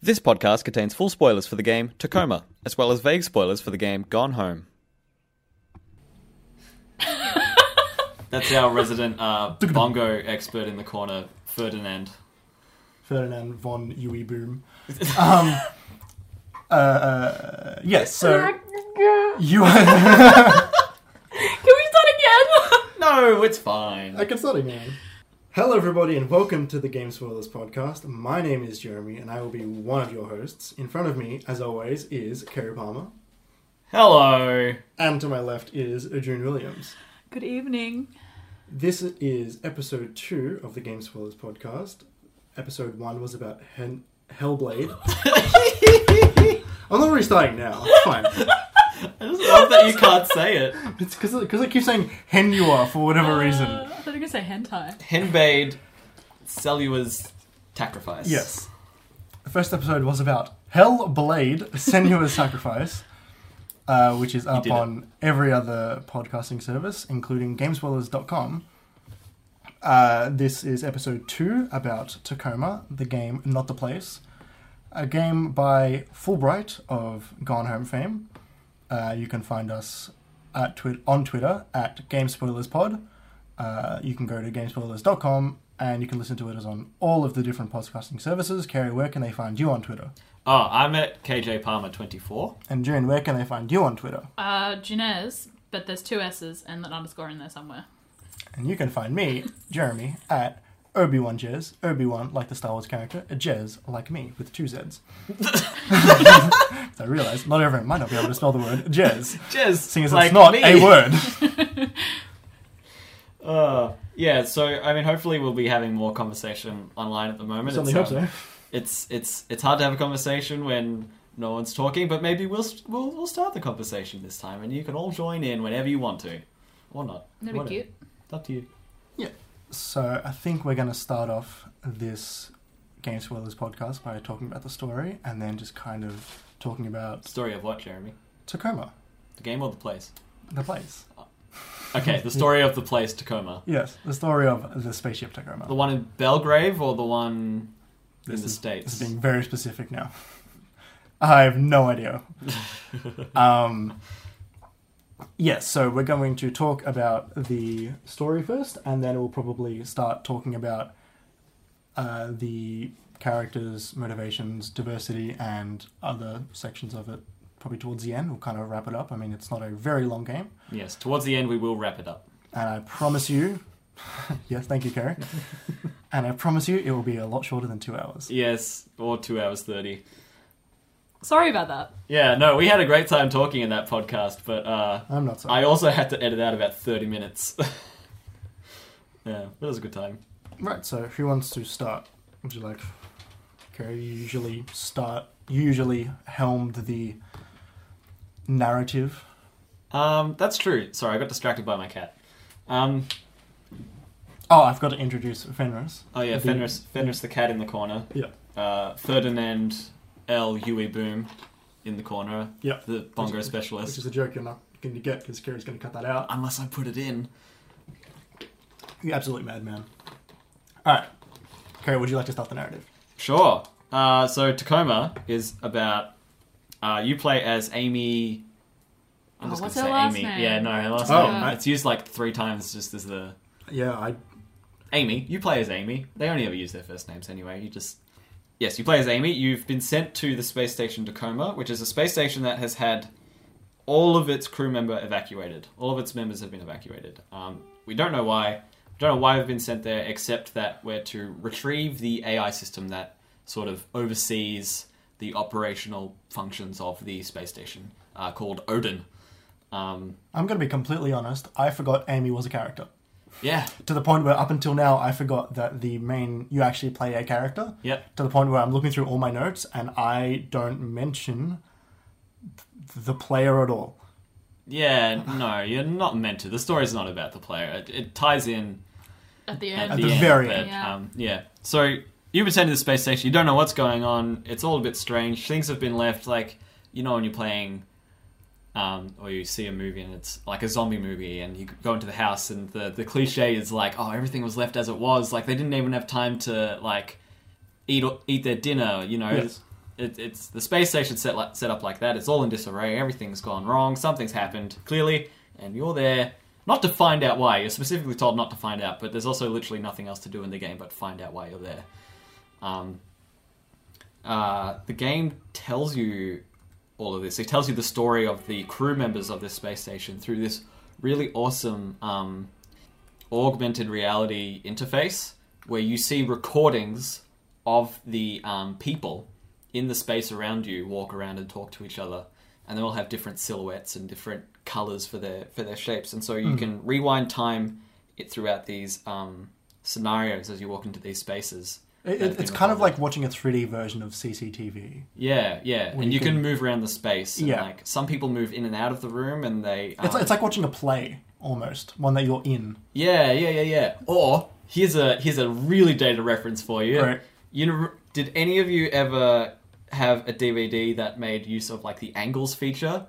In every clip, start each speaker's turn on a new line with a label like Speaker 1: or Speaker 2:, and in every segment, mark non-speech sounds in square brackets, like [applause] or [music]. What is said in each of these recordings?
Speaker 1: This podcast contains full spoilers for the game Tacoma, as well as vague spoilers for the game Gone Home.
Speaker 2: That's our resident uh, bongo expert in the corner, Ferdinand.
Speaker 3: Ferdinand von Uwe [laughs] Boom. Um, uh, yes, so
Speaker 4: Can
Speaker 3: you [laughs] are.
Speaker 4: we start again? [laughs]
Speaker 2: No, it's fine.
Speaker 3: I can start again. Hello, everybody, and welcome to the Game Spoilers podcast. My name is Jeremy, and I will be one of your hosts. In front of me, as always, is Kerry Palmer,
Speaker 2: Hello.
Speaker 3: and to my left is Adrian Williams.
Speaker 4: Good evening.
Speaker 3: This is episode two of the Game Spoilers podcast. Episode one was about Hen- Hellblade. I'm not really starting now. It's fine.
Speaker 2: I just love that you can't say it.
Speaker 3: It's because I keep saying Henua for whatever
Speaker 2: Ah.
Speaker 4: Uh,
Speaker 3: reason.
Speaker 4: I thought you were gonna say hentai.
Speaker 2: Henbade Cellua's sacrifice.
Speaker 3: Yes. The first episode was about Hellblade,
Speaker 2: [laughs]
Speaker 3: Senua's Sacrifice, uh, which is up
Speaker 2: did it.
Speaker 3: on every other podcasting service, including Gameswellers.com. Uh, this is episode two about Tacoma, the game, not the place. A game by Fulbright of Gone Home fame. Uh, you can find us at twi- on Twitter at GameSpoilersPod. Uh, you can go to GameSpoilers.com and you can listen to it as on all of the different podcasting services. Carrie, where can they find you on Twitter?
Speaker 2: Oh, I'm at KJ Palmer 24.
Speaker 3: And June, where can they find you on Twitter?
Speaker 4: Uh, Janez, but there's two S's and an underscore in there somewhere.
Speaker 3: And you can find me, Jeremy, at Obi-Wan Jez, Obi-Wan like the Star Wars character, a Jez like me with two [laughs] Zs. I realise not everyone might not be able to spell the word Jez,
Speaker 2: Jez.
Speaker 3: seeing as
Speaker 2: like
Speaker 3: it's not
Speaker 2: me.
Speaker 3: a [laughs] word.
Speaker 2: Uh, yeah, so, I mean, hopefully we'll be having more conversation online at the moment.
Speaker 3: Certainly
Speaker 2: It's,
Speaker 3: hope so.
Speaker 2: um, It's, it's, it's hard to have a conversation when no one's talking, but maybe we'll, st- we'll, we'll start the conversation this time and you can all join in whenever you want to. Or not.
Speaker 4: That'd be
Speaker 2: Whatever.
Speaker 4: cute.
Speaker 2: It's up to you.
Speaker 3: So I think we're going to start off this Game Spoilers podcast by talking about the story and then just kind of talking about
Speaker 2: Story of what, Jeremy?
Speaker 3: Tacoma,
Speaker 2: The game or the place?
Speaker 3: the place.
Speaker 2: Okay, the story of the place Tacoma.
Speaker 3: Yes, the story of the spaceship Tacoma.
Speaker 2: The one in Belgrave or the one in
Speaker 3: This
Speaker 2: the
Speaker 3: is-
Speaker 2: States?
Speaker 3: This is being very specific now. [laughs] I have no
Speaker 2: [laughs]
Speaker 3: idea. um, yes, so we're going to talk about the story first, and then we'll probably start talking about uh, the characters, motivations, diversity, and other sections of it. Probably towards the end, we'll kind of wrap it up. I mean, it's not a very long game,
Speaker 2: Yes, towards the end we will wrap it up.
Speaker 3: and I promise you. [laughs] yes, thank you, [laughs] Kerry. and I promise you, it will be a lot shorter than two hours.
Speaker 2: Yes, or 2 hours 30.
Speaker 4: Sorry about that.
Speaker 2: Yeah, no, we had a great time talking in that podcast, but uh,
Speaker 3: I'm not sorry.
Speaker 2: I also had to edit out about 30 minutes. [laughs] yeah, but it was a good time.
Speaker 3: Right, so who wants to start? Would you like Kerry you usually start you usually helmed the narrative.
Speaker 2: Um, that's true. Sorry, I got distracted by my cat. Um,
Speaker 3: Oh, I've got to introduce Fenris.
Speaker 2: oh yeah,
Speaker 3: The-
Speaker 2: Fenris, Fenris the cat in the corner.
Speaker 3: Yeah.
Speaker 2: Uh, Ferdinand L. Huey Boom in the corner.
Speaker 3: Yeah.
Speaker 2: The bongo
Speaker 3: Which-
Speaker 2: specialist.
Speaker 3: Which is a joke you're not going to get because Kerry's going to cut that out.
Speaker 2: Unless I put it in.
Speaker 3: You absolute madman. Alright. Kerry, would you like to start the narrative?
Speaker 2: Sure. Uh, so Tacoma is about uh, you play as Amy.
Speaker 4: Oh, what's
Speaker 2: gonna
Speaker 4: her last
Speaker 2: Amy.
Speaker 4: name?
Speaker 2: Yeah, no, her last
Speaker 3: Oh,
Speaker 2: name.
Speaker 3: I-
Speaker 2: It's used like three times just as the
Speaker 3: Yeah, I
Speaker 2: Amy. You play as Amy. They only ever use their first names anyway. You just yes, you play as Amy. You've been sent to the space station Tacoma, which is a space station that has had all of its crew member evacuated. All of its members have been evacuated. Um, we don't know why. We don't know why we've been sent there, except that we're to retrieve the AI system that sort of oversees the operational functions of the space station, uh, called Odin. Um,
Speaker 3: I'm going to be completely honest. I forgot Amy was a character.
Speaker 2: yeah,
Speaker 3: To the point where up until now I forgot that the main you actually play a character.
Speaker 2: yep.
Speaker 3: to the point where I'm looking through all my notes and I don't mention th- the player at all.
Speaker 2: Yeah, no, you're not meant to. The story's not about the player. It, it ties in
Speaker 4: At the
Speaker 2: at,
Speaker 4: end.
Speaker 3: At
Speaker 2: the,
Speaker 3: the
Speaker 2: end,
Speaker 3: very
Speaker 2: but,
Speaker 4: end. Yeah.
Speaker 2: Um, yeah. So you've been sent to the space station. You don't know what's going on. It's all a bit strange. Things have been left like you know when you're playing, um, or you see a movie and it's like a zombie movie, and you go into the house and the the cliche is like, oh, everything was left as it was. Like they didn't even have time to like eat eat their dinner. You know,
Speaker 3: Yes.
Speaker 2: it, it's the space station set li- set up like that. It's all in disarray. Everything's gone wrong. Something's happened clearly, and you're there not to find out why. You're specifically told not to find out, but there's also literally nothing else to do in the game but find out why you're there. Um, uh, the game tells you all of this. It tells you the story of the crew members of this space station through this really awesome um, augmented reality interface where you see recordings of the um, people in the space around you walk around and talk to each other and they all have different silhouettes and different colors for their for their shapes and so
Speaker 3: Hmm.
Speaker 2: you can rewind time it throughout these um, scenarios as you walk into these spaces
Speaker 3: It,
Speaker 2: that have
Speaker 3: it,
Speaker 2: been
Speaker 3: it's kind of
Speaker 2: recorded.
Speaker 3: like watching a 3D version of CCTV.
Speaker 2: Yeah, yeah,
Speaker 3: Where
Speaker 2: and you
Speaker 3: you
Speaker 2: can,
Speaker 3: can-
Speaker 2: move around the space. And
Speaker 3: Yeah.
Speaker 2: like some people move in and out of the room, and they. Um,
Speaker 3: It's, it's like watching a play almost, one that you're in.
Speaker 2: yeah, yeah, yeah, yeah. Or here's a here's a really dated reference for you.
Speaker 3: Right.
Speaker 2: You know, did any of you ever have a DVD that made use of like the angles feature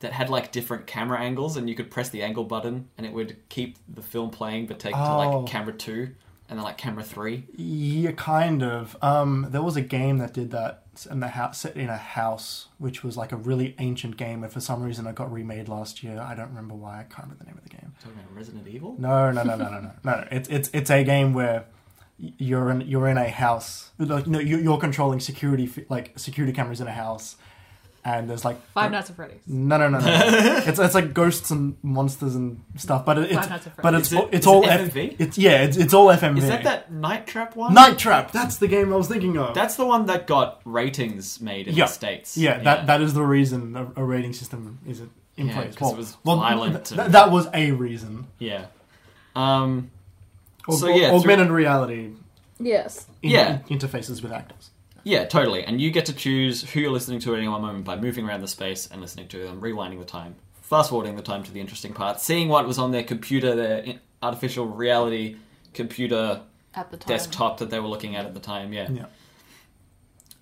Speaker 2: that had like different camera angles, and you could press the angle button, and it would keep the film playing, but take it to
Speaker 3: Oh.
Speaker 2: like camera two, and then like camera three.
Speaker 3: Yeah, kind of. Um, there was a game that did that in the house, set in a house, which was like a really ancient game, and for some reason it got remade last year. I don't remember why. I can't remember the name of the game.
Speaker 2: Talking about Resident Evil.
Speaker 3: No, no, no, no, no, no, no. no. It's it's it's a game where y- you're in you're in a house. Like no, you- you're controlling security f- like security cameras in a house, and there's like
Speaker 4: Five Nights at Freddy's.
Speaker 3: No, no, no, no.
Speaker 4: [laughs]
Speaker 3: it's it's like ghosts and monsters and stuff, but it, it's
Speaker 4: Five Nights at
Speaker 3: but it's
Speaker 2: Freddy's. Is it- is
Speaker 3: it's
Speaker 2: it
Speaker 3: all
Speaker 2: FMV?
Speaker 3: F- it's yeah, it's it's all FMV.
Speaker 2: Is that that Night Trap one?
Speaker 3: Night Trap? That's the game I was thinking of.
Speaker 2: That's the one that got ratings made in
Speaker 3: Yeah.
Speaker 2: the states.
Speaker 3: yeah, that that is the reason a, a rating system is in
Speaker 2: Yeah,
Speaker 3: place.
Speaker 2: 'cause
Speaker 3: Well,
Speaker 2: it was
Speaker 3: well,
Speaker 2: violent
Speaker 3: th- th-
Speaker 2: and-
Speaker 3: that was a reason.
Speaker 2: yeah. Um,
Speaker 3: Aug-
Speaker 2: So, yeah,
Speaker 3: augmented reality
Speaker 4: Yes.
Speaker 3: in-
Speaker 2: Yeah.
Speaker 3: in- interfaces with actors.
Speaker 2: yeah, totally. And you get to choose who you're listening to at any one moment by moving around the space and listening to them, rewinding the time, fast forwarding the time to the interesting part, seeing what was on their computer, their in- artificial reality computer
Speaker 4: At the time.
Speaker 2: desktop that they were looking at at the time. Yeah.
Speaker 3: Yeah.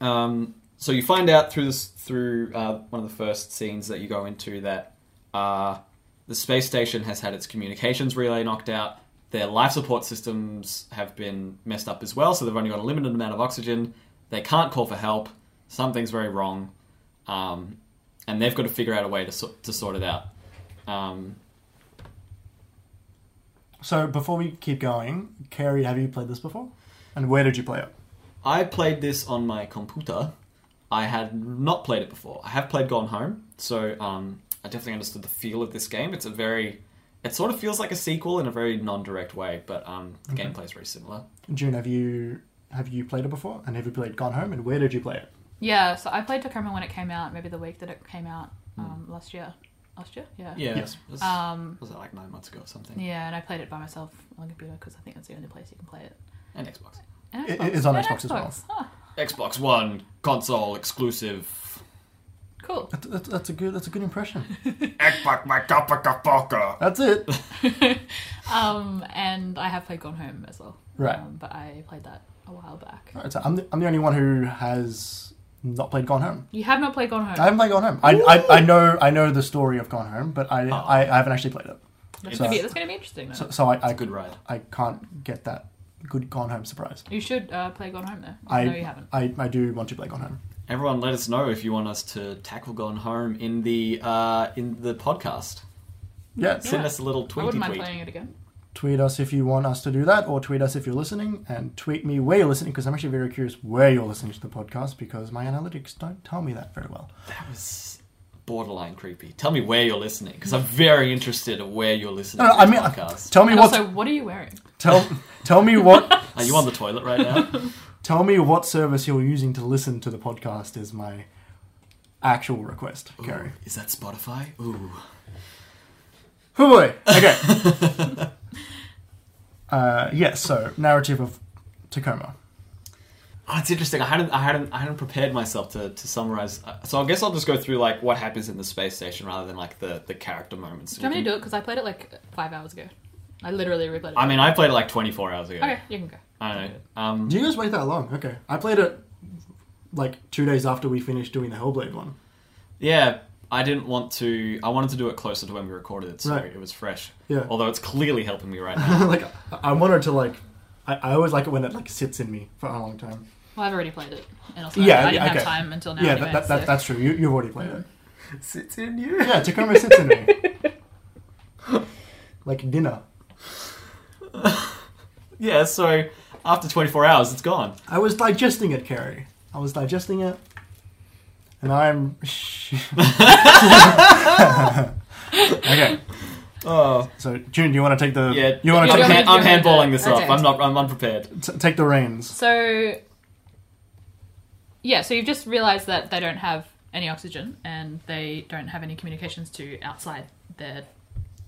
Speaker 2: Um, so you find out through this through uh, one of the first scenes that you go into that uh, the space station has had its communications relay knocked out. Their life support systems have been messed up as well, so they've only got a limited amount of oxygen. They can't call for help. Something's very wrong, um, and they've got to figure out a way to so- to sort it out. Um,
Speaker 3: So before we keep going, Carrie, have you played this before? And where did you play it?
Speaker 2: I played this on my computer. I had not played it before. I have played Gone Home, so um, I definitely understood the feel of this game. It's a very, it sort of feels like a sequel in a very non-direct way, but um, the gameplay is very similar.
Speaker 3: June, have you have you played it before? And have you played Gone Home? And where did you play it?
Speaker 4: Yeah, so I played Tacoma when it came out, maybe the week that it came out um, last year. Last year? Yeah.
Speaker 2: Yeah,
Speaker 3: Hmm. Yes.
Speaker 2: it was,
Speaker 4: Um,
Speaker 2: was that like nine months ago or something?
Speaker 4: yeah, and I played it by myself on the computer because I think that's the only place you can play it.
Speaker 2: And Xbox,
Speaker 4: And
Speaker 3: It- it is on
Speaker 4: And Ah,
Speaker 3: Xbox as well.
Speaker 4: Huh,
Speaker 2: Xbox One console exclusive.
Speaker 4: cool.
Speaker 3: That- that- That's a good that's a good impression.
Speaker 2: Xbox, my kapaka
Speaker 3: [laughs] That's it.
Speaker 4: Um, and I have played Gone Home as well.
Speaker 3: Right.
Speaker 4: Um, but I played that a while back.
Speaker 3: All right, so I'm the, I'm the only one who has not played Gone Home.
Speaker 4: You have not played Gone Home.
Speaker 3: I haven't played Gone Home. I, I, I know I know the story of Gone Home, but I I, I haven't actually played it.
Speaker 4: that's,
Speaker 2: it's-
Speaker 4: gonna be, that's gonna be interesting. Though.
Speaker 3: So, so I I,
Speaker 2: Good ride.
Speaker 3: I can't get that good Gone Home surprise.
Speaker 4: you should uh, play Gone Home though.
Speaker 3: I
Speaker 4: no, you haven't.
Speaker 3: I, I do want to play Gone Home.
Speaker 2: Everyone, let us know if you want us to tackle Gone Home in the uh, in the podcast.
Speaker 3: Yeah, so
Speaker 2: Send
Speaker 4: Yeah.
Speaker 2: us a little
Speaker 4: I
Speaker 2: tweety
Speaker 4: wouldn't mind
Speaker 2: tweet.
Speaker 4: playing it again.
Speaker 3: tweet us if you want us to do that, or tweet us if you're listening, and tweet me where you're listening because I'm actually very curious where you're listening to the podcast because my analytics don't tell me that very well.
Speaker 2: That was borderline creepy. Tell me where you're listening, because I'm very interested in where you're listening
Speaker 3: No, no,
Speaker 2: to
Speaker 3: I
Speaker 2: this
Speaker 3: mean, uh,
Speaker 2: podcast.
Speaker 3: tell me
Speaker 4: And
Speaker 3: what
Speaker 4: also, what are you wearing?
Speaker 3: [laughs] tell tell me what
Speaker 2: Are you on the toilet right
Speaker 3: [laughs]
Speaker 2: now?
Speaker 3: tell me what service you're using to listen to the podcast is my actual request, Gary.
Speaker 2: Is that Spotify? Ooh.
Speaker 3: Oh boy. Okay. [laughs] uh, yeah. So narrative of Tacoma.
Speaker 2: Oh, it's interesting. I hadn't, I hadn't, I hadn't prepared myself to, to summarize. Uh, So I guess I'll just go through like what happens in the space station rather than like the, the character moments.
Speaker 4: Do you want me to do it? Because I played it like five hours ago. I literally replayed it.
Speaker 2: I mean, I played it like 24 hours ago.
Speaker 4: okay, you can go.
Speaker 2: I don't know. Um,
Speaker 3: Do you guys wait that long? Okay. I played it like two days after we finished doing the Hellblade one.
Speaker 2: yeah, I didn't want to. I wanted to do it closer to when we recorded it, so
Speaker 3: Right.
Speaker 2: it was fresh.
Speaker 3: Yeah.
Speaker 2: Although it's clearly helping me right now.
Speaker 3: like I I wanted to like. I, I always like it when it like sits in me for a long time.
Speaker 4: Well, I've already played it, and also
Speaker 3: Yeah,
Speaker 4: I didn't
Speaker 3: yeah,
Speaker 4: have
Speaker 3: okay.
Speaker 4: time until now.
Speaker 3: yeah, that,
Speaker 4: anyway,
Speaker 3: that,
Speaker 4: so-
Speaker 3: that, that's true. You, you've already played [laughs] it.
Speaker 2: Sits in you.
Speaker 3: Yeah, Tacoma sits in me. [laughs] Like dinner.
Speaker 2: Yeah, so after 24 hours, it's gone.
Speaker 3: I was digesting it, Kerry. I was digesting it, and I'm. [laughs] okay,
Speaker 2: Oh.
Speaker 3: so June, do you want to take the?
Speaker 2: Yeah,
Speaker 3: you want
Speaker 4: Yeah,
Speaker 2: I'm,
Speaker 3: to take,
Speaker 4: okay.
Speaker 2: hand, I'm
Speaker 4: Yeah,
Speaker 2: handballing
Speaker 4: yeah.
Speaker 2: this off.
Speaker 4: Okay.
Speaker 2: I'm not. I'm unprepared.
Speaker 3: t- take the reins.
Speaker 4: So, yeah, so you've just realised that they don't have any oxygen and they don't have any communications to outside their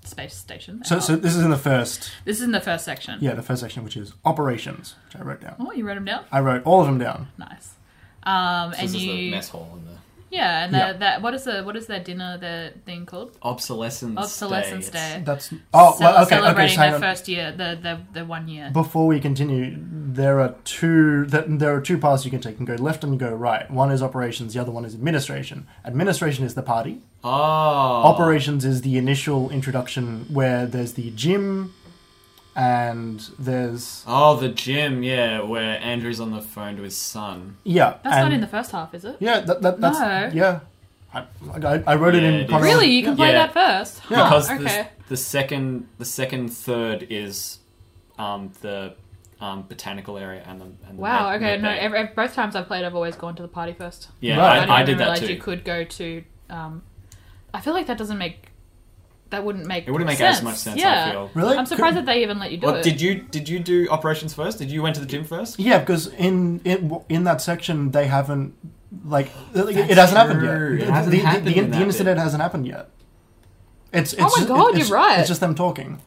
Speaker 4: space station.
Speaker 3: So, so this is in the first,
Speaker 4: this is in the first section.
Speaker 3: yeah, the first section, which is operations, which I wrote down.
Speaker 4: Oh, you wrote them down.
Speaker 3: I wrote all of them down.
Speaker 4: Nice. Um, and
Speaker 2: this is the
Speaker 4: you,
Speaker 2: mess hall and the
Speaker 4: yeah, and
Speaker 3: Yeah.
Speaker 4: the- that what is the what is their dinner their thing called?
Speaker 2: obsolescence.
Speaker 4: Obsolescence
Speaker 2: It's-
Speaker 4: Day.
Speaker 3: That's oh,
Speaker 4: Cel-
Speaker 3: well, okay, okay.
Speaker 4: celebrating
Speaker 3: So hang
Speaker 4: their
Speaker 3: on.
Speaker 4: first year, the the the one year.
Speaker 3: Before we continue, there are two that there are two paths you can take. You can go left and you go right. One is operations. The other one is administration. Administration is the party.
Speaker 2: Oh.
Speaker 3: Operations is the initial introduction where there's the gym and there's
Speaker 2: Oh, the gym. Yeah, where Andrew's on the phone to his son.
Speaker 3: yeah.
Speaker 4: That's
Speaker 3: and
Speaker 4: not in the first half, is it?
Speaker 3: yeah. That, that, that's
Speaker 4: No.
Speaker 3: yeah. I, I, I wrote
Speaker 2: Yeah,
Speaker 3: it
Speaker 2: it
Speaker 3: in
Speaker 2: is.
Speaker 3: chronological-
Speaker 4: Really, you can play
Speaker 2: Yeah.
Speaker 4: that first?
Speaker 3: Yeah.
Speaker 4: Huh,
Speaker 2: Because
Speaker 4: okay.
Speaker 2: the, the second, the second third is, um, the, um, botanical area and the. And the
Speaker 4: Wow.
Speaker 2: med-
Speaker 4: Okay.
Speaker 2: med
Speaker 4: No.
Speaker 2: bay.
Speaker 4: Every, both times I've played, I've always gone to the party first.
Speaker 2: yeah,
Speaker 3: Right.
Speaker 4: didn't
Speaker 2: I, I
Speaker 4: even
Speaker 2: did that
Speaker 4: realize
Speaker 2: too.
Speaker 4: You could go to. Um, I feel like that doesn't make. That wouldn't make.
Speaker 2: It wouldn't make
Speaker 4: sense.
Speaker 2: as much sense.
Speaker 4: Yeah.
Speaker 2: I feel.
Speaker 3: Really?
Speaker 4: I'm surprised that they even let you do
Speaker 2: Well,
Speaker 4: it.
Speaker 2: did you did you do operations first? Did you went to the gym first?
Speaker 3: Yeah, because in in in that section they haven't like it hasn't happened yet.
Speaker 2: true. It
Speaker 3: The-
Speaker 2: hasn't
Speaker 3: the, the-
Speaker 2: happened
Speaker 3: the,
Speaker 2: in
Speaker 3: the
Speaker 2: that
Speaker 3: incident hasn't happened yet. It's, it's
Speaker 4: Oh my
Speaker 3: just-
Speaker 4: God,
Speaker 3: it's-
Speaker 4: you're right.
Speaker 3: It's just them talking.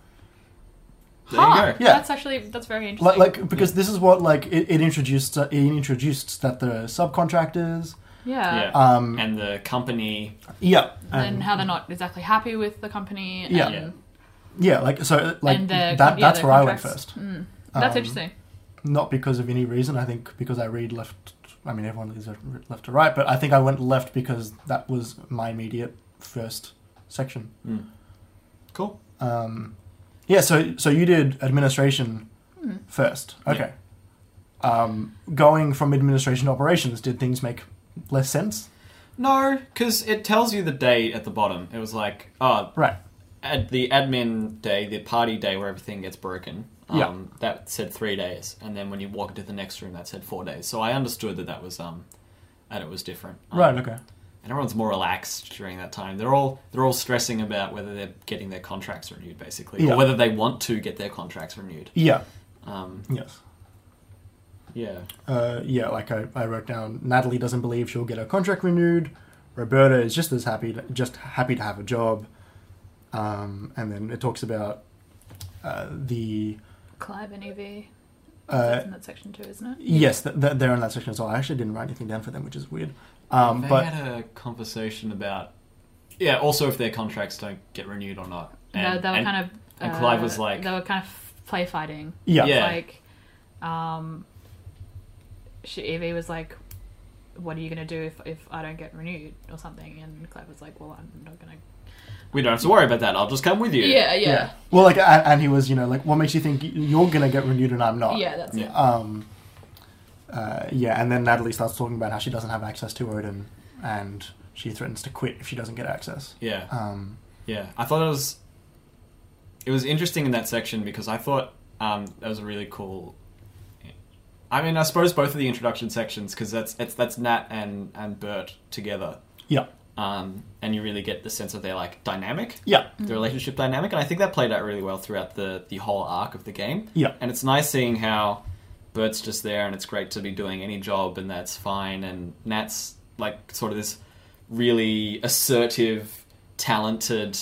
Speaker 2: There
Speaker 4: Huh,
Speaker 2: you go.
Speaker 3: Yeah.
Speaker 4: That's actually that's very interesting.
Speaker 3: Like, like because this is what like it, it introduced uh, it introduced that the subcontractors
Speaker 4: yeah.
Speaker 2: Yeah.
Speaker 3: um
Speaker 2: and the company.
Speaker 3: yeah
Speaker 4: And
Speaker 3: um,
Speaker 4: how they're not exactly happy with the company. And,
Speaker 3: Yeah.
Speaker 2: Yeah.
Speaker 3: yeah like so uh, like
Speaker 4: and their,
Speaker 3: that
Speaker 4: yeah,
Speaker 3: that's
Speaker 4: their
Speaker 3: where I went
Speaker 4: contracts.
Speaker 3: first
Speaker 4: Mm. That's
Speaker 3: Um,
Speaker 4: interesting.
Speaker 3: not because of any reason I think because I read left I mean everyone is uh, left to right but I think I went left because that was my immediate first section
Speaker 2: Cool.
Speaker 3: Um, yeah, so so you did administration first. Okay. Um, going from administration to operations, did things make less sense?
Speaker 2: No, because it tells you the date at the bottom. It was like, oh,
Speaker 3: Right.
Speaker 2: at the admin day, the party day where everything gets broken. Um,
Speaker 3: Yeah.
Speaker 2: That said three days, and then when you walk into the next room, that said four days. So I understood that that was um, that it was different. Um,
Speaker 3: Right. Okay.
Speaker 2: And everyone's more relaxed during that time. They're all they're all stressing about whether they're getting their contracts renewed, basically,
Speaker 3: Yeah.
Speaker 2: or whether they want to get their contracts renewed.
Speaker 3: Yeah.
Speaker 2: Um,
Speaker 3: Yes.
Speaker 2: yeah.
Speaker 3: Uh, yeah. Like I, I wrote down. Natalie doesn't believe she'll get her contract renewed. Roberta is just as happy, to, just happy to have a job. Um, and then it talks about uh, the
Speaker 4: Clive and Evie.
Speaker 3: uh,
Speaker 4: that's in that section too, isn't it?
Speaker 3: yes, th- th- they're in that section as well. I actually didn't write anything down for them, which is weird. Um,
Speaker 2: they
Speaker 3: but
Speaker 2: had a conversation about yeah, also if their contracts don't get renewed or not.
Speaker 4: they, they were kind of.
Speaker 2: and
Speaker 4: uh,
Speaker 2: Clive was like-
Speaker 4: They were kind of play fighting.
Speaker 2: Yeah.
Speaker 4: Like, um, she, Evie was like, "What are you gonna do if, if I don't get renewed or something?" And Clive was like, "Well, I'm not gonna."
Speaker 2: we don't have to worry about that. I'll just come with you.
Speaker 4: Yeah, yeah, yeah.
Speaker 3: Well, like, and, and he was, you know, like, what makes you think you're gonna get renewed and I'm not?
Speaker 4: that's
Speaker 2: Yeah.
Speaker 4: it.
Speaker 3: Um. Uh, yeah, and then Natalie starts talking about how she doesn't have access to Odin, and she threatens to quit if she doesn't get access.
Speaker 2: Yeah.
Speaker 3: Um.
Speaker 2: Yeah. I thought it was it was interesting in that section because I thought um, that was a really cool I mean, I suppose both of the introduction sections because that's it's that's Nat and and Bert together,
Speaker 3: Yeah.
Speaker 2: um, and you really get the sense of their like dynamic,
Speaker 3: Yeah.
Speaker 2: the
Speaker 4: Mm.
Speaker 2: relationship dynamic, and I think that played out really well throughout the the whole arc of the game.
Speaker 3: Yeah.
Speaker 2: And it's nice seeing how Bert's just there and it's great to be doing any job and that's fine. And Nat's like sort of this really assertive, talented,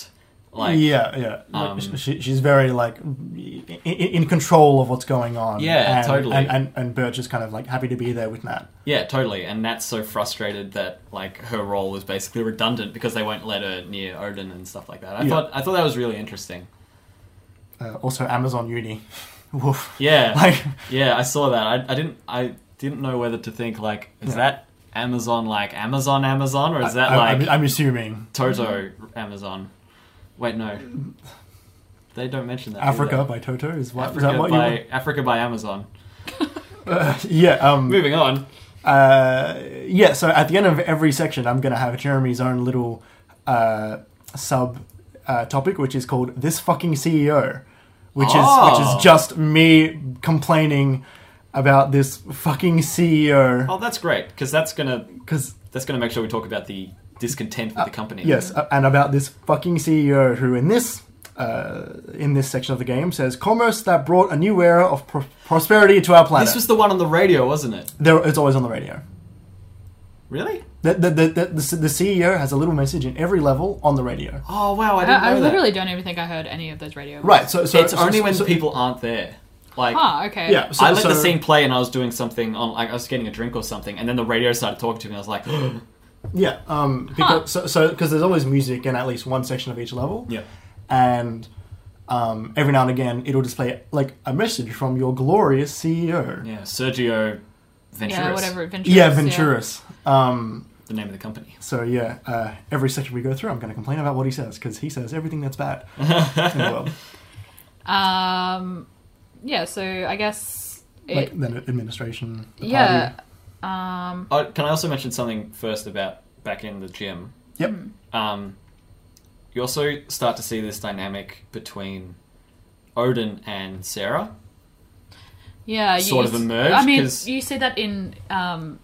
Speaker 2: like.
Speaker 3: yeah. Yeah. Like,
Speaker 2: um,
Speaker 3: sh- she, she's very like in, in control of what's going on.
Speaker 2: Yeah,
Speaker 3: and,
Speaker 2: totally.
Speaker 3: And, and and Birch is kind of like happy to be there with Nat.
Speaker 2: Yeah, totally. And Nat's so frustrated that like her role was basically redundant because they won't let her near Odin and stuff like that. I
Speaker 3: Yeah.
Speaker 2: thought I thought that was really interesting.
Speaker 3: Uh, also, Amazon Uni. [laughs] Woof.
Speaker 2: Yeah.
Speaker 3: [laughs] Like.
Speaker 2: Yeah, I saw that. I, I didn't I didn't know whether to think like is
Speaker 3: Yeah.
Speaker 2: that Amazon like Amazon Amazon or is that
Speaker 3: I-
Speaker 2: like
Speaker 3: I'm, I'm assuming
Speaker 2: Toto
Speaker 4: Mm-hmm.
Speaker 2: Amazon? Wait, no. They don't mention that. do
Speaker 3: Africa
Speaker 2: they?
Speaker 3: by Toto is what is
Speaker 2: Africa
Speaker 3: that what you?
Speaker 2: by Africa by Amazon.
Speaker 3: [laughs] yeah. Um,
Speaker 2: Moving on.
Speaker 3: uh, yeah, so at the end of every section, I'm going to have Jeremy's own little uh, sub uh, topic, which is called "This Fucking CEO," which is
Speaker 2: Oh.
Speaker 3: which is just me complaining about this fucking E CEO
Speaker 2: Oh, that's great because that's gonna
Speaker 3: because
Speaker 2: that's gonna make sure we talk about the discontent with the company.
Speaker 3: Yes, uh, and about this fucking CEO who, in this uh, in this section of the game, says commerce that brought a new era of pro- prosperity to our planet.
Speaker 2: This was the one on the radio, wasn't it?
Speaker 3: there, it's always on the radio.
Speaker 2: Really?
Speaker 3: The, the, the, the, the, the CEO has a little message in every level on the radio.
Speaker 2: Oh wow, I
Speaker 4: I,
Speaker 2: didn't know
Speaker 4: I
Speaker 2: that.
Speaker 4: literally don't even think I heard any of those radio.
Speaker 3: Right, so, so
Speaker 2: it's only
Speaker 3: so-
Speaker 2: when
Speaker 3: so-
Speaker 2: people aren't there. Like
Speaker 4: Ah, okay.
Speaker 3: Yeah, so,
Speaker 2: I let
Speaker 3: so,
Speaker 2: the scene play and I was doing something on like I was getting a drink or something and then the radio started talking to me and I was like [gasps]
Speaker 3: Yeah, um, because so so because there's always music in at least one section of each level.
Speaker 2: Yeah.
Speaker 3: and um, every now and again it'll display like a message from your glorious CEO.
Speaker 2: Yeah, Sergio Venturis.
Speaker 4: Yeah, whatever. Venturous,
Speaker 3: Yeah, Venturus. Um,
Speaker 2: The name of the
Speaker 3: [laughs]
Speaker 2: company. [laughs]
Speaker 3: So yeah, uh, every section we go through, I'm going to complain about what he says because he says everything that's bad in the
Speaker 2: [laughs]
Speaker 3: world,
Speaker 4: Yeah. Um, yeah. So I guess it.
Speaker 3: like the administration. The
Speaker 4: yeah.
Speaker 3: party.
Speaker 4: Um,
Speaker 2: Oh, can I also mention something first about back in the gym?
Speaker 3: Yep.
Speaker 2: Um, you also start to see this dynamic between Odin and Sarah.
Speaker 4: yeah. You,
Speaker 2: Sort
Speaker 4: you
Speaker 2: of
Speaker 4: s-
Speaker 2: emerged,
Speaker 4: I mean,
Speaker 2: 'cause-
Speaker 4: you see that in um,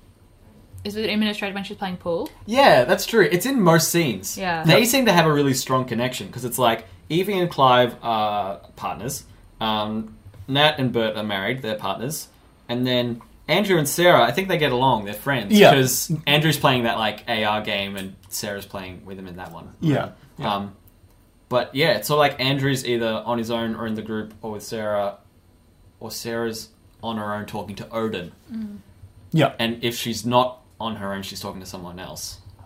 Speaker 4: is it administrative when she's playing pool?
Speaker 2: Yeah, that's true. It's in most scenes.
Speaker 4: Yeah.
Speaker 2: They seem to have a really strong connection because it's like Evie and Clive are partners. Um, Nat and Bert are married. They're partners. And then Andrew and Sarah, I think they get along. They're friends.
Speaker 3: Yeah.
Speaker 2: Because Andrew's playing that like AR game and Sarah's playing with him in that one.
Speaker 3: Yeah.
Speaker 2: Um, but yeah, it's sort of like Andrew's either on his own or in the group or with Sarah, or Sarah's on her own talking to Odin.
Speaker 3: Yeah.
Speaker 2: And if she's not on her own, she's talking to someone else. Uh,
Speaker 3: Uh,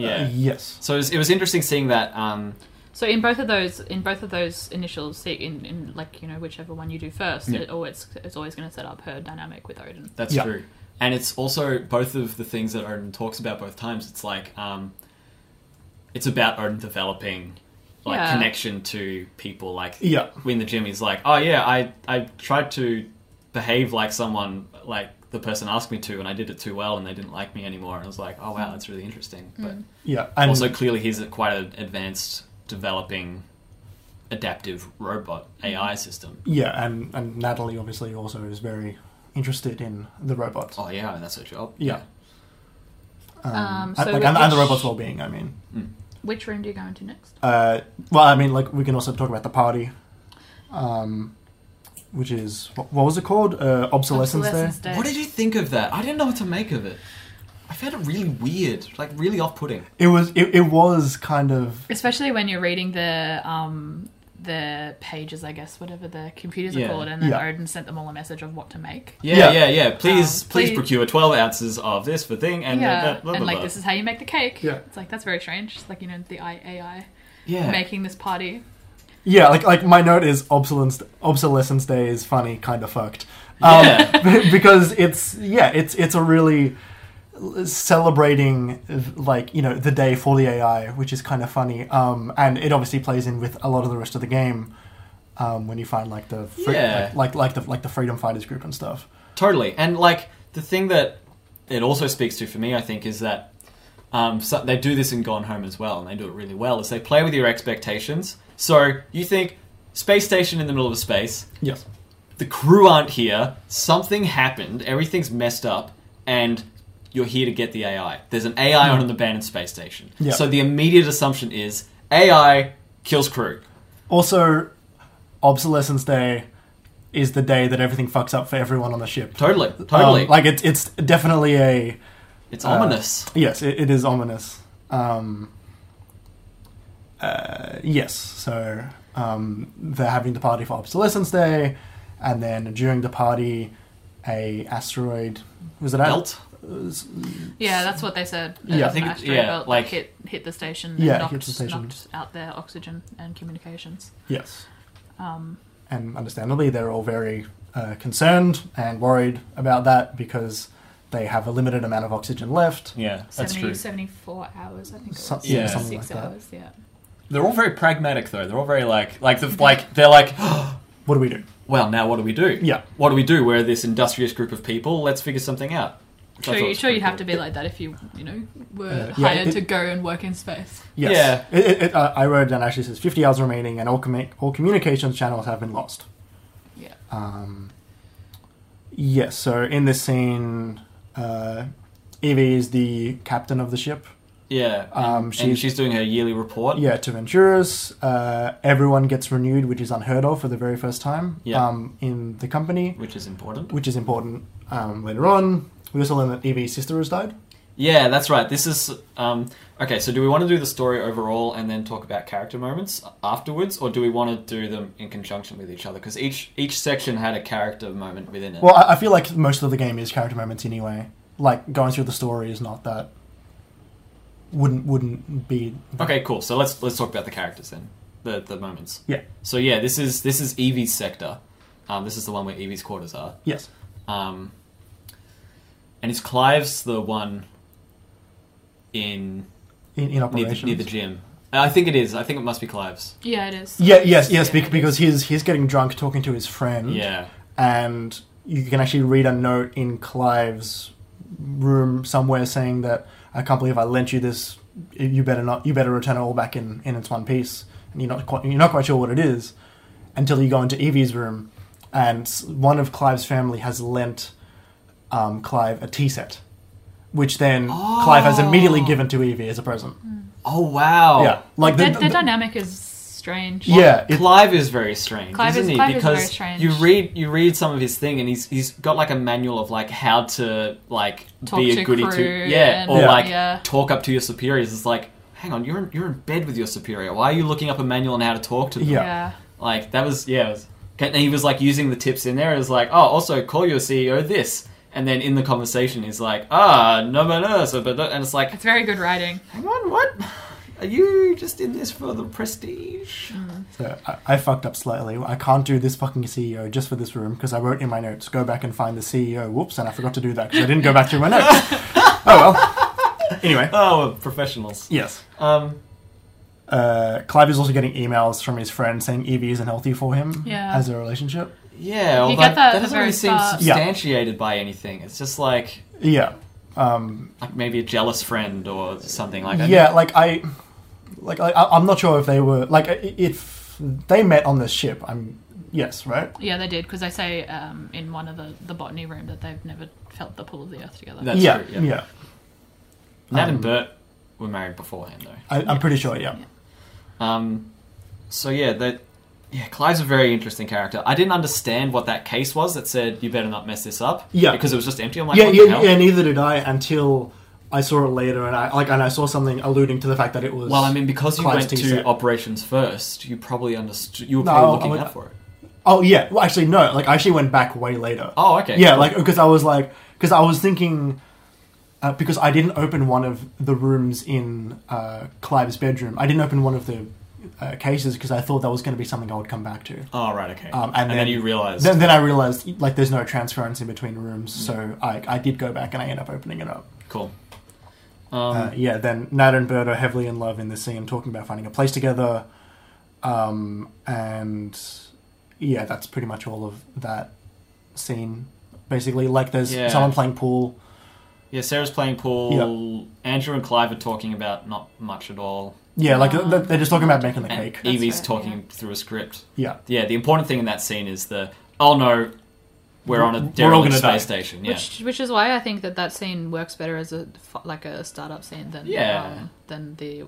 Speaker 2: Yeah.
Speaker 3: yes.
Speaker 2: So it was, it was interesting seeing that. Um,
Speaker 4: So in both of those, in both of those initials, see, in, in like you know whichever one you do first,
Speaker 2: Yeah.
Speaker 4: it always it's always going to set up her dynamic with Odin.
Speaker 2: that's
Speaker 3: Yeah.
Speaker 2: true. And it's also both of the things that Odin talks about both times. It's like um, it's about Odin developing like
Speaker 4: Yeah.
Speaker 2: connection to people. Like
Speaker 3: Yeah.
Speaker 2: when the gym he's like, oh yeah, I I tried to behave like someone like the person asked me to, and I did it too well, and they didn't like me anymore. And I was like, oh wow, that's really interesting. But
Speaker 3: Yeah. And
Speaker 2: also clearly he's a quite an advanced, developing, adaptive robot
Speaker 3: Mm-hmm.
Speaker 2: AI system.
Speaker 3: yeah, and and Natalie obviously also is very interested in the robots.
Speaker 2: Oh yeah, and that's her job.
Speaker 3: Yeah. Um,
Speaker 4: Um,
Speaker 3: and,
Speaker 4: so
Speaker 3: like
Speaker 4: with
Speaker 3: and, and the
Speaker 4: which-
Speaker 3: robots' well-being. I mean,
Speaker 4: Which room do you go into next?
Speaker 3: uh, well, I mean, like we can also talk about the party, um, which is what, what was it called? Uh, obsolescence,
Speaker 4: Obsolescence
Speaker 3: Day.
Speaker 4: Day.
Speaker 2: What did you think of that? I didn't know what to make of it. I found it really weird, like really off-putting.
Speaker 3: It was. It, it was kind of.
Speaker 4: Especially when you're reading the um the pages, I guess, whatever the computers
Speaker 2: Yeah.
Speaker 4: are called, and then
Speaker 3: Yeah.
Speaker 4: Odin sent them all a message of what to make.
Speaker 2: Yeah, yeah, yeah.
Speaker 3: Yeah.
Speaker 2: Please,
Speaker 4: Um,
Speaker 2: please,
Speaker 4: please-
Speaker 2: procure twelve ounces of this for thing, and
Speaker 4: yeah,
Speaker 2: uh, blah, blah,
Speaker 4: and like
Speaker 2: blah.
Speaker 4: this is how you make the cake.
Speaker 3: Yeah.
Speaker 4: it's like that's very strange. It's like you know the AI
Speaker 2: yeah.
Speaker 4: making this party.
Speaker 3: Yeah, like like my note is obsolescence obsolescence day is funny, kind of fucked. Um, [laughs]
Speaker 2: Yeah.
Speaker 3: because it's yeah, it's it's a really celebrating like you know the day for the AI, which is kind of funny. Um, and it obviously plays in with a lot of the rest of the game. Um, when you find like the free,
Speaker 2: Yeah.
Speaker 3: like, like like the like the freedom fighters group and stuff.
Speaker 2: Totally. And like the thing that it also speaks to for me, I think, is that um, so they do this in Gone Home as well, and they do it really well. Is they play with your expectations. So you think space station in the middle of space,
Speaker 3: Yes.
Speaker 2: the crew aren't here, something happened, everything's messed up, and you're here to get the AI. There's an AI on an abandoned space station.
Speaker 3: Hmm. Yeah.
Speaker 2: So the immediate assumption is AI kills crew.
Speaker 3: Also, obsolescence day is the day that everything fucks up for everyone on the ship.
Speaker 2: Totally, totally.
Speaker 3: Um, like it's it's definitely a
Speaker 2: it's
Speaker 3: uh,
Speaker 2: ominous.
Speaker 3: Yes, it, it is ominous. Um, uh, yes, so um, they're having the party for Obsolescence Day, and then during the party, a asteroid was it a-
Speaker 2: Belt.
Speaker 4: Yeah, that's what they said.
Speaker 3: Yeah, I
Speaker 4: An
Speaker 2: think it-
Speaker 4: asteroid
Speaker 2: yeah,
Speaker 4: belt that
Speaker 2: like-
Speaker 4: hit hit the station.
Speaker 3: Yeah, it
Speaker 4: and knocked,
Speaker 3: hit the station.
Speaker 4: knocked out their oxygen and communications.
Speaker 3: Yes,
Speaker 4: Um,
Speaker 3: and understandably, they're all very uh, concerned and worried about that because they have a limited amount of oxygen left.
Speaker 2: Yeah,
Speaker 4: 70, 74 hours, I think it was.
Speaker 3: So-
Speaker 2: yeah, Yeah.
Speaker 3: something
Speaker 4: Six
Speaker 3: like that.
Speaker 4: hours, yeah.
Speaker 2: They're all very pragmatic, though. They're all very like, [gasps] like, the, like they're like,
Speaker 3: What do we do?
Speaker 2: Well, now what do we do?
Speaker 3: Yeah.
Speaker 2: What do we do? We're this industrious group of people. Let's figure something out.
Speaker 4: Sure, you, sure you have to be like that if you, you know, were
Speaker 3: Uh, yeah,
Speaker 4: hired
Speaker 3: it-
Speaker 4: to go and work in space.
Speaker 3: Yes. Yeah. It, it, it, uh, I wrote it down actually says 50 hours remaining and all, commu- all communications channels have been lost.
Speaker 4: Yeah.
Speaker 3: Um, yes, so in this scene, uh, Evie is the captain of the ship.
Speaker 2: Yeah. And,
Speaker 3: Um,
Speaker 2: and
Speaker 3: she's-
Speaker 2: she's doing her yearly report.
Speaker 3: Yeah, to Venturas. Uh, everyone gets renewed, which is unheard of for the very first time
Speaker 2: Yeah.
Speaker 3: um, in the company,
Speaker 2: Which is important.
Speaker 3: which is important um, later on. We also learn that Evie's sister has died.
Speaker 2: Yeah, that's right. This is um, okay. So, do we want to do the story overall and then talk about character moments afterwards, or do we want to do them in conjunction with each other? Because each each section had a character moment within it.
Speaker 3: Well, I, I feel like most of the game is character moments anyway. Like going through the story is not that. Wouldn't wouldn't be
Speaker 2: okay, cool. So let's let's talk about the characters then, the the moments.
Speaker 3: Yeah.
Speaker 2: So yeah, this is this is Evie's sector. Um, this is the one where Evie's quarters are.
Speaker 3: Yes.
Speaker 2: Um, and it's Clive's the one in
Speaker 3: In, in
Speaker 2: near the,
Speaker 3: operations.
Speaker 2: near the gym. I think it is. I think it must be Clive's.
Speaker 4: Yeah, it is.
Speaker 3: Yeah, yes, yes,
Speaker 4: Yeah.
Speaker 3: bec- because he's he's getting drunk talking to his friend.
Speaker 2: Yeah.
Speaker 3: And you can actually read a note in Clive's room somewhere saying that I can't believe I lent you this. You better not. You better return it all back in, in its one piece. And you're not quite, you're not quite sure what it is until you go into Evie's room, and s- one of Clive's family has lent um, Clive a tea set, which then Clive has immediately
Speaker 2: Oh.
Speaker 3: given to Evie as a present.
Speaker 2: Oh wow.
Speaker 3: Yeah, like the,
Speaker 4: their, their
Speaker 3: the-
Speaker 4: dynamic is strange.
Speaker 3: yeah, it-
Speaker 2: Clive is very strange,
Speaker 4: Clive
Speaker 2: isn't
Speaker 4: is-
Speaker 2: he?
Speaker 4: Clive is
Speaker 2: because
Speaker 4: very strange.
Speaker 2: you read you read some of his thing, and he's he's got like a manual of like how to like
Speaker 4: Talk
Speaker 2: be
Speaker 4: to
Speaker 2: a goody
Speaker 4: crew
Speaker 2: two, yeah,
Speaker 4: and-
Speaker 2: or
Speaker 3: Yeah.
Speaker 2: like
Speaker 4: yeah.
Speaker 2: talk up to your superiors. It's like, hang on, you're in, you're in bed with your superior. Why are you looking up a manual on how to talk to them?
Speaker 3: Yeah.
Speaker 2: Like that was yeah. It was, and he was like using the tips in there. It was like oh, also call your CEO this, and then in the conversation he's like ah no no no so but and it's like
Speaker 4: It's very good writing.
Speaker 2: hang on what are you just in this for the prestige?
Speaker 3: So I, I fucked up slightly. I can't do this fucking CEO just for this room because I wrote in my notes, go back and find the CEO. Whoops, and I forgot to do that because I didn't go back through
Speaker 2: [laughs]
Speaker 3: my notes. oh well. Anyway,
Speaker 2: Oh, we're professionals.
Speaker 3: yes.
Speaker 2: Um,
Speaker 3: Uh, Clive is also getting emails from his friend saying Evie isn't healthy for him
Speaker 4: Yeah.
Speaker 3: as a relationship.
Speaker 2: yeah, well,
Speaker 4: You
Speaker 2: that,
Speaker 4: get that at
Speaker 2: that
Speaker 4: the
Speaker 2: doesn't
Speaker 4: very
Speaker 2: really seem
Speaker 4: start.
Speaker 3: Yeah.
Speaker 2: substantiated by anything. It's just like
Speaker 3: Yeah. Um,
Speaker 2: like maybe a jealous friend or something like that.
Speaker 3: yeah, like I, like I, I- I'm not sure if they were like i- if they met on the ship. I'm yes, right?
Speaker 4: Yeah, they did because they say um, in one of the, the botany room that they've never felt the pull of the earth together.
Speaker 2: That's
Speaker 3: yeah,
Speaker 2: true, yeah.
Speaker 3: yeah.
Speaker 2: Nat
Speaker 3: Um,
Speaker 2: and Bert were married beforehand, though.
Speaker 3: I, I'm pretty sure. Yeah.
Speaker 2: Um, so yeah, that yeah, Clive's a very interesting character. I didn't understand what that case was that said you better not mess this up.
Speaker 3: Yeah.
Speaker 2: because it was just empty. I'm like,
Speaker 3: yeah,
Speaker 2: what
Speaker 3: yeah,
Speaker 2: the hell?
Speaker 3: yeah. Neither did I until I saw it later, and I like, and I saw something alluding to the fact that it was.
Speaker 2: Well, I mean, because you
Speaker 3: Clive's
Speaker 2: went to
Speaker 3: tea set.
Speaker 2: operations first, you probably understood. You were
Speaker 3: No,
Speaker 2: probably
Speaker 3: I
Speaker 2: looking
Speaker 3: went-
Speaker 2: out for it.
Speaker 3: oh yeah. Well, actually, no. Like, I actually went back way later.
Speaker 2: Oh, okay.
Speaker 3: yeah, like because I was like, because I was thinking, uh, because I didn't open one of the rooms in uh, Clive's bedroom. I didn't open one of the uh, cases because I thought that was going to be something I would come back to.
Speaker 2: Oh, right. Okay.
Speaker 3: Um, and
Speaker 2: and, then,
Speaker 3: then-
Speaker 2: you realized.
Speaker 3: Then, then I realized like there's no transference in between rooms, so I, I did go back and I end up opening it up.
Speaker 2: cool. Um,
Speaker 3: uh, yeah, then Nat and Bird are heavily in love in this scene, talking about finding a place together. Um, and yeah, that's pretty much all of that scene. Basically, like there's
Speaker 2: Yeah.
Speaker 3: someone playing pool.
Speaker 2: yeah, Sarah's playing pool. Andrew and Clive are talking about not much at all.
Speaker 3: Yeah, like
Speaker 4: Ah.
Speaker 3: th- they're just talking about making the
Speaker 2: And
Speaker 3: cake.
Speaker 4: That's
Speaker 2: Evie's
Speaker 4: right,
Speaker 2: talking
Speaker 4: yeah.
Speaker 2: through a script.
Speaker 3: Yeah,
Speaker 2: Yeah, the important thing in that scene is the oh no, we're on a
Speaker 3: We're all
Speaker 2: derelict
Speaker 3: gonna
Speaker 2: space
Speaker 3: die.
Speaker 2: station. Yeah.
Speaker 4: Which, which is why I think that that scene works better as a f- like a startup scene than
Speaker 2: Yeah.
Speaker 4: um, than the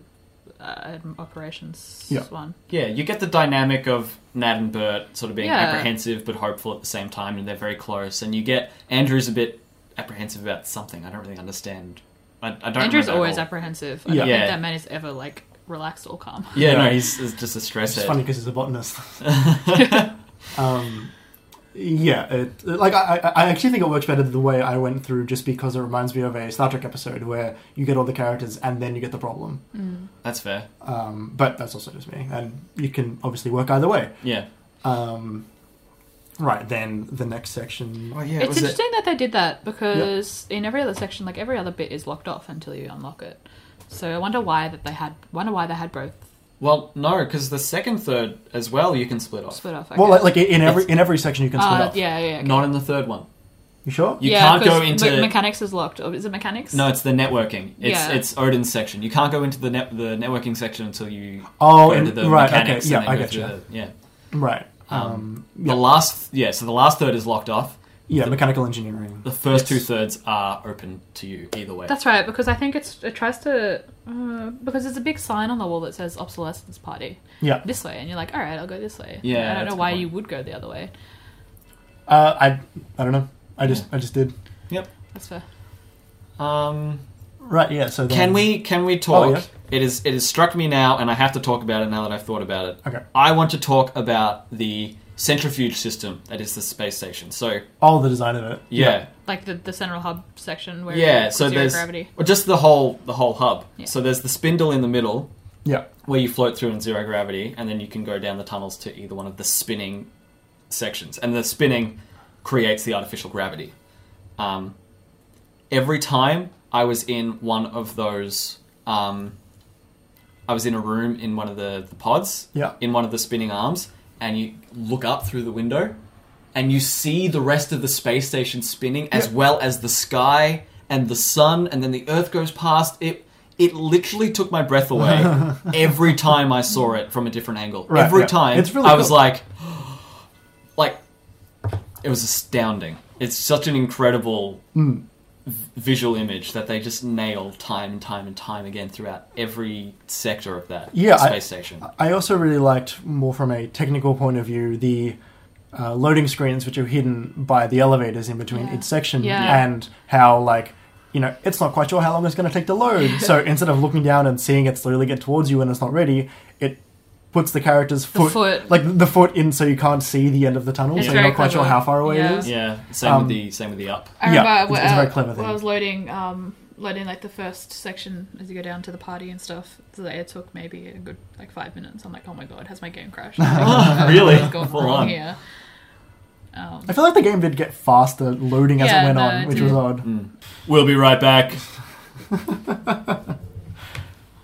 Speaker 4: uh, operations
Speaker 3: Yeah.
Speaker 4: one.
Speaker 2: Yeah, you get the dynamic of Nat and Bert sort of being
Speaker 4: Yeah.
Speaker 2: apprehensive but hopeful at the same time, and they're very close. And you get Andrew's a bit apprehensive about something. I don't really understand. I, I don't.
Speaker 4: Andrew's
Speaker 2: remember at
Speaker 4: always
Speaker 2: all.
Speaker 4: apprehensive. I
Speaker 3: Yeah.
Speaker 4: don't
Speaker 2: Yeah.
Speaker 4: think that man is ever like relaxed or calm.
Speaker 2: Yeah,
Speaker 3: Yeah.
Speaker 2: no, he's, he's just a stress
Speaker 3: it's just
Speaker 2: head.
Speaker 3: funny because he's
Speaker 2: [laughs]
Speaker 3: a botanist. um, yeah, it, like I, I- I actually think it works better the way I went through, just because it reminds me of a Star Trek episode where you get all the characters and then you get the problem.
Speaker 2: That's fair.
Speaker 3: Um, but that's also just me, and you can obviously work either way.
Speaker 2: Yeah.
Speaker 3: Um, right then, the next section.
Speaker 2: yeah.
Speaker 4: it's interesting that they did that because in every other section, like every other bit is locked off until you unlock it. So I wonder why that they had wonder why they had both
Speaker 2: Well, no, because the second third as well you can split off.
Speaker 4: Split off. Okay.
Speaker 3: Well, like, like in every in every section you can split
Speaker 4: uh,
Speaker 3: up.
Speaker 4: yeah, yeah. yeah, okay.
Speaker 2: Not in the third one.
Speaker 3: You sure?
Speaker 2: You
Speaker 4: yeah,
Speaker 2: can't go
Speaker 4: 'cause
Speaker 2: into
Speaker 4: me- mechanics is locked. Or is it mechanics?
Speaker 2: No, it's the networking. It's
Speaker 4: Yeah.
Speaker 2: it's Odin's section. You can't go into the net the networking section until you
Speaker 3: Oh,
Speaker 2: go
Speaker 3: and-
Speaker 2: into the
Speaker 3: right. Okay.
Speaker 2: mechanics.
Speaker 3: Yeah,
Speaker 2: and then
Speaker 3: I
Speaker 2: go
Speaker 3: get
Speaker 2: through
Speaker 3: you.
Speaker 2: the- yeah.
Speaker 3: Right. Um,
Speaker 2: The last yeah, so the last third is locked off.
Speaker 3: yeah, mechanical engineering.
Speaker 2: The first two thirds are open to you either way.
Speaker 4: That's right, because I think it's it tries to uh, because there's a big sign on the wall that says obsolescence party
Speaker 3: Yeah.
Speaker 4: this way, and you're like, all right, I'll go this way.
Speaker 2: Yeah,
Speaker 4: I don't
Speaker 2: that's
Speaker 4: know
Speaker 2: a
Speaker 4: why
Speaker 2: good
Speaker 4: you would go the other way.
Speaker 3: Uh, I I don't know. I just I just did.
Speaker 4: That's fair.
Speaker 2: um
Speaker 3: Right. Yeah. So then,
Speaker 2: Can we can we talk?
Speaker 3: Oh, yeah.
Speaker 2: It is it has struck me now, and I have to talk about it now that I've thought about it.
Speaker 3: Okay.
Speaker 2: I want to talk about the centrifuge system that is the space station. So
Speaker 3: All Oh, the design of it.
Speaker 2: yeah,
Speaker 4: Like the, the central hub section
Speaker 2: yeah.
Speaker 4: where
Speaker 2: so
Speaker 4: zero
Speaker 2: there's
Speaker 4: gravity.
Speaker 2: or just the whole the whole hub.
Speaker 4: Yeah.
Speaker 2: So there's the spindle in the middle
Speaker 3: Yeah.
Speaker 2: where you float through in zero gravity, and then you can go down the tunnels to either one of the spinning sections, and the spinning creates the artificial gravity. Um, every time I was in one of those, um, I was in a room in one of the, the pods,
Speaker 3: Yeah.
Speaker 2: in one of the spinning arms, and you look up through the window, and you see the rest of the space station spinning, as
Speaker 3: Yeah.
Speaker 2: well as the sky and the sun, and then the Earth goes past it. It literally took my breath
Speaker 3: [laughs]
Speaker 2: away every time I saw it from a different angle.
Speaker 3: Right,
Speaker 2: every
Speaker 3: yeah.
Speaker 2: time,
Speaker 3: It's really
Speaker 2: I was
Speaker 3: cool.
Speaker 2: like, [gasps] like it was astounding. It's such an incredible
Speaker 3: Hmm.
Speaker 2: v- visual image that they just nail time and time and time again throughout every sector of that
Speaker 3: Yeah, I-
Speaker 2: space station.
Speaker 3: I also really liked more from a technical point of view the uh, loading screens which are hidden by the elevators in between
Speaker 4: Yeah.
Speaker 3: each section
Speaker 4: Yeah.
Speaker 3: and how like you know it's not quite sure how long it's going to take to
Speaker 4: [laughs]
Speaker 3: load so instead of looking down and seeing it slowly get towards you when it's not ready it puts the character's foot,
Speaker 4: foot.
Speaker 3: like the foot in so you can't see the end of the tunnel
Speaker 4: It's
Speaker 3: so you're
Speaker 4: very
Speaker 3: not quite sure
Speaker 4: clever.
Speaker 3: how far away
Speaker 4: Yeah.
Speaker 3: it is
Speaker 2: Yeah, same
Speaker 3: Um,
Speaker 2: with the same with the up.
Speaker 4: I
Speaker 3: Yeah,
Speaker 4: remember
Speaker 3: it's-
Speaker 4: when,
Speaker 3: it's a very
Speaker 4: uh,
Speaker 3: clever
Speaker 4: when
Speaker 3: thing.
Speaker 4: I was loading, um, loading like the first section as you go down to the party and stuff. So it took maybe a good like five minutes. I'm like, oh my god, has my game crashed?
Speaker 2: Really?
Speaker 4: What's gone
Speaker 2: [laughs] Full
Speaker 4: wrong
Speaker 2: on.
Speaker 4: here? Um,
Speaker 3: I feel like the game did get faster loading as
Speaker 4: Yeah,
Speaker 3: it went
Speaker 4: no,
Speaker 3: on
Speaker 4: it
Speaker 3: which
Speaker 4: did.
Speaker 3: was odd [laughs]
Speaker 2: We'll be right back.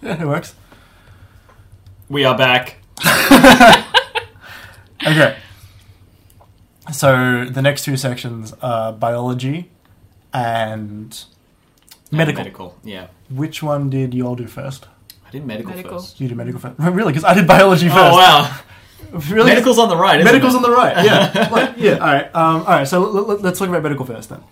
Speaker 3: yeah, it works
Speaker 2: We are back.
Speaker 3: Okay. So the next two sections are biology and medical.
Speaker 2: medical. Yeah,
Speaker 3: Which one did you all do first?
Speaker 2: I did medical,
Speaker 4: Medical.
Speaker 2: first.
Speaker 3: You did medical first. [laughs] Really? Because I did biology first.
Speaker 2: Oh wow,
Speaker 3: Really?
Speaker 2: medical's on the right. Isn't
Speaker 3: Medical's
Speaker 2: it?
Speaker 3: on the
Speaker 2: [laughs]
Speaker 3: right. Yeah. Like, yeah. All right. Um, all right. So l- l- let's talk about medical first then.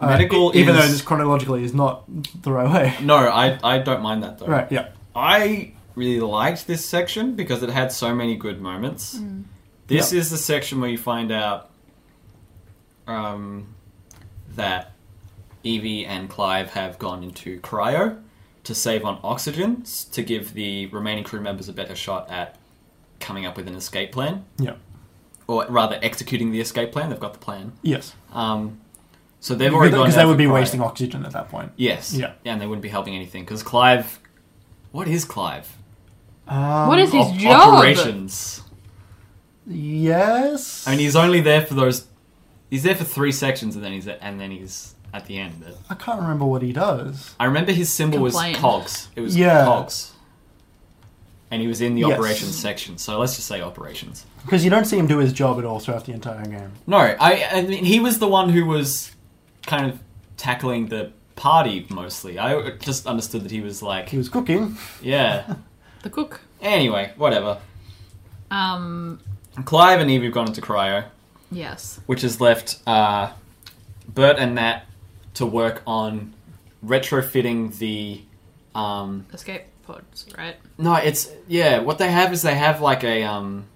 Speaker 3: Uh,
Speaker 2: Medical
Speaker 3: e- even
Speaker 2: is-
Speaker 3: though this chronologically is not the right way.
Speaker 2: No, I I don't mind that though.
Speaker 3: Right. Yeah.
Speaker 2: I really liked this section because it had so many good moments. This is the section where you find out um, that Evie and Clive have gone into cryo to save on oxygen s- to give the remaining crew members a better shot at coming up with an escape plan,
Speaker 3: Yeah.
Speaker 2: or rather executing the escape plan. They've got the plan.
Speaker 3: Yes.
Speaker 2: Um, so they've already gone
Speaker 3: Because they
Speaker 2: down
Speaker 3: would
Speaker 2: for
Speaker 3: be
Speaker 2: cryo.
Speaker 3: wasting oxygen at that point.
Speaker 2: Yes.
Speaker 3: Yeah.
Speaker 2: And they wouldn't be helping anything because Clive. What is Clive?
Speaker 3: Um, oh,
Speaker 4: what is his
Speaker 2: Op-
Speaker 4: job?
Speaker 2: Operations.
Speaker 3: Yes.
Speaker 2: I mean, he's only there for those. He's there for three sections, and then he's and then he's at the end. But
Speaker 3: I can't remember what he does.
Speaker 2: I remember his symbol
Speaker 4: Complain.
Speaker 2: was cogs. It was
Speaker 3: Yeah.
Speaker 2: cogs, and he was in the
Speaker 3: Yes.
Speaker 2: operations section. So let's just say operations.
Speaker 3: Because you don't see him do his job at all throughout the entire game.
Speaker 2: No, I. I mean, he was the one who was kind of tackling the party mostly. I just understood that he was like,
Speaker 3: He was cooking.
Speaker 2: yeah.
Speaker 4: The cook.
Speaker 2: Anyway, whatever.
Speaker 4: Um,
Speaker 2: Clive and Eve have gone into cryo.
Speaker 4: yes.
Speaker 2: which has left uh, Bert and Nat to work on retrofitting the. Um,
Speaker 4: Escape pods, right?
Speaker 2: no, it's yeah. What they have is they have like a um,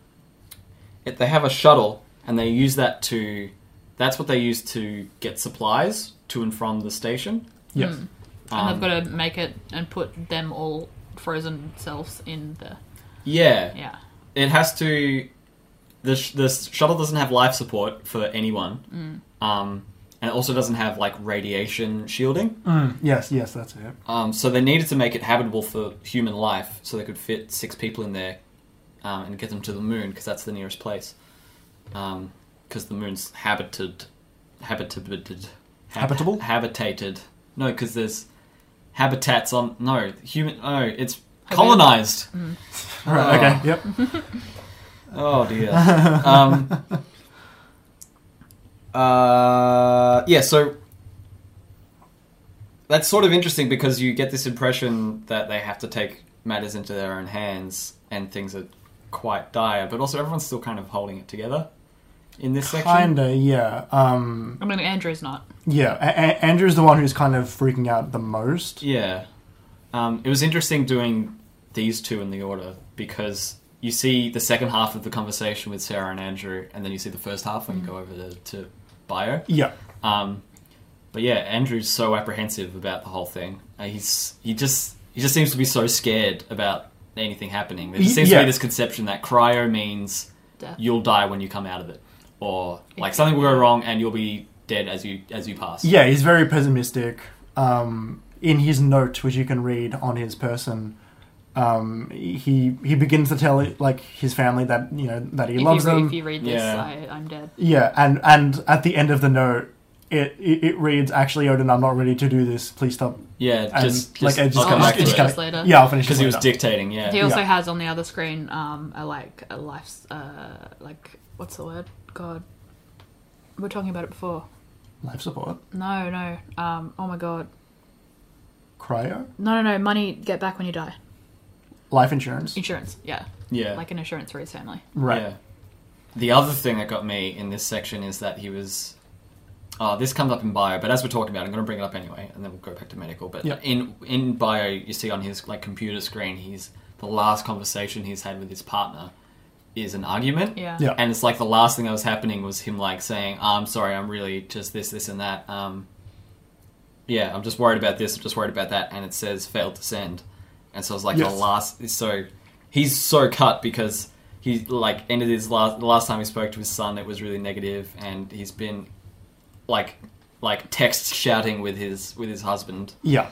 Speaker 2: it, they have a shuttle, and they use that to. That's what they use to get supplies to and from the station.
Speaker 3: Yes.
Speaker 4: And
Speaker 2: Um,
Speaker 4: they've got to make it and put them all frozen selves in the
Speaker 2: yeah,
Speaker 4: yeah.
Speaker 2: it has to. The, sh- the shuttle doesn't have life support for anyone, um, and it also doesn't have like radiation shielding.
Speaker 4: Hmm.
Speaker 3: Yes, yes, that's it.
Speaker 2: Um, so they needed to make it habitable for human life, so they could fit six people in there um, and get them to the moon because that's the nearest place. Because the moon's habited, habitated, hab-
Speaker 3: Habitable?
Speaker 2: habitated. No, because there's habitats on. No, human. Oh, it's colonized.
Speaker 3: All right. Okay. Uh, Yep.
Speaker 2: Oh dear. um, uh, yeah, so that's sort of interesting because you get this impression that they have to take matters into their own hands and things are quite dire, but also everyone's still kind of holding it together in this section.
Speaker 3: Kinda. Yeah. Um.
Speaker 4: I mean, Andrew's not.
Speaker 3: Yeah. A- A- Andrew's the one who's kind of freaking out the most.
Speaker 2: Yeah. Um, it was interesting doing these two in the order because you see the second half of the conversation with Sarah and Andrew, and then you see the first half when you go over to, to bio.
Speaker 3: Yeah.
Speaker 2: Um, but yeah, Andrew's so apprehensive about the whole thing. Uh, He's he just he just seems to be so scared about anything happening. There
Speaker 3: Y-
Speaker 2: just seems to
Speaker 3: yeah.
Speaker 2: be this conception that cryo means
Speaker 4: Death.
Speaker 2: you'll die when you come out of it, or like something will go wrong and you'll be dead as you as you pass.
Speaker 3: Yeah. He's very pessimistic. Um. In his note, which you can read on his person, um, he he begins to tell like his family that you know that he
Speaker 4: if
Speaker 3: loves
Speaker 4: you,
Speaker 3: them.
Speaker 4: If you read this,
Speaker 2: Yeah.
Speaker 4: I, I'm dead.
Speaker 3: Yeah, and and at the end of the note, it it, it reads, "Actually, Odin, I'm not ready to do this. Please stop."
Speaker 2: yeah.
Speaker 3: And
Speaker 2: Just, just
Speaker 3: like it just
Speaker 2: I'll come
Speaker 3: comes
Speaker 2: back
Speaker 4: finish
Speaker 2: to
Speaker 3: it's
Speaker 4: kinda-
Speaker 2: it
Speaker 4: this later.
Speaker 3: Yeah, I'll finish
Speaker 2: because
Speaker 3: this
Speaker 2: he was
Speaker 3: later.
Speaker 2: dictating. Yeah.
Speaker 4: He also
Speaker 3: Yeah.
Speaker 4: has on the other screen um, a like a life's uh, like what's the word? God, we were talking about it before.
Speaker 3: life support
Speaker 4: No, no. Um, oh my god.
Speaker 3: cryo
Speaker 4: No, no, no. Money get back when you die.
Speaker 3: life insurance.
Speaker 4: Insurance. Yeah,
Speaker 2: yeah.
Speaker 4: like an insurance for his family.
Speaker 3: Right.
Speaker 2: Yeah. The other thing that got me in this section is that he was. Oh, this comes up in bio, but as we're talking about, it, I'm going to bring it up anyway, and then we'll go back to medical. But
Speaker 3: Yeah.
Speaker 2: in in bio, you see on his like computer screen, he's the last conversation he's had with his partner is an argument.
Speaker 4: Yeah.
Speaker 3: Yeah.
Speaker 2: And it's like the last thing that was happening was him like saying, "Ah, "I'm sorry, I'm really just this, this, and that." Um, yeah, I'm just worried about this. I'm just worried about that. And it says failed to send, and so it's like
Speaker 3: Yes.
Speaker 2: the last. So he's so cut because he like ended his last the last time he spoke to his son. It was really negative, and he's been like like text shouting with his with his husband.
Speaker 3: Yeah.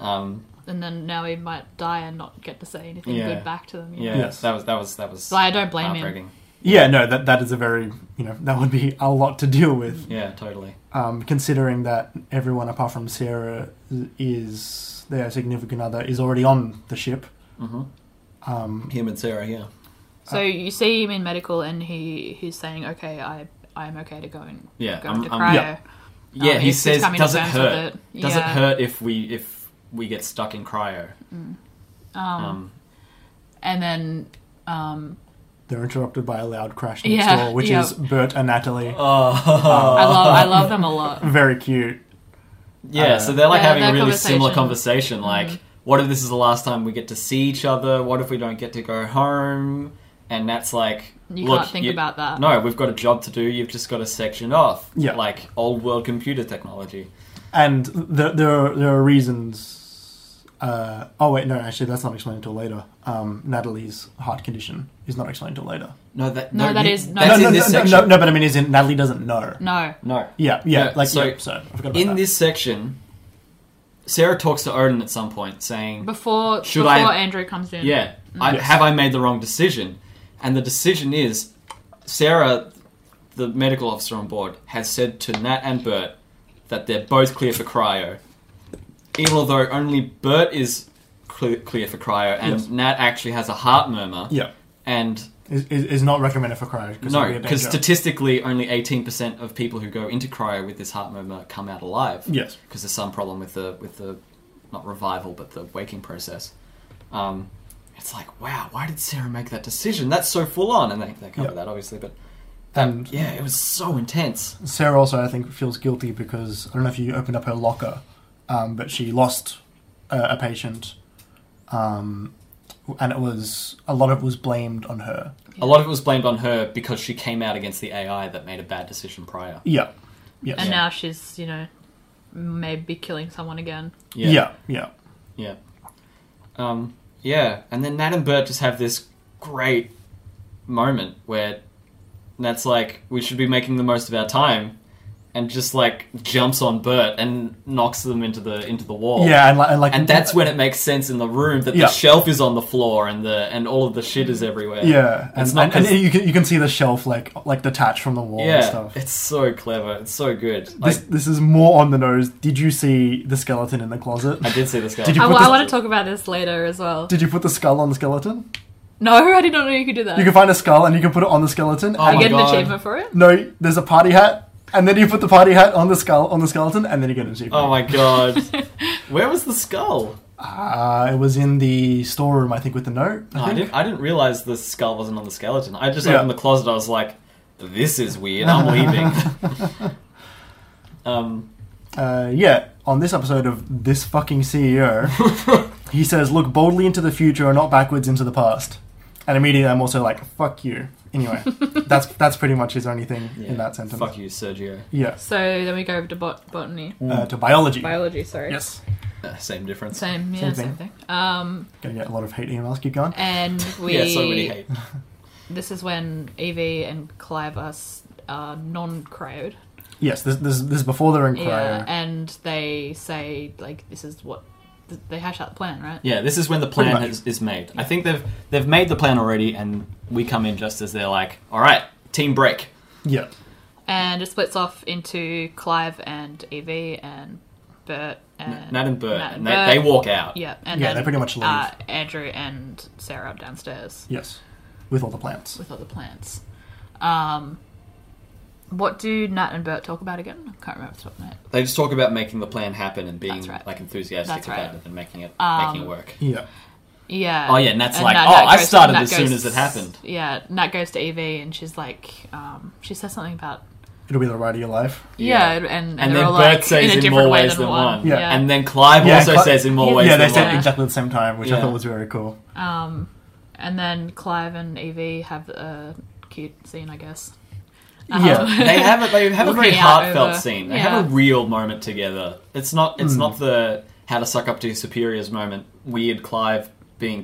Speaker 2: Um,
Speaker 4: And then now he might die and not get to say anything
Speaker 2: Yeah.
Speaker 4: good back to them. you know?
Speaker 2: yeah,
Speaker 3: Yes.
Speaker 2: that was that was that was
Speaker 4: So I don't blame him.
Speaker 2: heartbreaking.
Speaker 3: Yeah. No, that that is a very you know that would be a lot to deal with,
Speaker 2: Yeah, totally.
Speaker 3: um, considering that everyone apart from Sarah is their significant other is already on the ship.
Speaker 2: hmm
Speaker 3: Um,
Speaker 2: Him and Sarah, yeah.
Speaker 4: So
Speaker 2: Uh,
Speaker 4: you see him in medical, and he he's saying, "Okay, I I'm okay to go and
Speaker 2: Yeah,
Speaker 4: go
Speaker 2: I'm-
Speaker 4: into cryo."
Speaker 2: I'm-
Speaker 3: Yeah.
Speaker 2: Yeah,
Speaker 4: Um,
Speaker 2: he
Speaker 4: he's- he's
Speaker 2: says,
Speaker 4: coming to
Speaker 2: "Does it
Speaker 4: terms with
Speaker 2: hurt?
Speaker 4: it."
Speaker 2: Does it
Speaker 4: Yeah.
Speaker 2: hurt if we if we get stuck in cryo?"
Speaker 4: Um,
Speaker 2: Um,
Speaker 4: and then um,
Speaker 3: they're interrupted by a loud crash next
Speaker 4: Yeah,
Speaker 3: door, which
Speaker 4: yeah.
Speaker 3: is Bert and Natalie.
Speaker 2: Uh,
Speaker 4: I love I love them a lot.
Speaker 3: Very cute.
Speaker 2: [laughs] yeah,
Speaker 3: uh,
Speaker 2: so they're like
Speaker 4: Yeah,
Speaker 2: having a
Speaker 4: that
Speaker 2: really similar
Speaker 4: conversation. Mm-hmm.
Speaker 2: conversation. Like, what if this is the last time we get to see each other? What if we don't get to go home? And that's like,
Speaker 4: You
Speaker 2: look,
Speaker 4: can't think about that.
Speaker 2: No, we've got a job to do. You've just got to section off.
Speaker 3: Yeah.
Speaker 2: like old world computer technology.
Speaker 3: And there, there, are, there are reasons. Uh, oh wait, no, actually, that's not explained until later. Um, Natalie's heart condition is not explained until later.
Speaker 2: No, that
Speaker 4: No, that
Speaker 2: you-
Speaker 4: is- no,
Speaker 2: that's
Speaker 3: no,
Speaker 2: in
Speaker 3: no,
Speaker 2: this
Speaker 3: no,
Speaker 2: section.
Speaker 3: no, no, but I mean, is in Natalie doesn't know.
Speaker 4: No,
Speaker 2: no.
Speaker 3: Yeah, yeah,
Speaker 2: Yeah,
Speaker 3: like
Speaker 2: so-
Speaker 3: so. Yeah, so I forgot about
Speaker 2: In
Speaker 3: that.
Speaker 2: this section, Sarah talks to Odin at some point, saying,
Speaker 4: before
Speaker 2: Should
Speaker 4: before
Speaker 2: I-
Speaker 4: Andrew comes in.
Speaker 2: Yeah. I,
Speaker 3: Yes.
Speaker 2: Have I made the wrong decision? And the decision is Sarah, the medical officer on board, has said to Nat and Bert that they're both clear for cryo. Even although only Bert is clear, clear for cryo and
Speaker 3: Yes.
Speaker 2: Nat actually has a heart murmur.
Speaker 3: yeah,
Speaker 2: And
Speaker 3: is, is, is not recommended for cryo because
Speaker 2: no, because statistically, only 18% of people who go into cryo with this heart murmur come out alive
Speaker 3: yes,
Speaker 2: because there's some problem with the with the not revival but the waking process. Um, it's like wow, why did Sarah make that decision? That's so full on, and they they cover
Speaker 3: Yeah.
Speaker 2: that obviously, but
Speaker 3: and
Speaker 2: yeah, it was so intense.
Speaker 3: Sarah also I think feels guilty because I don't know if you opened up her locker, um, but she lost a, a patient, um, and it was a lot of it was blamed on her.
Speaker 2: A lot of it was blamed on her because she came out against the AI that made a bad decision prior.
Speaker 3: Yeah, yes,
Speaker 4: And
Speaker 2: Yeah.
Speaker 4: now she's you know maybe killing someone again.
Speaker 2: Yeah,
Speaker 3: yeah, yeah.
Speaker 2: yeah, um, yeah. And then Nat and Bert just have this great moment where Nat's like, "We should be making the most of our time," and just like jumps on Bert and knocks them into the into the wall.
Speaker 3: Yeah, and like, and, like
Speaker 2: Oh. And that's when it makes sense in the room that
Speaker 3: Yeah.
Speaker 2: the shelf is on the floor and the and all of the shit is everywhere.
Speaker 3: yeah, and,
Speaker 2: It's not
Speaker 3: and, and
Speaker 2: 'cause-
Speaker 3: you can you can see the shelf like like detached from the wall and
Speaker 2: yeah.
Speaker 3: stuff.
Speaker 2: It's so clever. It's so good.
Speaker 3: This this is more on the nose. Did you see the skeleton in the closet?
Speaker 2: I, I did see this guy.
Speaker 3: Did you
Speaker 4: I,
Speaker 3: put this-
Speaker 4: want to talk about this later as well.
Speaker 3: [laughs] Did you put the skull on the skeleton?
Speaker 4: No, [laughs] I did not know you could do that.
Speaker 3: You can find a skull and you can put it on the skeleton.
Speaker 2: Oh
Speaker 4: I
Speaker 2: my
Speaker 4: get
Speaker 2: God.
Speaker 4: an achievement for it. [laughs]
Speaker 3: No, there's a party hat, and then you put the party hat on the skull on the skeleton, and then you get an achievement.
Speaker 2: Oh
Speaker 4: [laughs]
Speaker 2: my god. Where was the skull?
Speaker 3: Uh, it was in the storeroom, I think, with the note.
Speaker 2: No, Oh, I
Speaker 3: think.
Speaker 2: didn't I didn't realize the skull wasn't on the skeleton. I just
Speaker 3: Yeah.
Speaker 2: opened the closet, I was like, This is weird, I'm leaving.
Speaker 3: [laughs]
Speaker 2: um
Speaker 3: Uh, yeah, on this episode of this fucking
Speaker 2: [laughs]
Speaker 3: E CEO, he says, "Look boldly into the future, and not backwards into the past." And immediately, I'm also like, "Fuck you."
Speaker 4: [laughs]
Speaker 3: Anyway, that's that's pretty much his only thing
Speaker 2: yeah.
Speaker 3: in that sentence.
Speaker 2: Fuck you, Mm. Sergio.
Speaker 3: Yes.
Speaker 4: So then we go over to bot- botany,
Speaker 3: Uh, to biology.
Speaker 4: biology. Sorry.
Speaker 3: Yes.
Speaker 2: Uh, same difference.
Speaker 4: Same. Yeah.
Speaker 3: Same
Speaker 4: Same
Speaker 3: thing.
Speaker 4: thing. Um,
Speaker 3: Gonna get a lot of hate emails. Keep going.
Speaker 4: and we.
Speaker 2: [laughs] Yeah, so many hate.
Speaker 4: This is when Evie and Clive are s- are non-cryoed.
Speaker 3: Yes. This this, this is before they're in cryo.
Speaker 4: Yeah, and they say like this is what th- they hash out the plan, right?
Speaker 2: Yeah, this is when the
Speaker 3: Pretty
Speaker 2: plan
Speaker 3: much.
Speaker 2: has, is made. I think they've they've made the plan already, and we come in just as they're like, "All right, team break."
Speaker 3: Yeah.
Speaker 4: And it splits off into Clive and Evie and Bert and
Speaker 2: Nat and Bert,
Speaker 4: Uh, Nat
Speaker 2: and they, they walk out.
Speaker 4: Yeah, and
Speaker 3: Yeah,
Speaker 4: then,
Speaker 3: they pretty much leave.
Speaker 4: Uh, Andrew and Sarah are downstairs
Speaker 3: Yes. With all the plants.
Speaker 4: with other plants. Um, what do Nat and Bert talk about again? I can't remember off the top of my head.
Speaker 2: They just talk about making the plan happen and being
Speaker 4: That's right.
Speaker 2: like enthusiastic
Speaker 4: That's
Speaker 2: about
Speaker 4: right.
Speaker 2: it and making it
Speaker 4: Um,
Speaker 2: making it work.
Speaker 3: Yeah.
Speaker 4: Yeah.
Speaker 2: Oh, yeah, and Nat's like,
Speaker 4: Nat-
Speaker 2: "Oh,
Speaker 4: Nat
Speaker 2: I
Speaker 4: goes-
Speaker 2: started
Speaker 4: Nat
Speaker 2: as soon
Speaker 4: goes-
Speaker 2: as it happened."
Speaker 4: Yeah, Nat goes to Evie and she's like, um, she says something about
Speaker 3: It'll be the ride of your life.
Speaker 2: Yeah.
Speaker 4: Yeah, and, and,
Speaker 2: And
Speaker 4: they're
Speaker 2: then
Speaker 4: all
Speaker 2: Bert
Speaker 4: like in
Speaker 2: says
Speaker 4: a
Speaker 2: in
Speaker 4: different
Speaker 2: more
Speaker 4: way
Speaker 2: ways
Speaker 4: than one.
Speaker 3: Yeah.
Speaker 2: And then Clive
Speaker 3: Yeah,
Speaker 2: also
Speaker 3: Cli-
Speaker 2: says in more
Speaker 4: Yeah,
Speaker 2: ways
Speaker 3: yeah, they
Speaker 2: than
Speaker 3: said
Speaker 2: one.
Speaker 4: Yeah.
Speaker 3: exactly the same time, which I
Speaker 2: Yeah.
Speaker 3: thought was very cool.
Speaker 4: um, and then Clive and Evie have a cute scene, I guess. Um,
Speaker 3: Yeah.
Speaker 2: [laughs] [laughs] they have a, they have a
Speaker 4: Looking
Speaker 2: very
Speaker 4: out
Speaker 2: heartfelt
Speaker 4: over-
Speaker 2: scene. They
Speaker 4: yeah.
Speaker 2: have a real moment together. It's not it's not the how to suck up to your superiors moment. Weird Clive being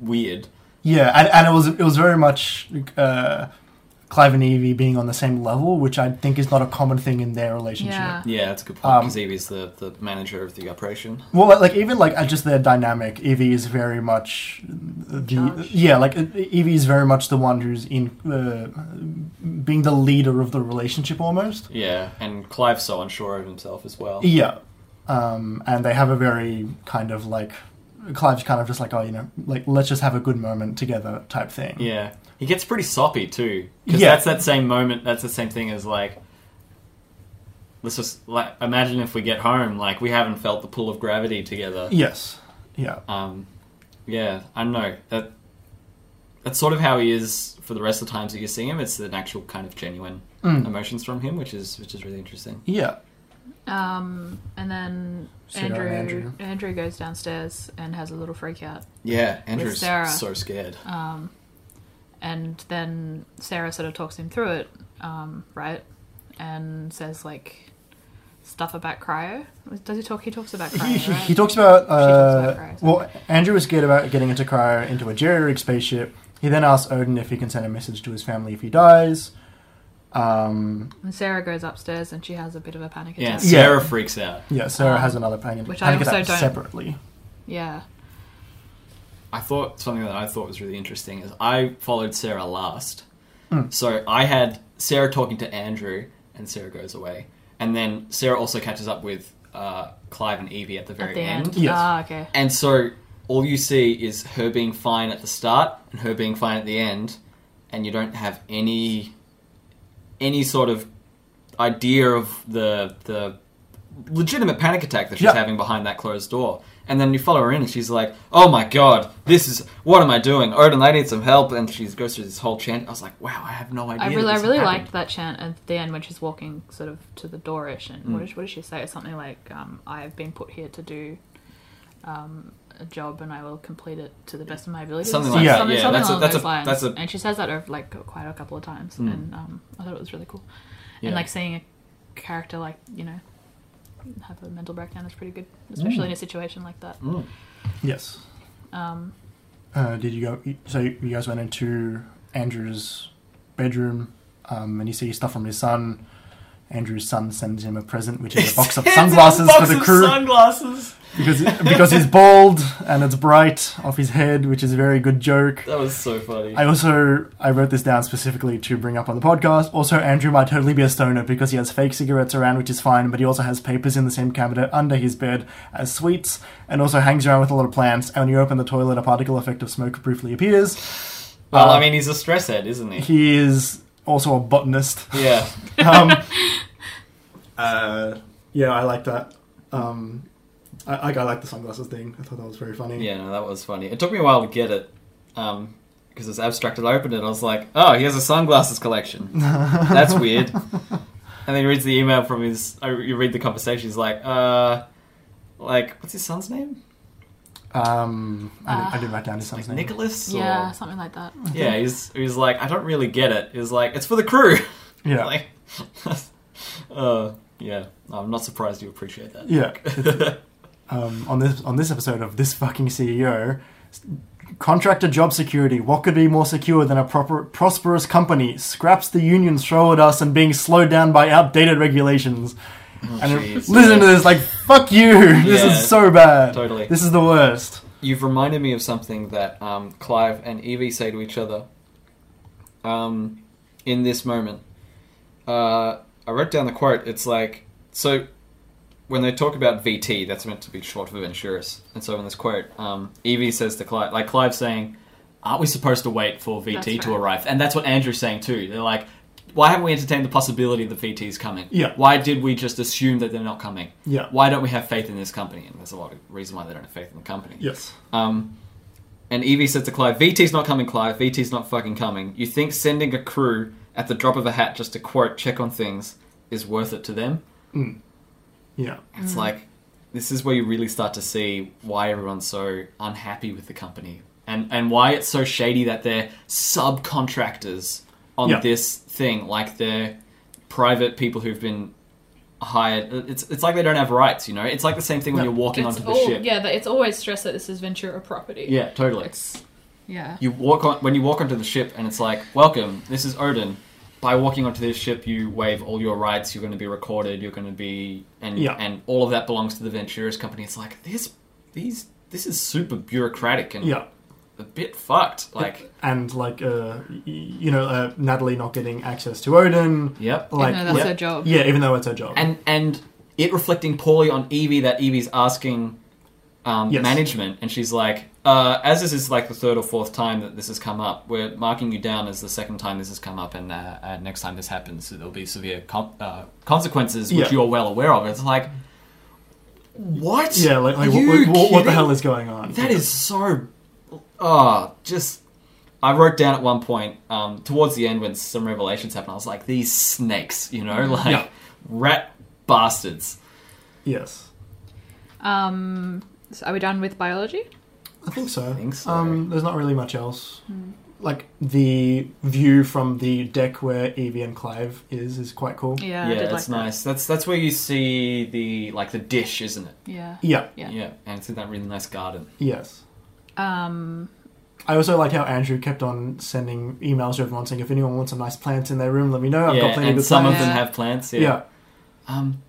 Speaker 2: weird.
Speaker 3: Yeah, and, and it was it was very much uh, Clive and Evie being on the same level, which I think is not a common thing in their relationship.
Speaker 4: Yeah.
Speaker 2: Yeah, that's a good
Speaker 3: Um,
Speaker 2: point. Because Evie's the, the manager of the operation.
Speaker 3: Well, like, like even like uh, just their dynamic, Evie is very much the
Speaker 4: Charge.
Speaker 3: yeah, like uh, Evie is very much the one who's in uh, being the leader of the relationship almost.
Speaker 2: Yeah, and Clive's so unsure of himself as well.
Speaker 3: Yeah, um, and they have a very kind of like Clive's kind of just like oh you know like let's just have a good moment together type thing.
Speaker 2: Yeah, he gets pretty soppy too. Because
Speaker 3: Yeah.
Speaker 2: that's that same moment. That's the same thing as like. Let's just like imagine if we get home, like we haven't felt the pull of gravity together.
Speaker 3: Yes. Yeah.
Speaker 2: Um, yeah, I don't know that. That's sort of how he is for the rest of the times that you see him. It's an actual kind of genuine
Speaker 3: Mm.
Speaker 2: emotions from him, which is which is really interesting.
Speaker 3: Yeah.
Speaker 4: [laughs] Um, and then
Speaker 3: Sarah and
Speaker 4: Andrew,
Speaker 3: Andrew.
Speaker 4: Andrew goes downstairs and has a little freak out.
Speaker 2: Yeah, Andrew's
Speaker 4: Sarah.
Speaker 2: so scared.
Speaker 4: Um, and then Sarah sort of talks him through it, um, right? And says like stuff about cryo. Does he talk? He talks about cryo.
Speaker 3: He, he,
Speaker 4: right?
Speaker 3: he talks about. Uh,
Speaker 4: talks about cryo, so-
Speaker 3: well, Andrew was scared about getting into cryo into a geriatric spaceship. He then asks Odin if he can send a message to his family if he dies. Um,
Speaker 4: And Sarah goes upstairs and she has a bit of a panic
Speaker 2: Yeah,
Speaker 4: attack.
Speaker 3: Yeah.
Speaker 2: Sarah freaks out.
Speaker 3: yeah, Sarah
Speaker 4: Um,
Speaker 3: has another panic,
Speaker 4: which I
Speaker 3: panic
Speaker 4: also
Speaker 3: attack
Speaker 4: don't-
Speaker 3: separately.
Speaker 4: Yeah.
Speaker 2: I thought something that I thought was really interesting is I followed Sarah last.
Speaker 3: Mm.
Speaker 2: So I had Sarah talking to Andrew, and Sarah goes away, and then Sarah also catches up with uh, Clive and Evie at the very
Speaker 4: At the end.
Speaker 2: end.
Speaker 3: Yes.
Speaker 4: Ah, okay.
Speaker 2: And so all you see is her being fine at the start and her being fine at the end, and you don't have any any sort of idea of the the legitimate panic attack that she's
Speaker 3: Yeah.
Speaker 2: having behind that closed door. And then you follow her in and she's like, Oh my god, this is what am I doing? Odin, I need some help and she goes through this whole chant. I was like, Wow, I have no idea.
Speaker 4: I
Speaker 2: that
Speaker 4: really, I
Speaker 2: this
Speaker 4: really
Speaker 2: happened."
Speaker 4: liked that chant at the end when she's walking sort of to the doorish, and
Speaker 2: Mm.
Speaker 4: what, does, what does she say? It's something like, um, "I've been put here to do um, a job, and I will complete it to the best of my ability."
Speaker 2: Something like
Speaker 3: Yeah. that,
Speaker 4: something,
Speaker 2: yeah,
Speaker 4: something
Speaker 2: that's a-
Speaker 4: along
Speaker 2: that's
Speaker 4: those
Speaker 2: a-
Speaker 4: lines.
Speaker 2: that's a- Mm.
Speaker 4: and she says that over, like quite a couple of times, and um, I thought it was really cool.
Speaker 2: Yeah.
Speaker 4: And like seeing a character like you know have a mental breakdown is pretty good, especially in a situation like that.
Speaker 2: Mm.
Speaker 3: Yes.
Speaker 4: Um,
Speaker 3: Uh, did you go? So you guys went into Andrew's bedroom, um, and you see stuff from his son. Andrew's son sends him a present, which
Speaker 4: [laughs]
Speaker 3: is
Speaker 2: [laughs]
Speaker 3: a box of
Speaker 2: It's a
Speaker 3: sunglasses
Speaker 2: box
Speaker 3: for the
Speaker 2: of
Speaker 3: crew
Speaker 2: Sunglasses.
Speaker 3: because because he's bald and it's bright off his head, which is a very good joke.
Speaker 2: That was so funny.
Speaker 3: I also I wrote this down specifically to bring up on the podcast. Also, Andrew might totally be a stoner because he has fake cigarettes around, which is fine, but he also has papers in the same cabinet under his bed as sweets, and also hangs around with a lot of plants. And when you open the toilet, a particle effect of smoke briefly appears.
Speaker 2: well,
Speaker 3: uh,
Speaker 2: I mean, he's a stress head, isn't he?
Speaker 3: He is also a botanist.
Speaker 2: Yeah.
Speaker 3: [laughs]
Speaker 4: [laughs]
Speaker 3: um, uh, yeah, I like that. Um, I, I, I like the sunglasses thing. I thought that was very funny.
Speaker 2: Yeah, no, that was funny. It took me a while to get it because it's abstracted. I opened it and I was like, oh, he has a sunglasses collection.
Speaker 3: [laughs]
Speaker 2: That's weird. And then he reads the email from his. I- You read the conversation. He's like, uh, like what's his son's name?
Speaker 3: Um, I, didn't, I
Speaker 4: Ah.
Speaker 3: didn't write down his son's
Speaker 2: Like
Speaker 3: name.
Speaker 2: Nicholas? Or...
Speaker 4: Yeah, something like that.
Speaker 2: Yeah, he's he's like, I don't really get it. He's like, it's for the crew. [laughs]
Speaker 3: Yeah.
Speaker 2: like, uh, yeah. I'm not surprised you appreciate that.
Speaker 3: Yeah. [laughs]
Speaker 2: [laughs]
Speaker 3: um, on this on this episode of this fucking CEO, s- contractor job security. What could be more secure than a proper prosperous company scraps the unions throw at us and being slowed down by outdated regulations? and
Speaker 2: Oh, jeez,
Speaker 3: listen
Speaker 2: yeah.
Speaker 3: to this, like fuck you. [laughs] This
Speaker 2: Yeah,
Speaker 3: is so bad.
Speaker 2: totally.
Speaker 3: This is the worst.
Speaker 2: You've reminded me of something that um, Clive and Evie say to each other um, in this moment. Uh, I wrote down the quote. It's like, so when they talk about VT, that's meant to be short for Venturus. And so in this quote, um, Evie says to Clive, like Clive's saying, aren't we supposed to wait for VT
Speaker 4: That's
Speaker 2: to
Speaker 4: right.
Speaker 2: arrive? And that's what Andrew's saying too. They're like, why haven't we entertained the possibility that VT is coming?
Speaker 3: Yeah.
Speaker 2: Why did we just assume that they're not coming?
Speaker 3: Yeah.
Speaker 2: Why don't we have faith in this company? And there's a lot of reason why they don't have faith in the company.
Speaker 3: Yes.
Speaker 2: Um, and Evie said to Clive, VT's not coming, Clive. VT's not fucking coming. You think sending a crew at the drop of a hat just to quote, check on things is worth it to them?
Speaker 3: Yeah.
Speaker 4: Mm.
Speaker 2: It's like, this is where you really start to see why everyone's so unhappy with the company and, and why it's so shady that they're subcontractors on
Speaker 3: Yeah.
Speaker 2: this thing. Like they're private people who've been hired. It's, it's like they don't have rights, you know? It's like the same thing when
Speaker 3: No.
Speaker 2: you're walking
Speaker 4: It's
Speaker 2: onto the
Speaker 4: all,
Speaker 2: ship.
Speaker 4: yeah, that it's always stressed that this is Ventura property.
Speaker 2: yeah, totally.
Speaker 4: It's, yeah.
Speaker 2: you walk on when you walk onto the ship and it's like welcome this is odin by walking onto this ship you waive all your rights you're going to be recorded you're going to be and
Speaker 3: Yeah.
Speaker 2: and all of that belongs to the venturas company it's like this these this is super bureaucratic and
Speaker 3: Yeah.
Speaker 2: a bit fucked like
Speaker 3: And like uh, y- you know, uh, Natalie not getting access to Odin.
Speaker 2: yep
Speaker 3: Like
Speaker 4: Even though that's
Speaker 3: yeah,
Speaker 4: her job.
Speaker 3: Yeah, even though it's her job.
Speaker 2: and and it reflecting poorly on Evie that Evie's asking um,
Speaker 3: Yes.
Speaker 2: management, and she's like, uh, as this is like the third or fourth time that this has come up, we're marking you down as the second time this has come up, and uh, uh, next time this happens, there'll be severe com- uh, consequences, which
Speaker 3: Yeah.
Speaker 2: you're well aware of. It's like, what?
Speaker 3: yeah, like, like
Speaker 2: Are
Speaker 3: what,
Speaker 2: you
Speaker 3: what- what, the
Speaker 2: kidding?
Speaker 3: hell is going on?
Speaker 2: That is so. Oh, just. I wrote down at one point, um, towards the end when some revelations happened, I was like, these snakes, you know? Like,
Speaker 3: Yeah.
Speaker 2: rat bastards.
Speaker 3: yes.
Speaker 4: Um, so are we done with biology?
Speaker 3: I think so.
Speaker 2: think so. Hmm.
Speaker 3: Um, there's not really much else. Like the view from the deck where Evie and Clive is is quite cool.
Speaker 4: Yeah,
Speaker 2: Yeah,
Speaker 4: I did
Speaker 2: it's
Speaker 4: like
Speaker 2: nice. That's that's where you see the like the dish, isn't it?
Speaker 4: that. Yeah.
Speaker 3: Yeah.
Speaker 4: Yeah.
Speaker 2: and it's in that really nice garden.
Speaker 3: Yes.
Speaker 4: Um,
Speaker 3: I also like how Andrew kept on sending emails to everyone saying, "If anyone wants some nice plants in their room, let me know. I've got
Speaker 2: yeah,
Speaker 3: plenty of
Speaker 2: and
Speaker 3: good
Speaker 2: some
Speaker 3: plants."
Speaker 2: of them
Speaker 4: plants.
Speaker 2: have plants. Yeah.
Speaker 3: yeah.
Speaker 2: Um,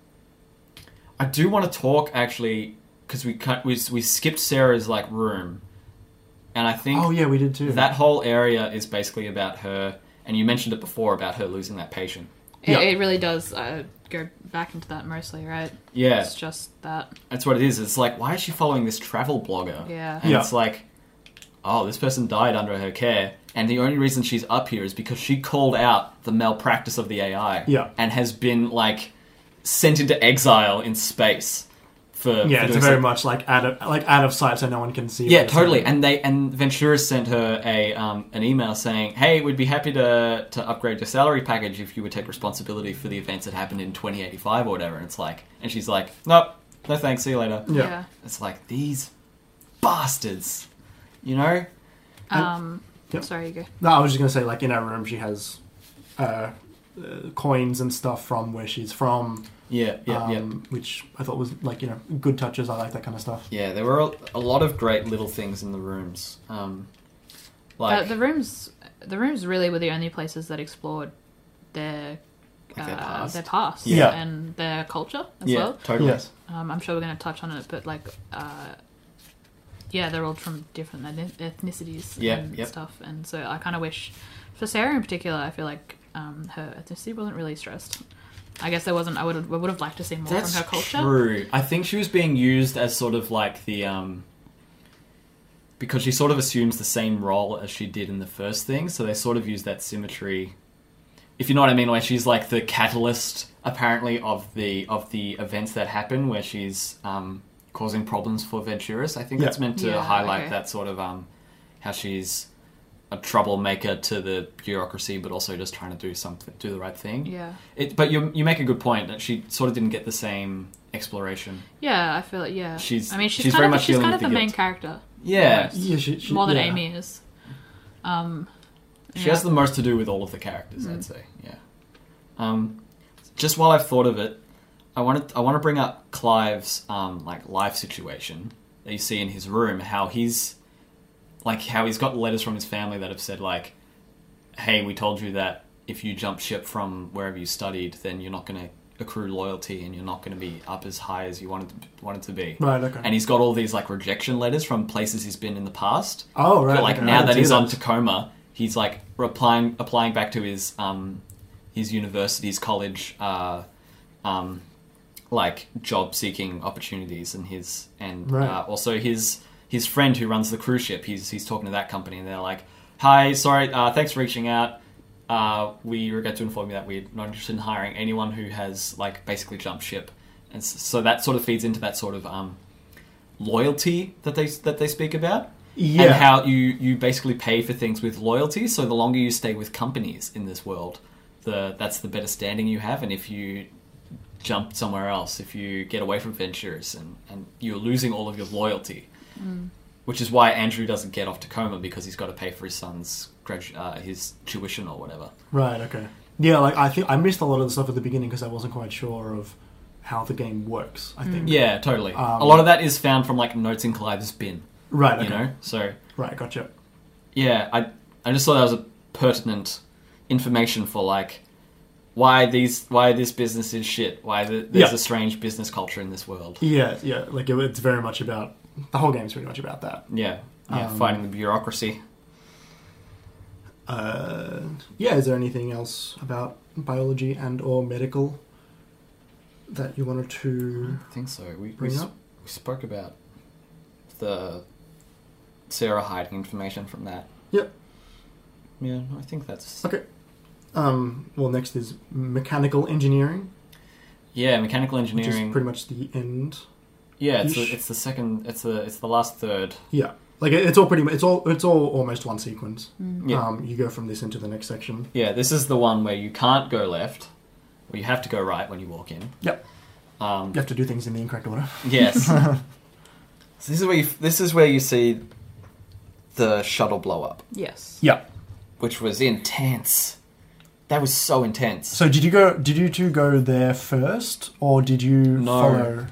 Speaker 2: I do want to talk actually because we cut we we skipped Sarah's like room, and I think
Speaker 3: Oh yeah, we did too.
Speaker 2: that whole area is basically about her. And you mentioned it before about her losing that patient.
Speaker 4: it,
Speaker 3: Yeah.
Speaker 4: it really does uh, go back into that mostly, right?
Speaker 2: Yeah,
Speaker 4: It's just that.
Speaker 2: that's what it is. It's like why is she following this travel blogger?
Speaker 4: Yeah.
Speaker 2: And
Speaker 3: Yeah.
Speaker 2: it's like, oh, this person died under her care. And the only reason she's up here is because she called out the malpractice of the AI.
Speaker 3: Yeah.
Speaker 2: And has been, like, sent into exile in space for.
Speaker 3: yeah,
Speaker 2: for
Speaker 3: it's
Speaker 2: doing
Speaker 3: very
Speaker 2: so-
Speaker 3: much like out of like out of sight, so no one can see.
Speaker 2: Yeah,
Speaker 3: what it's happening.
Speaker 2: totally. And they and Ventura sent her a um, an email saying, "Hey, we'd be happy to to upgrade your salary package if you would take responsibility for the events that happened in 2085 or whatever." And it's like, and she's like, "Nope, no thanks. See you later."
Speaker 3: Yeah.
Speaker 4: yeah.
Speaker 2: It's like these bastards, you know.
Speaker 4: Um,
Speaker 3: Yep.
Speaker 4: sorry, you go.
Speaker 3: No, I was just gonna say, like in her room, she has uh, uh, coins and stuff from where she's from.
Speaker 2: Yeah, yeah, yeah.
Speaker 3: um, which I thought was like you know good touches. I like that kind of stuff.
Speaker 2: Yeah, there were a, a lot of great little things in the rooms. Um, like,
Speaker 4: uh, the rooms, the rooms really were the only places that explored their
Speaker 2: Like their
Speaker 4: uh,
Speaker 2: past.
Speaker 4: their past
Speaker 3: Yeah.
Speaker 4: and their culture as
Speaker 2: yeah,
Speaker 4: well.
Speaker 2: totally.
Speaker 3: Yes.
Speaker 4: Um, I'm sure we're going to touch on it, but like, uh, yeah, they're all from different eth- ethnicities
Speaker 2: Yeah,
Speaker 4: and
Speaker 2: yep.
Speaker 4: stuff, and so I kind of wish for Sarah in particular. I feel like um, her ethnicity wasn't really stressed. I guess there wasn't. I would would have liked to see more
Speaker 2: That's
Speaker 4: from her culture.
Speaker 2: true. I think she was being used as sort of like the um because she sort of assumes the same role as she did in the first thing, so they sort of use that symmetry. If you know what I mean, where she's like the catalyst apparently of the of the events that happen, where she's um, causing problems for Venturus. I think
Speaker 3: Yeah.
Speaker 2: that's meant to
Speaker 4: Yeah,
Speaker 2: highlight
Speaker 4: okay.
Speaker 2: that sort of um, how she's a troublemaker to the bureaucracy, but also just trying to do something, do the right thing.
Speaker 4: Yeah,
Speaker 2: It, but you you make a good point that she sort of didn't get the same exploration.
Speaker 4: yeah. I feel like yeah.
Speaker 2: She's-
Speaker 4: I mean, she's,
Speaker 2: she's
Speaker 4: kind
Speaker 2: very
Speaker 4: of
Speaker 2: much
Speaker 4: she's
Speaker 2: dealing
Speaker 4: kind of
Speaker 2: with the
Speaker 4: the, main
Speaker 2: guilt.
Speaker 4: character
Speaker 2: Yeah,
Speaker 4: Yes.
Speaker 3: Yeah, she, she,
Speaker 4: more than
Speaker 3: yeah.
Speaker 4: Amy is. Um,
Speaker 2: she
Speaker 4: yeah.
Speaker 2: has the most to do with all of the characters. I'd say, yeah. Um, just while I've thought of it, I wanted I want to bring up Clive's um, like life situation that you see in his room. How he's like how he's got letters from his family that have said like, "Hey, we told you that if you jump ship from wherever you studied, then you're not going to accrue loyalty and you're not going to be up as high as you wanted to, wanted to be."
Speaker 3: Right. Okay.
Speaker 2: and he's got all these like rejection letters from places he's been in the past.
Speaker 3: oh, right.
Speaker 2: but like
Speaker 3: okay, I
Speaker 2: now that
Speaker 3: didn't
Speaker 2: he's
Speaker 3: do
Speaker 2: on Tacoma, he's like replying applying back to his um his university's college uh um like job seeking opportunities and his and
Speaker 3: Right.
Speaker 2: uh, also his his friend who runs the cruise ship. He's he's talking to that company and they're like, "Hi, sorry, uh, thanks for reaching out." Uh, we regret to inform you that we're not interested in hiring anyone who has like basically jumped ship, and s- so that sort of feeds into that sort of um, loyalty that they that they speak about
Speaker 3: Yeah.
Speaker 2: and how you you basically pay for things with loyalty so the longer you stay with companies in this world the that's the better standing you have and if you jump somewhere else if you get away from ventures and and you're losing all of your loyalty
Speaker 3: Mm.
Speaker 2: which is why Andrew doesn't get off Tacoma because he's got to pay for his son's gradu- uh, his tuition or whatever
Speaker 3: Right. Okay. Yeah. Like I think I missed a lot of the stuff at the beginning because I wasn't quite sure of how the game works. I
Speaker 2: Mm.
Speaker 3: think.
Speaker 2: yeah totally
Speaker 3: Um,
Speaker 2: a lot of that is found from like notes in Clive's bin
Speaker 3: Right. Okay.
Speaker 2: you know so
Speaker 3: Right. Gotcha.
Speaker 2: yeah, I I just thought that was a pertinent information for like why these why this business is shit. Why the, there's
Speaker 3: Yeah.
Speaker 2: a strange business culture in this world.
Speaker 3: Yeah. Yeah. Like it, it's very much about the whole game's pretty much about that.
Speaker 2: Yeah, yeah,
Speaker 3: Um,
Speaker 2: fighting the bureaucracy.
Speaker 3: Uh, yeah. Is there anything else about biology and or medical that you wanted to?
Speaker 2: I think so. We we,
Speaker 3: Bring
Speaker 2: s-
Speaker 3: up?
Speaker 2: we spoke about the Sarah hiding information from that.
Speaker 3: Yep.
Speaker 2: Yeah, I think that's
Speaker 3: Okay. Um, well, next is mechanical engineering,
Speaker 2: yeah. Mechanical
Speaker 3: which is
Speaker 2: engineering.
Speaker 3: pretty much the end.
Speaker 2: yeah, it's the,
Speaker 3: ish.
Speaker 2: it's the second. It's the it's the last third.
Speaker 3: Yeah, like it- it's all pretty. mu- It's all it's all almost one sequence.
Speaker 2: Yeah.
Speaker 3: Um, you go from this into the next section.
Speaker 2: Yeah, this is the one where you can't go left. Well, you have to go right when you walk in.
Speaker 3: Yep.
Speaker 2: Um,
Speaker 3: You have to do things in the incorrect order.
Speaker 2: Yes. [laughs] so this is where you this is where you see the shuttle blow up,
Speaker 4: yes.
Speaker 3: Yeah.
Speaker 2: which was intense. That was so intense.
Speaker 3: So did you go? Did you two go there first, or did you
Speaker 2: No.
Speaker 3: follow?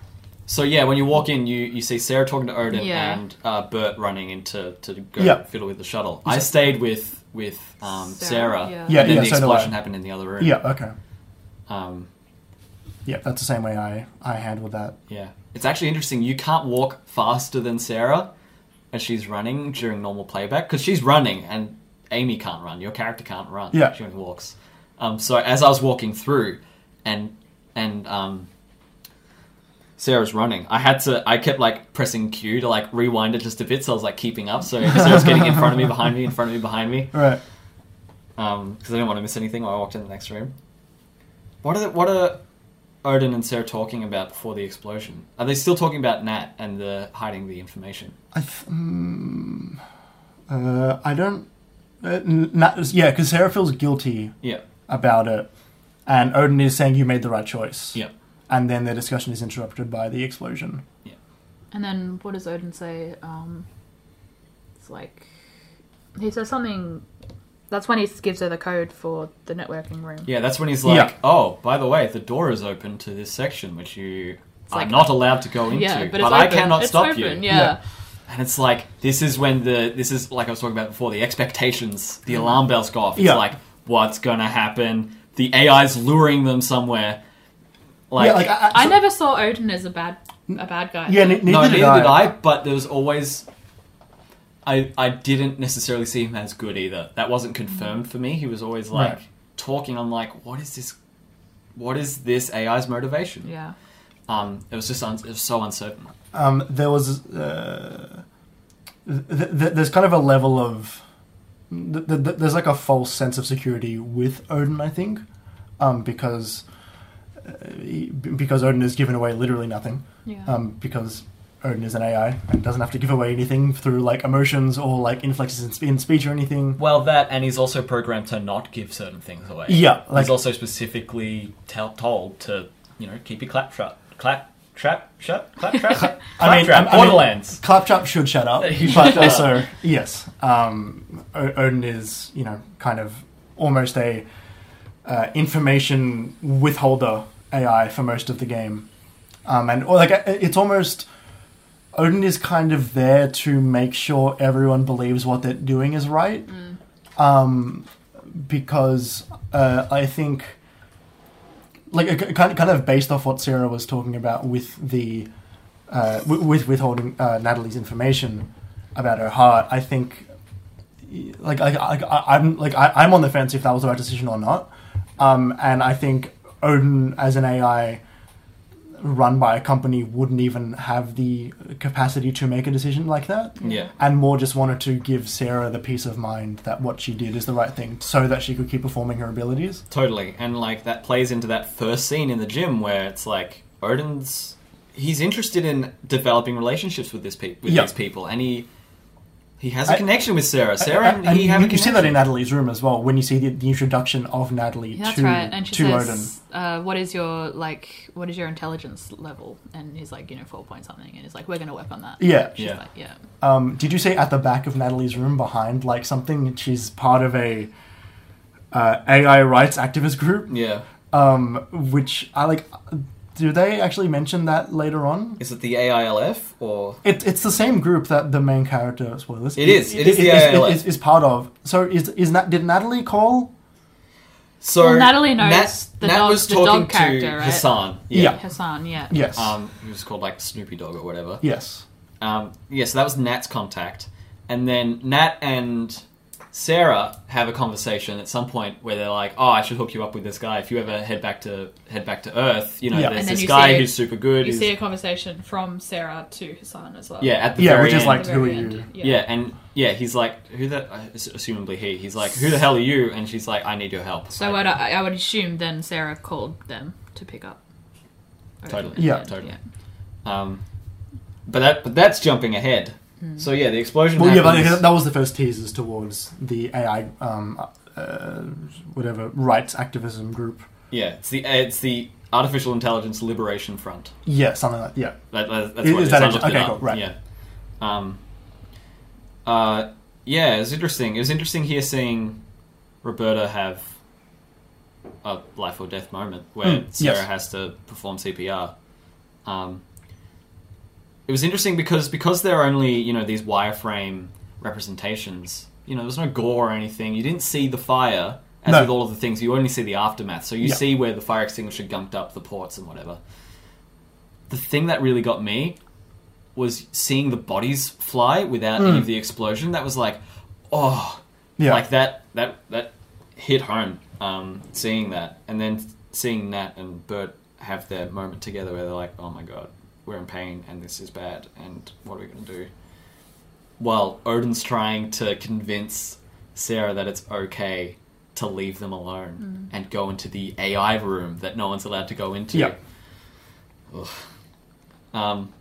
Speaker 2: So yeah, when you walk in, you you see Sarah talking to Odin
Speaker 4: Yeah.
Speaker 2: and uh, Bert running into to go
Speaker 3: Yeah.
Speaker 2: fiddle with the shuttle. I stayed with with um,
Speaker 4: Sarah,
Speaker 2: Sarah.
Speaker 4: yeah.
Speaker 3: Yeah,
Speaker 2: and then
Speaker 3: yeah,
Speaker 2: the
Speaker 3: so did I.
Speaker 2: explosion happened in the other room.
Speaker 3: Yeah. Okay.
Speaker 2: Um,
Speaker 3: Yeah, that's the same way I I handled that.
Speaker 2: yeah. It's actually interesting. You can't walk faster than Sarah as she's running during normal playback because she's running and Amy can't run. Your character can't run.
Speaker 3: Yeah.
Speaker 2: She only walks. Um, so as I was walking through, and and um, Sarah's running, I had to. I kept like pressing Q to like rewind it just a bit, so I was like keeping up. So Sarah's getting in front of me, behind me, in front of me, behind me,
Speaker 3: All right.
Speaker 2: because Um, I didn't want to miss anything while I walked in the next room. What are the, what are Odin and Sarah talking about before the explosion? Are they still talking about Nat and the hiding the information?
Speaker 3: I th- mm, uh, I don't. Uh, n- not, yeah, because Sarah feels guilty
Speaker 2: Yeah.
Speaker 3: about it, and Odin is saying you made the right choice.
Speaker 2: Yeah.
Speaker 3: And then their discussion is interrupted by the explosion.
Speaker 4: And then what does Odin say? Um, it's like he says something. That's when he gives her the code for the networking room.
Speaker 2: Yeah, that's when he's like,
Speaker 3: Yeah.
Speaker 2: "Oh, by the way, the door is open to this section which you are
Speaker 4: like-
Speaker 2: not allowed to go into,
Speaker 4: Yeah,
Speaker 2: but,
Speaker 4: but, it's
Speaker 2: I
Speaker 4: open.
Speaker 2: cannot
Speaker 4: It's
Speaker 2: stop
Speaker 4: open,
Speaker 2: you."
Speaker 4: Yeah.
Speaker 2: And it's like this is when the this
Speaker 4: Mm-hmm.
Speaker 2: is like I was talking about before the expectations, the alarm bells go off. It's
Speaker 3: Yeah.
Speaker 2: like what's going to happen? the AI's luring them somewhere. Like,
Speaker 3: yeah, like I, I,
Speaker 4: I never saw Odin as a bad a bad guy.
Speaker 3: yeah, ne- neither,
Speaker 2: no,
Speaker 3: did, I.
Speaker 2: but there was always. I, I didn't necessarily see him as good either. That wasn't confirmed for me. He was always like
Speaker 3: Right.
Speaker 2: talking. I'm like, what is this? What is this AI's motivation?
Speaker 4: yeah.
Speaker 2: Um, it was just un- it was so uncertain.
Speaker 3: Um, there was uh, th- th- there's kind of a level of th- th- th- there's like a false sense of security with Odin, I think, um, because uh, he- because Odin has given away literally nothing.
Speaker 4: Yeah.
Speaker 3: um, because Odin is an AI and doesn't have to give away anything through like emotions or like inflexes in, sp- in speech or anything.
Speaker 2: Well, that and he's also programmed to not give certain things away.
Speaker 3: Yeah, like-
Speaker 2: he's also specifically tell, told to you know keep your clap shut, clap trap shut, clap [laughs] trap. clap
Speaker 3: I mean,
Speaker 2: trap.
Speaker 3: I- I mean-
Speaker 2: Borderlands.
Speaker 3: Claptrap should shut [laughs] up,
Speaker 2: He should
Speaker 3: but
Speaker 2: shut
Speaker 3: also yes, um, o- Odin is you know kind of almost a uh, information withholder AI for most of the game, um, and or like uh, it's almost. Odin is kind of there to make sure everyone believes what they're doing is right, um, because uh, I think, like, uh, k- kind kind of based off what Sarah was talking about with the uh, wi- with withholding uh, Natalie's information about her heart, I think, like, I, I, I- I'm like I, I'm on the fence if that was the right decision or not, um, and I think Odin as an AI run by a company wouldn't even have the capacity to make a decision like that
Speaker 2: yeah.
Speaker 3: and more just wanted to give Sarah the peace of mind that what she did is the right thing so that she could keep performing her abilities.
Speaker 2: Totally. And like that plays into that first scene in the gym where it's like Odin's he's interested in developing relationships with this pe- with
Speaker 3: Yeah.
Speaker 2: these people and he he has a
Speaker 3: I-
Speaker 2: connection with Sarah. Sarah
Speaker 3: And-
Speaker 2: and,
Speaker 3: and
Speaker 2: he have a
Speaker 3: you, you see that in
Speaker 2: connection.
Speaker 3: Natalie's room as well when you see the, the introduction of Natalie
Speaker 4: Yeah, that's
Speaker 3: to,
Speaker 4: right. And she
Speaker 3: to
Speaker 4: says, uh, "What is your like? What is your intelligence level?" And he's like, "You know, four point something." And he's like, "We're gonna work on that."
Speaker 3: Odin. Yeah.
Speaker 4: She's
Speaker 2: Yeah.
Speaker 4: like, "Yeah."
Speaker 3: Um, did you say at the back of Natalie's room behind like something? She's part of a uh, AI rights activist group,
Speaker 2: Yeah.
Speaker 3: um, which I like. Do they actually mention that later on?
Speaker 2: Is it the AILF or
Speaker 3: It, it's the same group that the main character spoilers.
Speaker 2: It is. It is the AILF.
Speaker 3: is, is part of. So is is Nat, did Natalie call?
Speaker 2: so
Speaker 4: Well, Natalie knows
Speaker 2: Nat,
Speaker 4: the
Speaker 2: Nat
Speaker 4: dog-
Speaker 2: was
Speaker 4: the dog
Speaker 2: talking to
Speaker 4: character, right?
Speaker 2: Hassan.
Speaker 3: Yeah.
Speaker 4: Hassan, yeah.
Speaker 3: Yes.
Speaker 2: Um he was called like Snoopy Dog or whatever.
Speaker 3: yes.
Speaker 2: Um, yeah, so that was Nat's contact. And then Nat and Sarah have a conversation at some point where they're like, "Oh, I should hook you up with this guy. If you ever head back to head back to Earth, you know,
Speaker 3: Yeah.
Speaker 2: there's
Speaker 4: And then
Speaker 2: this
Speaker 4: you
Speaker 2: guy
Speaker 4: see-
Speaker 2: who's super good.
Speaker 4: You
Speaker 2: who's-
Speaker 4: see a conversation from Sarah to Hassan as well.
Speaker 2: yeah, at the
Speaker 3: Yeah,
Speaker 2: very
Speaker 3: which is
Speaker 2: end.
Speaker 3: like,
Speaker 4: At the
Speaker 3: who
Speaker 4: very
Speaker 3: are
Speaker 4: end,
Speaker 3: you?
Speaker 2: yeah. and yeah, he's like, "Who the?" uh, Assumably he. He's like, "Who the hell are you?" And she's like, "I need your help."
Speaker 4: So I'd, I I would assume then Sarah called them to pick up.
Speaker 2: Totally.
Speaker 3: Yeah.
Speaker 2: Totally. um, but that but that's jumping ahead.
Speaker 4: Hmm.
Speaker 2: So yeah, the explosion.
Speaker 3: Well, yeah,
Speaker 2: happens.
Speaker 3: but that was the first teasers towards the AI, um, uh, whatever rights activism group.
Speaker 2: yeah, it's the it's the artificial intelligence liberation front.
Speaker 3: Yeah, something like yeah.
Speaker 2: That, that, that's
Speaker 3: Is-
Speaker 2: what it
Speaker 3: is
Speaker 2: is.
Speaker 3: that
Speaker 2: I
Speaker 3: it?
Speaker 2: looked it
Speaker 3: Okay,
Speaker 2: up.
Speaker 3: cool, right.
Speaker 2: Yeah. Um, uh, yeah, it was interesting. It was interesting here seeing Roberta have a life or death moment where
Speaker 3: Mm,
Speaker 2: Sarah
Speaker 3: yes.
Speaker 2: has to perform CPR. Um, it was interesting because because there are only you know these wireframe representations. You know, there's no gore or anything. You didn't see the fire. As
Speaker 3: No.
Speaker 2: with all of the things, you only see the aftermath. So you
Speaker 3: Yeah.
Speaker 2: see where the fire extinguisher gunked up the ports and whatever. The thing that really got me was seeing the bodies fly without
Speaker 3: Hmm.
Speaker 2: any of the explosion. That was like, oh,
Speaker 3: Yeah.
Speaker 2: like that that that hit home. Um, seeing that, and then seeing Nat and Bert have their moment together where they're like, oh my god, we're in pain and this is bad, and what are we gonna do? While Odin's trying to convince Sarah that it's okay to leave them alone and go into the AI room that no one's allowed to go into.
Speaker 3: Mm. Yeah.
Speaker 2: Ugh. Um,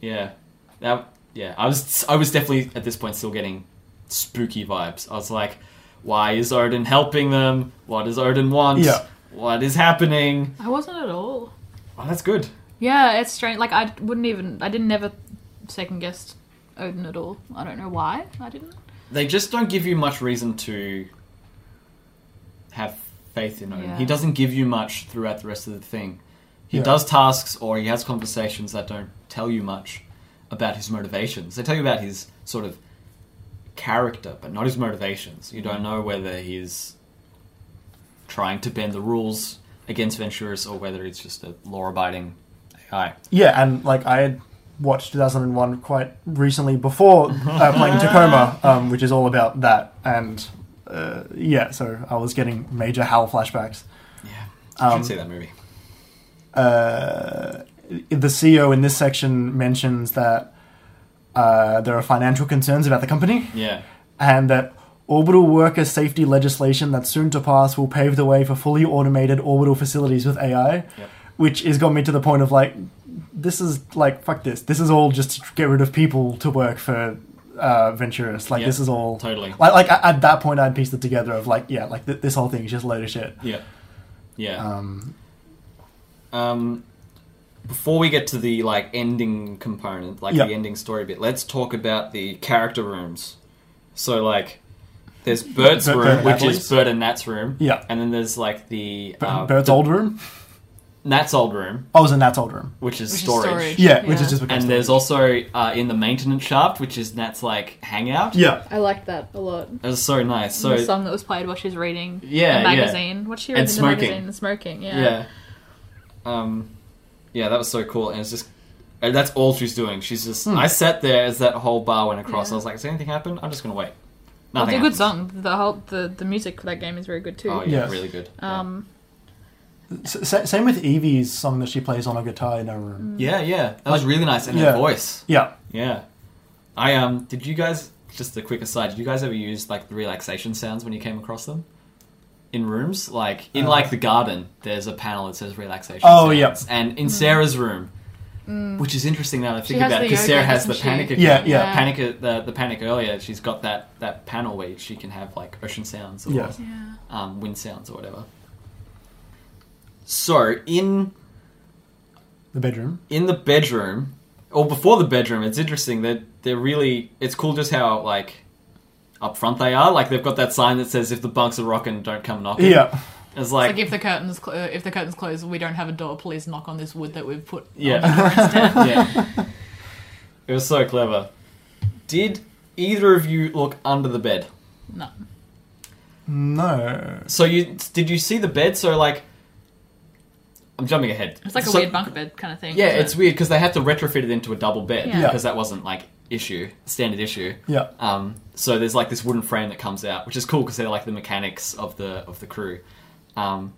Speaker 2: yeah, that yeah. I was I was definitely at this point still getting spooky vibes. I was like, why is Odin helping them? What does Odin want?
Speaker 3: Yeah.
Speaker 2: What is happening?
Speaker 4: I wasn't at all.
Speaker 2: Oh, that's good.
Speaker 4: Yeah, it's strange. Like I wouldn't even. I didn't ever second guess Odin at all. I don't know why I didn't.
Speaker 2: They just don't give you much reason to have faith in Odin.
Speaker 4: Yeah.
Speaker 2: He doesn't give you much throughout the rest of the thing. He
Speaker 3: Yeah.
Speaker 2: does tasks or he has conversations that don't tell you much about his motivations. They tell you about his sort of character, but not his motivations. You don't know whether he's trying to bend the rules against Venturis or whether it's just a law abiding AI.
Speaker 3: Yeah, and like I had watched 2001 quite recently before uh, playing Tacoma, um, which is all about that. And uh, yeah, so I was getting major Hal flashbacks.
Speaker 2: Yeah. You
Speaker 3: Um,
Speaker 2: should see that movie.
Speaker 3: Uh, the CEO in this section mentions that uh, there are financial concerns about the company
Speaker 2: Yeah.
Speaker 3: and that orbital worker safety legislation that's soon to pass will pave the way for fully automated orbital facilities with AI,
Speaker 2: Yep.
Speaker 3: which has got me to the point of like, this is like fuck this. This is all just to get rid of people to work for uh, Venturus. Like
Speaker 2: Yeah,
Speaker 3: this is all.
Speaker 2: Totally.
Speaker 3: Like, like at at that point, I'd pieced it together of like, yeah, like th- this whole thing is just a load of shit.
Speaker 2: Yeah. Yeah.
Speaker 3: Um,
Speaker 2: Um, before we get to the like ending component, like
Speaker 3: Yeah.
Speaker 2: the ending story bit, let's talk about the character rooms. So like,
Speaker 3: [laughs]
Speaker 2: there's Bert's
Speaker 3: Bert-
Speaker 2: room,
Speaker 3: Bert and
Speaker 2: which is
Speaker 3: Natalie's.
Speaker 2: Bert and Nat's room.
Speaker 3: Yeah.
Speaker 2: And then there's like the uh,
Speaker 3: Bert's
Speaker 2: the-
Speaker 3: old room.
Speaker 2: Nat's old room,
Speaker 3: I was in Nat's old room.
Speaker 2: which is
Speaker 4: Which is
Speaker 2: storage.
Speaker 4: storage.
Speaker 3: Yeah, which
Speaker 4: Yeah.
Speaker 3: is just because
Speaker 2: And there's also uh, in the maintenance shaft, which is Nat's like hangout.
Speaker 3: yeah,
Speaker 4: I liked that a lot.
Speaker 2: That was so nice. So
Speaker 4: the song that was played while she's reading
Speaker 2: Yeah,
Speaker 4: a
Speaker 2: yeah.
Speaker 4: magazine. What she
Speaker 2: And
Speaker 4: read in the
Speaker 2: smoking.
Speaker 4: magazine and smoking. Yeah.
Speaker 2: yeah. Um, yeah, that was so cool, and it's just. And that's all she's doing. She's just. I sat there as that whole bar went across.
Speaker 4: Hmm. Yeah.
Speaker 2: I was like, "Does anything happen? I'm just gonna wait."
Speaker 4: It's
Speaker 2: Nothing.
Speaker 4: a good
Speaker 2: happens.
Speaker 4: song. The whole the, the music for that game is very good too.
Speaker 2: Oh yeah,
Speaker 3: Yes.
Speaker 2: really good.
Speaker 4: Um,
Speaker 3: S- s- same with Evie's song that she plays on a guitar in her room.
Speaker 2: yeah, yeah, that was really nice in
Speaker 3: Yeah.
Speaker 2: her voice.
Speaker 3: Yeah,
Speaker 2: Yeah, I um. Did you guys? Just a quick aside. Did you guys ever use like the relaxation sounds when you came across them? In rooms, like in
Speaker 3: Uh.
Speaker 2: like the garden, there's a panel that says relaxation.
Speaker 3: Oh,
Speaker 2: sounds.
Speaker 3: yeah.
Speaker 2: And in Sarah's room, which is interesting now that I think
Speaker 4: Hmm. Mm. has
Speaker 2: about
Speaker 4: the
Speaker 2: because
Speaker 4: yoga,
Speaker 2: Sarah has the
Speaker 4: doesn't she?
Speaker 2: panic. attack.
Speaker 3: Yeah, yeah.
Speaker 4: Yeah.
Speaker 2: Panic the the panic earlier. She's got that that panel where she can have like ocean sounds or
Speaker 3: Yeah.
Speaker 4: yeah.
Speaker 2: um, wind sounds or whatever. So in
Speaker 3: the bedroom.
Speaker 2: in the bedroom or before the bedroom it's interesting that they're really it's cool just how like up front they are like they've got that sign that says if the bunks are rocking don't come knocking
Speaker 3: Yeah,
Speaker 2: it's
Speaker 4: Like,
Speaker 2: like,
Speaker 4: if the curtains cl- uh, if the curtains close, we don't have a door. Please knock on this wood that we've put. [laughs]
Speaker 2: yeah [laughs] yeah it was so clever did either of you look under the bed
Speaker 4: No.
Speaker 3: no.
Speaker 2: so you did you see the bed so like i'm jumping ahead
Speaker 4: It's like a
Speaker 2: So-
Speaker 4: weird bunker bed kind of thing.
Speaker 2: yeah
Speaker 4: isn't
Speaker 2: it's
Speaker 4: it?
Speaker 2: weird because they had to retrofit it into a double bed
Speaker 4: Yeah. Yeah.
Speaker 2: because that wasn't like issue standard issue
Speaker 3: Yeah,
Speaker 2: Um, so there's like this wooden frame that comes out, which is cool because they're like the mechanics of the of the crew. Um,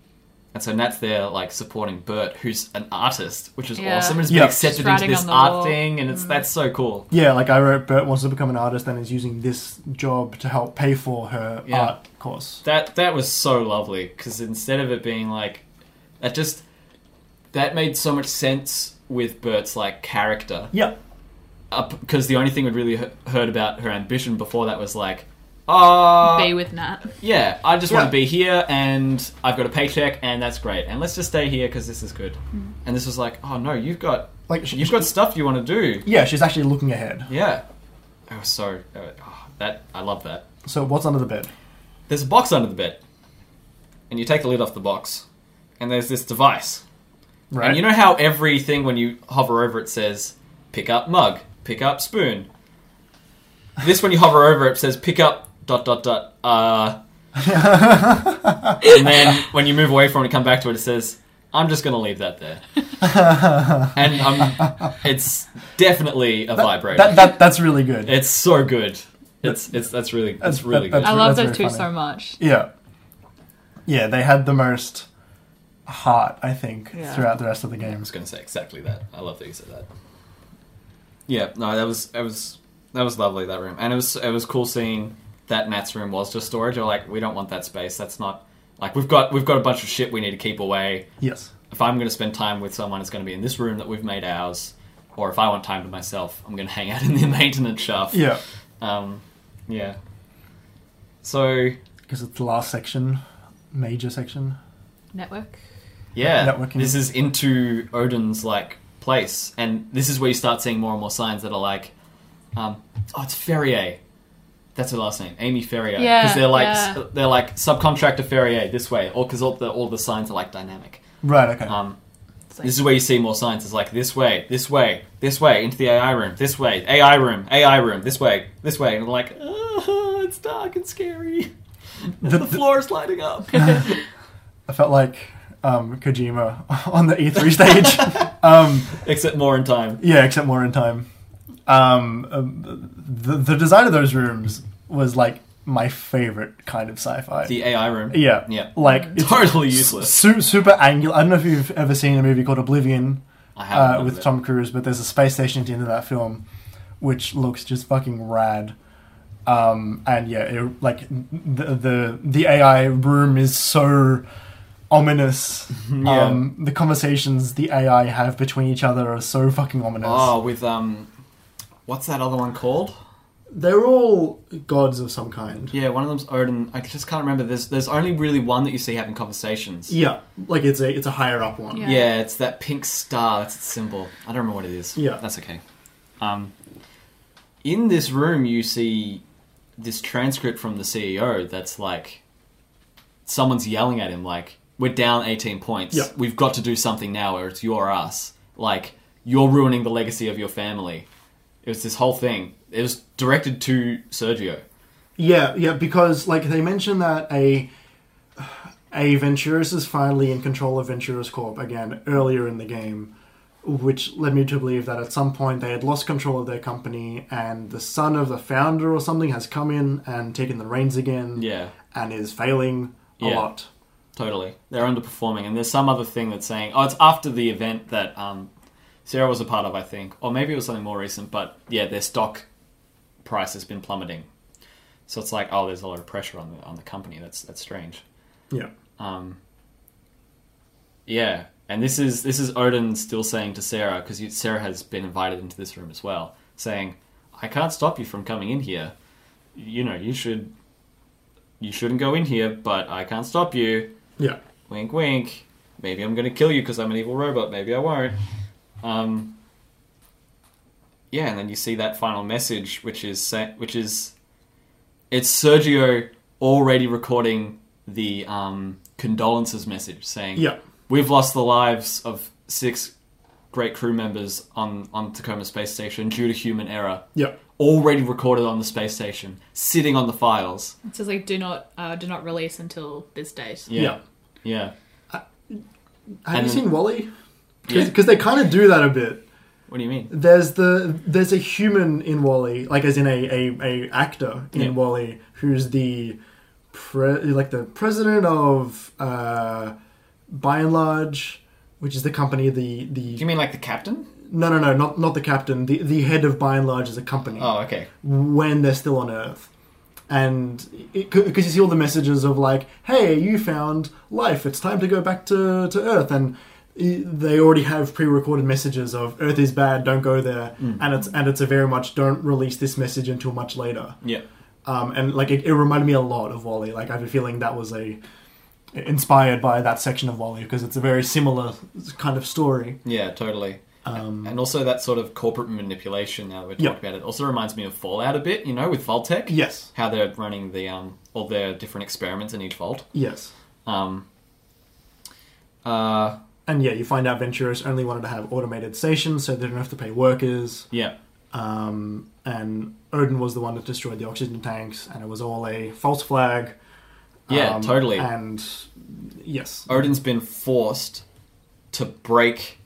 Speaker 2: and so Nat's there like supporting Bert, who's an artist, which is
Speaker 4: Yeah.
Speaker 2: awesome. He's
Speaker 3: Yeah.
Speaker 2: been accepted
Speaker 4: Just
Speaker 2: into
Speaker 4: writing
Speaker 2: this
Speaker 4: on the
Speaker 2: art
Speaker 4: wall. Mm.
Speaker 2: thing, and it's that's so cool.
Speaker 3: yeah. Like I wrote, Bert wants to become an artist and is using this job to help pay for her
Speaker 2: Yeah.
Speaker 3: art course.
Speaker 2: That that was so lovely because instead of it being like that, just that made so much sense with Bert's like character.
Speaker 3: Yeah,
Speaker 2: Because the only thing we'd really he- heard about her ambition before that was like, ah,
Speaker 4: Be with Nat.
Speaker 2: Yeah, I just want
Speaker 3: Yeah.
Speaker 2: to be here, and I've got a paycheck, and that's great. And let's just stay here because this is good. And this was like, oh no, you've got
Speaker 3: like she,
Speaker 2: you've got stuff you want to do.
Speaker 3: yeah. She's actually looking ahead.
Speaker 2: Yeah, it was so uh, oh, that I love that.
Speaker 3: So what's under the bed?
Speaker 2: There's a box under the bed, and you take the lid off the box, and there's this device.
Speaker 3: Right.
Speaker 2: And you know how everything when you hover over it says pick up mug, pick up spoon. This when you hover over it says pick up dot dot dot uh and then when you move away from it and come back to it it says I'm just gonna leave that
Speaker 3: [laughs]
Speaker 2: there. and um, it's definitely a vibrator.
Speaker 3: that, that that's really good.
Speaker 2: it's so good. It's it's that's really it's
Speaker 3: That's-
Speaker 2: really
Speaker 3: that-
Speaker 2: good.
Speaker 4: I
Speaker 3: That's-
Speaker 4: love
Speaker 3: that's
Speaker 4: those two
Speaker 3: very funny.
Speaker 4: so much.
Speaker 3: Yeah, yeah. They had the most heart, I think,
Speaker 4: Yeah.
Speaker 3: throughout the rest of the
Speaker 2: I
Speaker 3: games.
Speaker 2: was going to say exactly that. I love that you said that. Yeah, no, that was that was that was lovely that room, and it was it was cool seeing that Nat's room was just storage. You're like, we don't want that space. That's not like we've got we've got a bunch of shit we need to keep away.
Speaker 3: Yes.
Speaker 2: If I'm going to spend time with someone, it's going to be in this room that we've made ours, or if I want time to myself, I'm going to [laughs] hang out in the maintenance shaft.
Speaker 3: Yeah,
Speaker 2: Um, yeah. So
Speaker 3: because it's the last section, major section.
Speaker 4: Network.
Speaker 2: Yeah,
Speaker 3: Networking.
Speaker 2: this is into Odin's like place, and this is where you start seeing more and more signs that are like, um, oh, it's Ferrier. That's her last name, Amy Ferrier.
Speaker 4: Yeah,
Speaker 2: they're like
Speaker 4: yeah.
Speaker 2: they're like subcontractor Ferrier this way, or because all the all the signs are like dynamic.
Speaker 3: Right. Okay.
Speaker 2: Um,
Speaker 4: It's like-
Speaker 2: this is where you see more signs. It's like this way, this way, this way into the AI room, this way, AI room, AI room, this way, this way, and I'm like, "Ah, it's dark and scary. [laughs] The,
Speaker 3: The- the-
Speaker 2: floor is lighting up.
Speaker 3: I felt like um, Kojima [laughs] on the E3
Speaker 2: [laughs]
Speaker 3: stage. um,
Speaker 2: Except more in time.
Speaker 3: yeah, except more in time. Um, um, the, the design of those rooms was like my favorite kind of sci-fi.
Speaker 2: The AI room.
Speaker 3: yeah,
Speaker 2: Yeah.
Speaker 3: like it's
Speaker 2: Totally
Speaker 3: s-
Speaker 2: useless.
Speaker 3: su- super angular. I don't know if you've ever seen a movie called Oblivion
Speaker 2: I
Speaker 3: uh,
Speaker 2: have
Speaker 3: with Tom Cruise, but there's a space station at the end of that film, which looks just fucking rad. Um, and yeah, it, like the, the the AI room is so ominous.
Speaker 2: [laughs] Yeah.
Speaker 3: Um, the conversations the AI have between each other are so fucking ominous.
Speaker 2: Oh, with um, what's that other one called?
Speaker 3: They're all gods of some kind.
Speaker 2: Yeah, one of them's Odin. I just can't remember. There's there's only really one that you see having conversations.
Speaker 3: Yeah, like it's a it's a higher up one.
Speaker 4: Yeah.
Speaker 2: Yeah, it's that pink star. That's its symbol. I don't remember what it is.
Speaker 3: Yeah.
Speaker 2: that's okay. Um, in this room, you see this transcript from the CEO. That's like someone's yelling at him, like, "We're down 18 points.
Speaker 3: Yeah.
Speaker 2: We've got to do something now, or it's you or us. Like, you're ruining the legacy of your family." It was this whole thing. It was directed to Sergio.
Speaker 3: Yeah, yeah, because like they mentioned that a a Venturus is finally in control of Venturus Corp again earlier in the game, which led me to believe that at some point they had lost control of their company and the son of the founder or something has come in and taken the reins again
Speaker 2: Yeah.
Speaker 3: and is failing a
Speaker 2: Yeah.
Speaker 3: lot.
Speaker 2: Totally. They're underperforming. And there's some other thing that's saying, oh, it's after the event that um, Sarah was a part of, I think. Or maybe it was something more recent, but yeah, their stock price has been plummeting. So it's like, oh, there's a lot of pressure on the, on the company. That's, that's strange.
Speaker 3: Yeah.
Speaker 2: Um, yeah, and this is this is Odin still saying to Sarah because Sarah has been invited into this room as well, saying, "I can't stop you from coming in here. You know, you should, you shouldn't go in here, but I can't stop you."
Speaker 3: Yeah.
Speaker 2: Wink, wink. Maybe I'm gonna kill you because I'm an evil robot. Maybe I won't. Um, yeah, and then you see that final message, which is sa- which is it's Sergio already recording the um, condolences message, saying,
Speaker 3: Yeah.
Speaker 2: we've lost the lives of six great crew members on on Tacoma Space Station due to human error."
Speaker 3: Yeah.
Speaker 2: Already recorded on the space station, sitting on the files.
Speaker 4: It says like do not uh, do not release until this date.
Speaker 3: Yeah.
Speaker 2: yeah.
Speaker 3: Have
Speaker 2: And-
Speaker 3: you seen Wally?
Speaker 2: Yeah.
Speaker 3: Because they kind of do that a bit.
Speaker 2: What do you mean?
Speaker 3: there's the there's a human in Wally, like as in a a, a actor in
Speaker 2: Yeah.
Speaker 3: Wally who's the pre, like the president of uh, by and large, which is the company the
Speaker 2: Do
Speaker 3: the
Speaker 2: you mean like the captain?
Speaker 3: no no no not not the captain the the head of by and large is a company
Speaker 2: Oh, okay.
Speaker 3: when they're still on Earth. And because you see all the messages of like, "Hey, you found life. It's time to go back to, to Earth," and i- they already have pre-recorded messages of "Earth is bad. Don't go there," and it's and it's a very much "Don't release this message until much later."
Speaker 2: Yeah.
Speaker 3: Um, and like it, it reminded me a lot of Wally. Like I have a feeling that was a inspired by that section of Wally because it's a very similar kind of story.
Speaker 2: Yeah, totally.
Speaker 3: Um,
Speaker 2: And also that sort of corporate manipulation. Now that we're talking
Speaker 3: Yeah.
Speaker 2: about it, also reminds me of Fallout a bit. You know, with Vault-Tec,
Speaker 3: yes,
Speaker 2: how they're running the um all their different experiments in each vault.
Speaker 3: yes,
Speaker 2: Um. Uh.
Speaker 3: and yeah, you find out Venturus only wanted to have automated stations so they don't have to pay workers.
Speaker 2: Yeah.
Speaker 3: um, and Odin was the one that destroyed the oxygen tanks, and it was all a false flag.
Speaker 2: Yeah,
Speaker 3: um,
Speaker 2: totally.
Speaker 3: And yes,
Speaker 2: Odin's been forced to break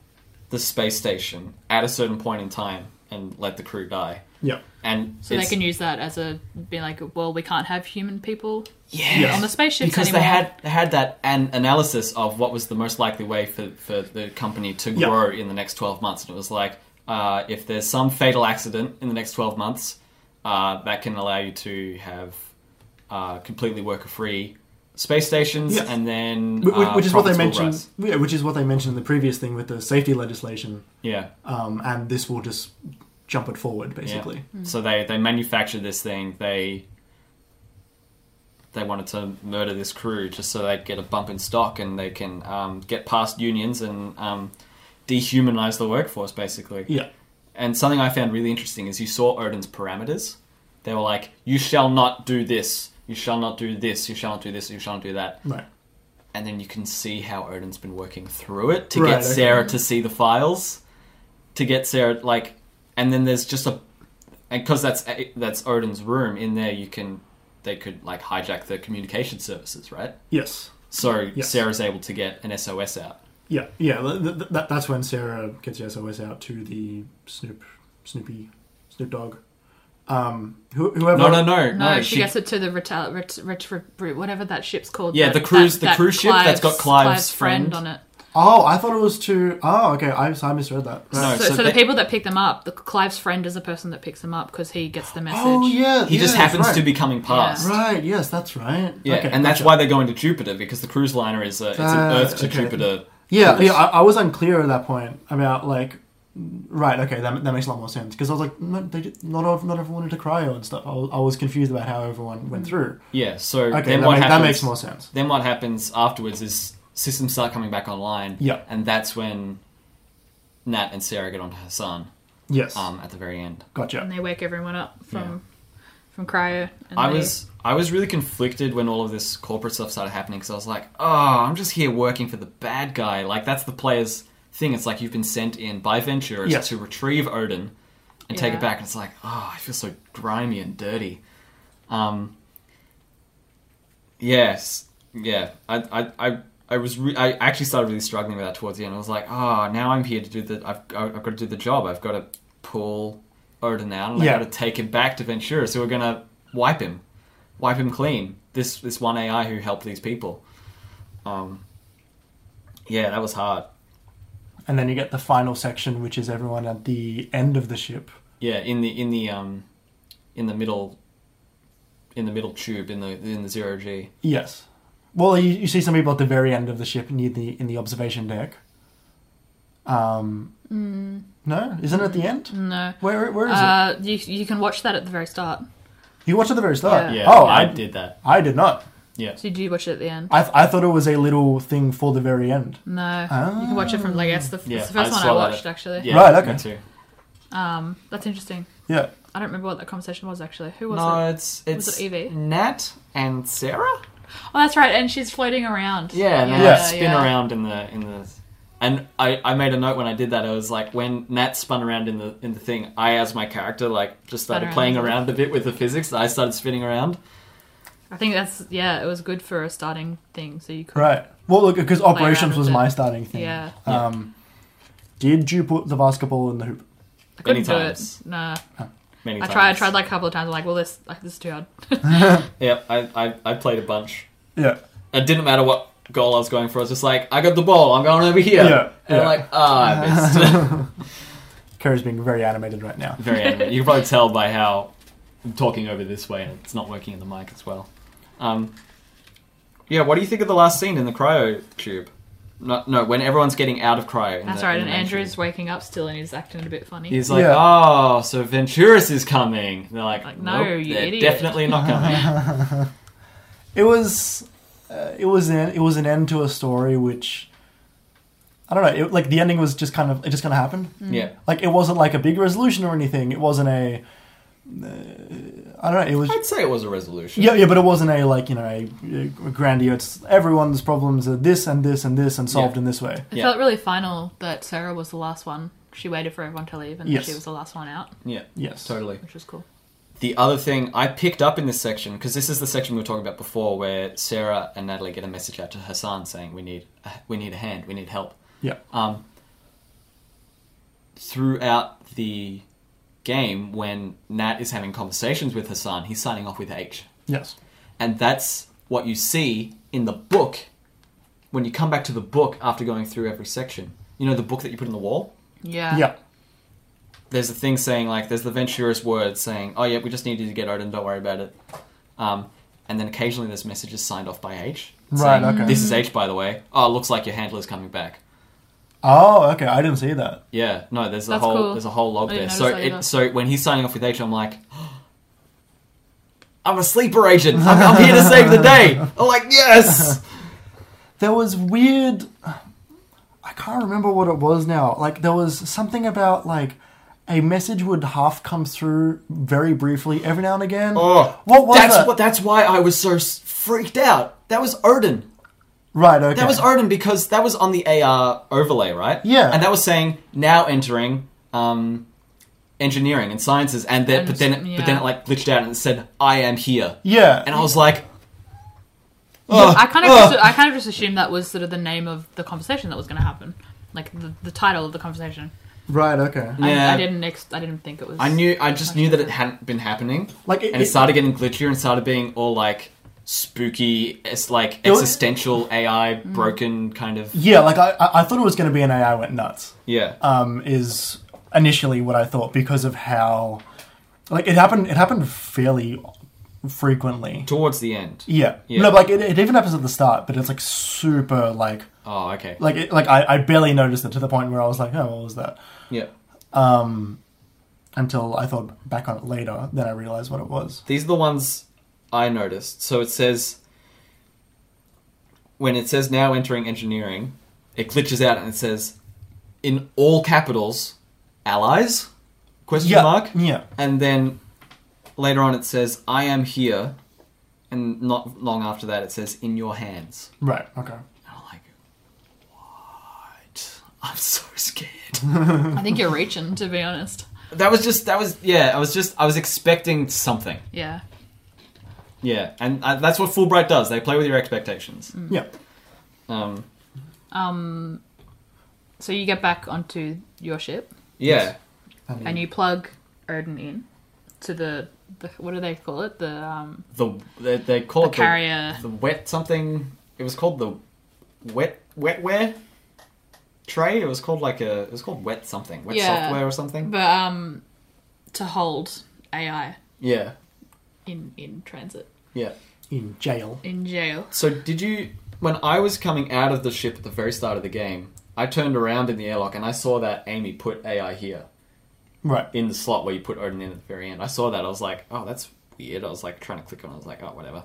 Speaker 2: the space station at a certain point in time and let the crew die.
Speaker 3: yeah,
Speaker 2: And
Speaker 4: So
Speaker 2: it's-
Speaker 4: they can use that as a being like, well, we can't have human people
Speaker 2: yeah,
Speaker 4: on the spaceships
Speaker 2: because
Speaker 4: anymore.
Speaker 2: they had they had that an analysis of what was the most likely way for, for the company to
Speaker 3: Yeah.
Speaker 2: grow in the next 12 months and it was like uh, if there's some fatal accident in the next 12 months uh, that can allow you to have uh, completely worker free space stations
Speaker 3: Yes.
Speaker 2: and then
Speaker 3: which,
Speaker 2: uh,
Speaker 3: which is what they
Speaker 2: profits will
Speaker 3: mentioned.
Speaker 2: rise.
Speaker 3: Yeah, which is what they mentioned in the previous thing with the safety legislation,
Speaker 2: yeah
Speaker 3: um, and this will just jump it forward basically.
Speaker 2: Yeah. So they they manufactured this thing. They they wanted to murder this crew just so they get a bump in stock and they can um, get past unions and um, dehumanize the workforce basically.
Speaker 3: Yeah,
Speaker 2: And something I found really interesting is you saw Odin's parameters. They were like, "You shall not do this. You shall not do this. You shall not do this. You shall not do that."
Speaker 3: right.
Speaker 2: and then you can see how Odin's been working through it to
Speaker 3: Right,
Speaker 2: get
Speaker 3: okay.
Speaker 2: Sarah to see the files, to get Sarah like, and then there's just a, and because that's eh, that's Odin's room in there, you can they could like hijack the communication services, right?
Speaker 3: Yes,
Speaker 2: So
Speaker 3: Yes.
Speaker 2: Sarah's able to get an SOS out.
Speaker 3: Yeah, yeah. th- th- th- that, that's when Sarah gets the SOS out to the Snoop, Snoopy, Snoop Dogg, um, who, whoever.
Speaker 2: No, no, no,
Speaker 4: No,
Speaker 2: no.
Speaker 4: she, gets it to the retal, ret, ret, ret- whatever that ship's called.
Speaker 2: Yeah,
Speaker 4: that-
Speaker 2: the cruise-
Speaker 4: that-
Speaker 2: the
Speaker 4: that
Speaker 2: cruise ship that's got Clive's friend.
Speaker 4: on it.
Speaker 3: Oh, I thought it was to. Oh, okay. I, I misread that.
Speaker 2: No,
Speaker 4: so,
Speaker 2: so
Speaker 4: so, the
Speaker 2: they-
Speaker 4: people that pick them up, the Clive's friend is the person that picks them up because he gets the message.
Speaker 3: Oh yeah.
Speaker 2: he just
Speaker 3: yeah,
Speaker 2: happens
Speaker 3: right.
Speaker 2: to be coming past. Yeah.
Speaker 3: Right. Yes, that's right. okay,
Speaker 2: and that's
Speaker 3: gotcha.
Speaker 2: why they're going to Jupiter because the cruise liner is a, it's an
Speaker 3: Uh,
Speaker 2: Earth to
Speaker 3: okay.
Speaker 2: Jupiter.
Speaker 3: Yeah,
Speaker 2: cruise.
Speaker 3: yeah. I, I was unclear at that point about like. Right. Okay. That, that makes a lot more sense because I was like, no, they did, not ev- not everyone into cryo and stuff. I was, I was confused about how everyone went through.
Speaker 2: Yeah, so
Speaker 3: Okay,
Speaker 2: then
Speaker 3: that,
Speaker 2: what
Speaker 3: ma-
Speaker 2: happens?
Speaker 3: that makes more sense.
Speaker 2: Then what happens afterwards is systems start coming back online.
Speaker 3: Yeah.
Speaker 2: and that's when Nat and Sarah get onto Hassan
Speaker 3: Yes.
Speaker 2: um, at the very end.
Speaker 3: gotcha.
Speaker 4: And they wake everyone up from from cryo. And
Speaker 2: I
Speaker 4: they-
Speaker 2: was I was really conflicted when all of this corporate stuff started happening because I was like, oh, I'm just here working for the bad guy. Like that's the player's thing. It's like you've been sent in by Venturers
Speaker 3: Yes.
Speaker 2: to retrieve Odin and take
Speaker 4: Yeah.
Speaker 2: it back. And it's like, oh, I feel so grimy and dirty. Um. Yes. Yeah. I. I. I I was re- I actually started really struggling with that towards the end. I was like, oh, now I'm here to do the I've I've got to do the job. I've got to pull Odin out and
Speaker 3: Yeah.
Speaker 2: I've got to take him back to Ventura. So we're gonna wipe him, wipe him clean. This this one AI who helped these people. Um, yeah, that was hard.
Speaker 3: And then you get the final section, which is everyone at the end of the ship.
Speaker 2: Yeah, in the in the um, in the middle. In the middle tube, in the in the zero G.
Speaker 3: Yes. Well, you, you see some people at the very end of the ship near the in the observation deck. Um, no, isn't it at the end?
Speaker 4: no.
Speaker 3: Where where is it?
Speaker 4: Mm. Uh, you you can watch that at the very start.
Speaker 3: You watched at the very start.
Speaker 4: Yeah.
Speaker 2: Yeah,
Speaker 3: oh,
Speaker 2: I,
Speaker 3: I
Speaker 2: did that.
Speaker 3: I did not.
Speaker 2: Yeah,
Speaker 4: So you do watch it at the end.
Speaker 3: I th- I thought it was a little thing for the very end.
Speaker 4: No, you can watch it from like that's the,
Speaker 2: Yeah,
Speaker 4: it's the first
Speaker 2: I
Speaker 4: one I
Speaker 2: saw that.
Speaker 4: watched actually.
Speaker 2: yeah.
Speaker 3: Right, okay.
Speaker 2: me too.
Speaker 4: Um, that's interesting.
Speaker 3: Yeah.
Speaker 4: I don't remember what that conversation was actually. Who was
Speaker 2: No,
Speaker 4: it?
Speaker 2: it's it's
Speaker 4: Was it Evie?
Speaker 2: Nat and Sarah.
Speaker 4: Oh, that's right. And she's floating around.
Speaker 2: Yeah, and then
Speaker 3: Yeah,
Speaker 2: I spin around in the in the. And I, I made a note when I did that. I was like, when Nat spun around in the in the thing, I as my character like just
Speaker 4: Spun
Speaker 2: started
Speaker 4: around.
Speaker 2: playing around a bit with the physics. I started spinning around.
Speaker 4: I think that's yeah. It was good for a starting thing, so you could.
Speaker 3: Right. Well, look, because
Speaker 4: around
Speaker 3: operations was
Speaker 4: with it.
Speaker 3: my starting thing.
Speaker 4: Yeah.
Speaker 2: Yeah.
Speaker 3: Um, did you put the basketball in the hoop?
Speaker 4: I couldn't
Speaker 2: Many
Speaker 4: do
Speaker 2: times.
Speaker 4: it. Nah,
Speaker 2: Many
Speaker 4: I
Speaker 2: times.
Speaker 4: tried. I tried like a couple of times. I'm like, well, this like this is too hard. [laughs]
Speaker 2: Yeah, I, I I played a bunch.
Speaker 4: [laughs]
Speaker 3: Yeah. [laughs]
Speaker 2: It didn't matter what goal I was going for. I was just like, I got the ball. I'm going over here.
Speaker 3: Yeah,
Speaker 2: And
Speaker 3: yeah.
Speaker 2: like, ah, I [laughs] missed.
Speaker 3: Kerry's being very animated right now.
Speaker 2: Very animated. You can probably tell by how I'm talking over this way, and it's not working in the mic as well. Um, yeah, what do you think of the last scene in the cryo tube? No, no when everyone's getting out of cryo. in
Speaker 4: That's
Speaker 2: the-
Speaker 4: right.
Speaker 2: in
Speaker 4: And
Speaker 2: the main tube.
Speaker 4: Andrew's waking up still, and he's acting a bit funny.
Speaker 2: He's like,
Speaker 3: Yeah.
Speaker 2: oh, so Venturus is coming. And they're like,
Speaker 4: Like,
Speaker 2: no,
Speaker 4: no, you
Speaker 2: they're
Speaker 4: idiot."
Speaker 2: definitely not
Speaker 4: [laughs]
Speaker 2: coming.
Speaker 3: it was uh, it was an it was an end to a story which I don't know. It, like the ending was just kind of it just kind of happened.
Speaker 4: Mm.
Speaker 2: yeah.
Speaker 3: Like it wasn't like a big resolution or anything. It wasn't a uh, I don't know. It was
Speaker 2: I'd say it was a resolution.
Speaker 3: yeah yeah, but it wasn't a like you know a, a grandiose. Everyone's problems are this and this and this and solved
Speaker 2: Yeah.
Speaker 3: in this way.
Speaker 4: It
Speaker 2: Yeah.
Speaker 4: felt really final that Sarah was the last one. She waited for everyone to leave, and
Speaker 3: Yes.
Speaker 4: she was the last one out,
Speaker 2: Yeah.
Speaker 3: Yes.
Speaker 2: Totally.
Speaker 4: which was cool.
Speaker 2: The other thing I picked up in this section, because this is the section we were talking about before, where Sarah and Natalie get a message out to Hassan saying, "We need, we need a hand, we need help."
Speaker 3: Yeah.
Speaker 2: Um, throughout the game, when Nat is having conversations with Hassan, he's signing off with H,
Speaker 3: Yes.
Speaker 2: and that's what you see in the book. When you come back to the book after going through every section, you know the book that you put in the wall Uh,
Speaker 4: Yeah.
Speaker 3: yeah.
Speaker 2: there's a thing saying like there's the Venturous word saying, "Oh yeah, we just need you to get Odin. Don't worry about it." Um, and then occasionally there's messages signed off by H.
Speaker 3: Right,
Speaker 2: saying,
Speaker 3: okay.
Speaker 2: This is H, by the way. Oh, looks like your handler's coming back.
Speaker 3: Oh, okay. I didn't see that.
Speaker 2: Yeah, no, there's a
Speaker 4: That's
Speaker 2: whole
Speaker 4: cool.
Speaker 2: there's a whole log
Speaker 4: I
Speaker 2: there.
Speaker 4: didn't
Speaker 2: So
Speaker 4: notice that either.
Speaker 2: it, so when he's signing off with H, I'm like, [gasps] I'm a sleeper agent. I'm, I'm here to save the day.
Speaker 4: [laughs]
Speaker 2: I'm like, yes.
Speaker 3: There was weird. I can't remember what it was now. Like there was something about like a message would half come through very briefly every now and again.
Speaker 2: Oh,
Speaker 3: what was
Speaker 2: that's
Speaker 3: that?
Speaker 2: what that's why I was so s- freaked out. That was Odin.
Speaker 3: right. Okay.
Speaker 2: That was Odin because that was on the AR overlay, right?
Speaker 3: Yeah.
Speaker 2: And that was saying now entering um, engineering and sciences, and then
Speaker 4: And
Speaker 2: but then it, but then
Speaker 4: yeah.
Speaker 2: it like glitched out and it said I am here,
Speaker 3: yeah.
Speaker 2: and I was like, Oh,
Speaker 4: I kind
Speaker 2: [laughs]
Speaker 4: of
Speaker 2: oh.
Speaker 4: just, I kind of just assumed that was sort of the name of the conversation that was going to happen, like the, the title of the conversation.
Speaker 3: Right. Okay.
Speaker 2: Yeah.
Speaker 4: I, I didn't ex- I didn't think it was.
Speaker 2: I knew. I just knew that it hadn't been happening,
Speaker 3: Like it,
Speaker 2: and it
Speaker 3: it-
Speaker 2: started getting glitchier and started being all like spooky. It's like
Speaker 3: was- [laughs] Mm.
Speaker 2: existential AI broken kind of.
Speaker 3: yeah. Like I, I I thought it was going to be an AI went nuts.
Speaker 2: Yeah.
Speaker 3: um, is initially what I thought because of how like it happened it happened fairly frequently.
Speaker 2: Towards the end.
Speaker 3: Yeah.
Speaker 2: Yeah.
Speaker 3: No, but, like it, it even happens at the start, but it's like super like
Speaker 2: Oh, okay.
Speaker 3: like it, like I, I barely noticed it to the point where I was like, oh, what was that? Um,
Speaker 2: Yeah.
Speaker 3: Until I thought back on it later, then I realized what it was.
Speaker 2: These are the ones I noticed. So it says when it says now entering engineering, it glitches out and it says in all capitals, allies? Question
Speaker 3: Yeah.
Speaker 2: mark.
Speaker 3: Yeah.
Speaker 2: And then later on it says I am here, and not long after that it says in your hands.
Speaker 3: Right. Okay.
Speaker 2: And I'm like, what? [laughs] I'm so scared.
Speaker 4: [laughs] I think you're reaching, to be honest.
Speaker 2: that was just that was yeah. I was just I was expecting something.
Speaker 4: Yeah.
Speaker 2: Yeah, and uh, that's what Fulbright does. They play with your expectations.
Speaker 4: Mm.
Speaker 3: Yeah.
Speaker 2: Um,
Speaker 4: Um. So you get back onto your ship
Speaker 2: yeah, Hmm.
Speaker 4: and you plug Odin in to the, the what do they call it? The um
Speaker 2: the they, they call
Speaker 4: the
Speaker 2: it
Speaker 4: carrier.
Speaker 2: The, the wet something. It was called the wet wetware tray. It was called like a it was called wet something, wet
Speaker 4: Yeah.
Speaker 2: software or something.
Speaker 4: But um, to hold AI
Speaker 2: Yeah,
Speaker 4: in in transit
Speaker 2: yeah.
Speaker 3: In jail.
Speaker 4: in jail.
Speaker 2: So did you when I was coming out of the ship at the very start of the game? I turned around in the airlock and I saw that Amy put AI here.
Speaker 3: Right.
Speaker 2: in the slot where you put Odin in at the very end. I saw that. I was like, oh, that's weird. I was like trying to click on. it. I was like, oh, whatever.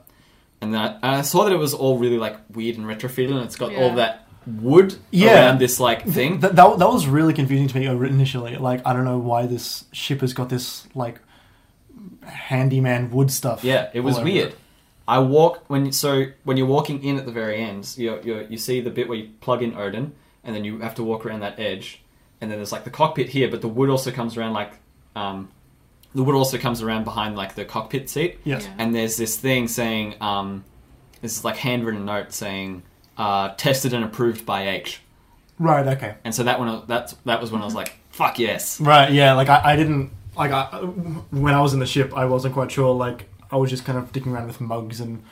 Speaker 2: And then I, and I saw that it was all really like weird and retrofitted, and it's got all
Speaker 4: Yeah.
Speaker 2: that wood
Speaker 3: Yeah.
Speaker 2: around this like thing.
Speaker 3: That, that, that was really confusing to me over- initially. Like, I don't know why this ship has got this, like, handyman wood stuff.
Speaker 2: yeah, it was
Speaker 3: all over
Speaker 2: weird. I walk when so when you're walking in at the very end, you you you see the bit where you plug in Odin, and then you have to walk around that edge, and then there's like the cockpit here, but the wood also comes around like um, the wood also comes around behind like the cockpit seat.
Speaker 3: Yes.
Speaker 4: Yeah.
Speaker 2: and there's this thing saying um, this is like handwritten note saying uh, tested and approved by H,
Speaker 3: Right, okay.
Speaker 2: and so that one that's that was when I was like fuck yes
Speaker 3: Right, yeah, like I, I didn't like I when I was in the ship, I wasn't quite sure. Like I was just kind of dicking around with
Speaker 2: [laughs]
Speaker 3: mugs and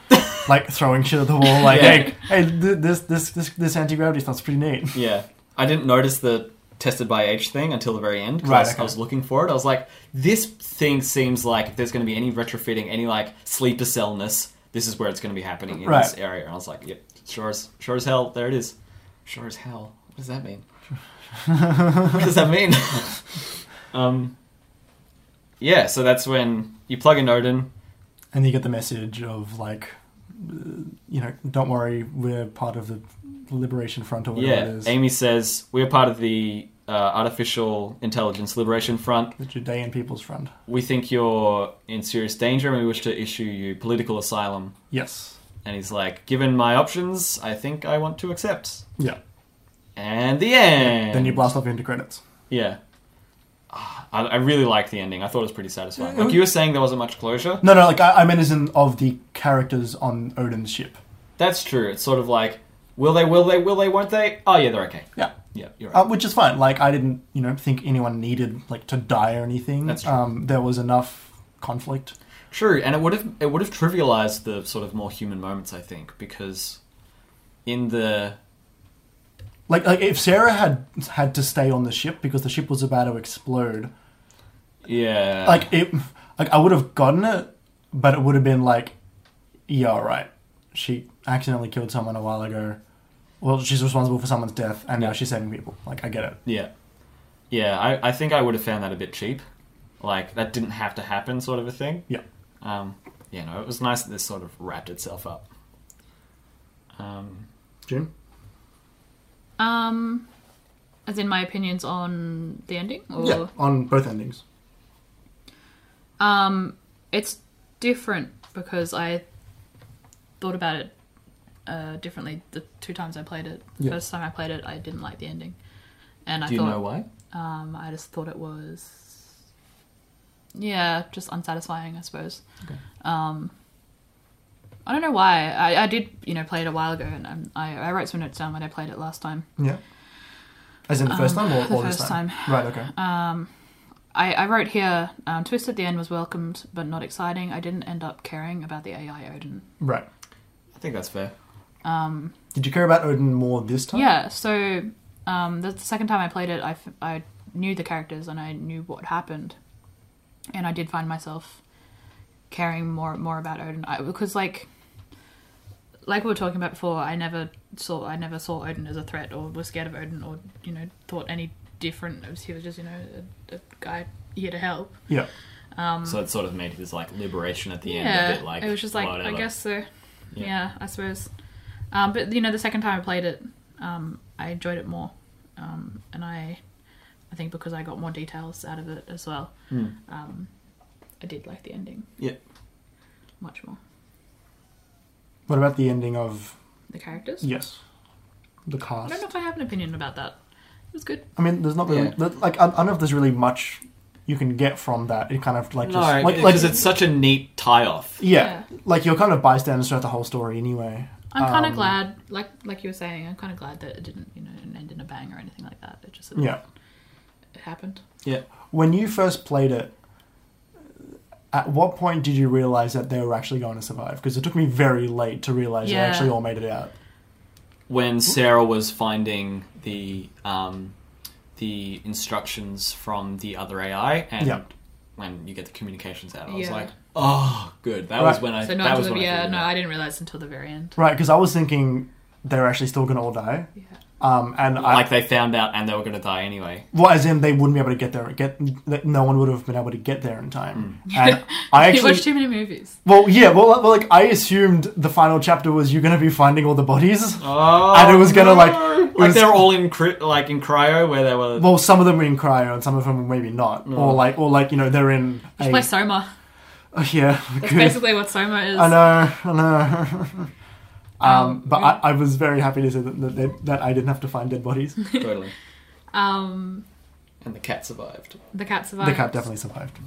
Speaker 3: like throwing shit at the wall. Like,
Speaker 2: Yeah.
Speaker 3: hey, hey, th- this this this this anti gravity stuff's pretty neat. [laughs]
Speaker 2: yeah I didn't notice the tested by H thing until the very end 'cause
Speaker 3: Right,
Speaker 2: I, was, I
Speaker 3: okay.
Speaker 2: was looking for it I was like this thing seems like if there's going to be any retrofitting any like sleeper cellness this is where it's going to be happening in this
Speaker 3: Right.
Speaker 2: area and I was like yep sure as sure as hell there it is sure as hell what does that mean what
Speaker 3: [laughs]
Speaker 2: does that mean? [laughs] um, yeah, so that's when you plug in Odin.
Speaker 3: And you get the message of like, uh, you know, don't worry, we're part of the Liberation Front or whatever it
Speaker 2: Yeah,
Speaker 3: is.
Speaker 2: Amy says we're part of the uh, Artificial Intelligence Liberation Front.
Speaker 3: the Judean People's Front.
Speaker 2: We think you're in serious danger, and we wish to issue you political asylum.
Speaker 3: Yes.
Speaker 2: And he's like, "Given my options, I think I want to accept."
Speaker 3: Yeah.
Speaker 2: And the end.
Speaker 3: Then you blast off into credits.
Speaker 2: Yeah. Ah, I, I really liked the ending. I thought it was pretty satisfying.
Speaker 3: Yeah, it
Speaker 2: Like you were saying, there wasn't much closure.
Speaker 3: No, no, like I, I meant as in of the characters on Odin's ship.
Speaker 2: That's true. It's sort of like, will they, will they, will they, won't they? Oh yeah, they're okay.
Speaker 3: Yeah.
Speaker 2: Yeah, you're right.
Speaker 3: uh, which is fine. Like I didn't, you know, think anyone needed like to die or anything.
Speaker 2: That's true.
Speaker 3: Um, there was enough conflict.
Speaker 2: True, and it would have it would have trivialized the sort of more human moments, I think, because in the
Speaker 3: Like, like if Sarah had had to stay on the ship because the ship was about to explode,
Speaker 2: yeah,
Speaker 3: like it, like I would have gotten it, but it would have been like, yeah, all right, she accidentally killed someone a while ago. Well, she's responsible for someone's death, and now she's saving people. Like I get it.
Speaker 2: yeah, yeah. I, I think I would have found that a bit cheap, like that didn't have to happen, sort of a thing.
Speaker 3: Yeah.
Speaker 2: Um, you know, it was nice that this sort of wrapped itself up. Um,
Speaker 3: June.
Speaker 4: Um, as in my opinions on the ending, or
Speaker 3: Yeah. On both endings.
Speaker 4: um, it's different because I thought about it uh, differently the two times I played it. The
Speaker 3: Yeah.
Speaker 4: first time I played it, I didn't like the ending, and I
Speaker 2: do you
Speaker 4: thought
Speaker 2: know why?
Speaker 4: um, I just thought it was yeah, just unsatisfying, I suppose. Um, I don't know why. I, I did, you know, play it a while ago, and um, I, I wrote some notes down when I played it last time.
Speaker 3: Yeah. As in the first time or,
Speaker 4: Um, [laughs] the
Speaker 3: or this
Speaker 4: first Uh,
Speaker 3: time? Right, okay.
Speaker 4: I, I wrote here, um, twist at the end was welcomed but not exciting. I didn't end up caring about the AI Odin.
Speaker 3: right.
Speaker 2: I think that's fair.
Speaker 3: Did you care about Odin more this time?
Speaker 4: Yeah, so um, the second time I played it, I, f- I knew the characters and I knew what happened, and I did find myself caring more more about Odin I, because like like we were talking about before, I never saw I never saw Odin as a threat or was scared of Odin or you know thought any different. It was- He was just you know a, a guy here to help.
Speaker 3: Yeah.
Speaker 2: so it sort of made this like liberation at the end, a bit like
Speaker 4: Um, it was just like I
Speaker 2: whatever.
Speaker 4: guess so. Yeah,
Speaker 2: Yeah.
Speaker 4: I suppose. Um, but you know, the second time I played it, um, I enjoyed it more, um, and I, I think because I got more details out of it as well, um, I did like the ending
Speaker 2: Hmm. Yeah.
Speaker 4: much more.
Speaker 3: What about the ending of
Speaker 4: The characters.
Speaker 3: Yes? The
Speaker 4: I
Speaker 3: cast.
Speaker 4: don't know if I have an opinion about that. It was good.
Speaker 3: I mean, there's not really
Speaker 2: Yeah.
Speaker 3: like I, I don't know if there's really much you can get from that. It kind of like
Speaker 2: No,
Speaker 3: just
Speaker 2: because
Speaker 3: like, like
Speaker 2: it's such a neat tie-off.
Speaker 3: yeah,
Speaker 4: Yeah.
Speaker 3: like you're kind of bystanders throughout the whole story anyway.
Speaker 4: I'm kind of
Speaker 3: Um,
Speaker 4: glad, like like you were saying, I'm kind of glad that it didn't, you know, end in a bang or anything like that. It just
Speaker 3: Yeah,
Speaker 4: it happened.
Speaker 2: Yeah.
Speaker 3: when you first played it, at what point did you realize that they were actually going to survive? Because it took me very late to realize
Speaker 4: Yeah.
Speaker 3: they actually all made it out.
Speaker 2: When Sarah was finding the um, the instructions from the other AI, and
Speaker 3: Yeah.
Speaker 2: when you get the communications out, I was
Speaker 4: Yeah.
Speaker 2: like, oh, good. That
Speaker 3: Right.
Speaker 2: was when I.
Speaker 4: So no,
Speaker 2: that
Speaker 4: until
Speaker 2: was
Speaker 4: the,
Speaker 2: when I
Speaker 4: uh, yeah,
Speaker 2: figured
Speaker 4: no,
Speaker 2: it out.
Speaker 4: I didn't realize until the very end.
Speaker 3: Right? Because I was thinking they're actually still going to all die.
Speaker 4: Yeah.
Speaker 3: Um, and
Speaker 2: like
Speaker 3: I,
Speaker 2: they found out and they were going to die anyway.
Speaker 3: well, as in they wouldn't be able to get there. Get that no one would have been able to get there in time.
Speaker 2: Hmm.
Speaker 4: [laughs]
Speaker 3: And I
Speaker 4: you watch
Speaker 3: actually,
Speaker 4: too many movies.
Speaker 3: well, yeah, well, like- well, like I assumed the final chapter was you're going to be finding all the bodies.
Speaker 2: Oh,
Speaker 3: And it was gonna, like- it
Speaker 2: like
Speaker 3: was-
Speaker 2: they were all in cry- like in cryo where they were.
Speaker 3: Well, some of them were in cryo and some of them maybe not,
Speaker 2: Hmm.
Speaker 3: or like, or like you know they're in.
Speaker 4: You should
Speaker 3: A,
Speaker 4: play Soma.
Speaker 3: Oh, [laughs] yeah,
Speaker 4: That's
Speaker 3: good.
Speaker 4: basically what Soma is.
Speaker 3: I know,
Speaker 4: [laughs]
Speaker 3: I know. um, but
Speaker 4: yeah.
Speaker 3: I, I was very happy to say that that, they, that I didn't have to find dead bodies.
Speaker 2: totally.
Speaker 4: Um,
Speaker 2: And the cat survived.
Speaker 4: the cat survived.
Speaker 3: the cat definitely survived.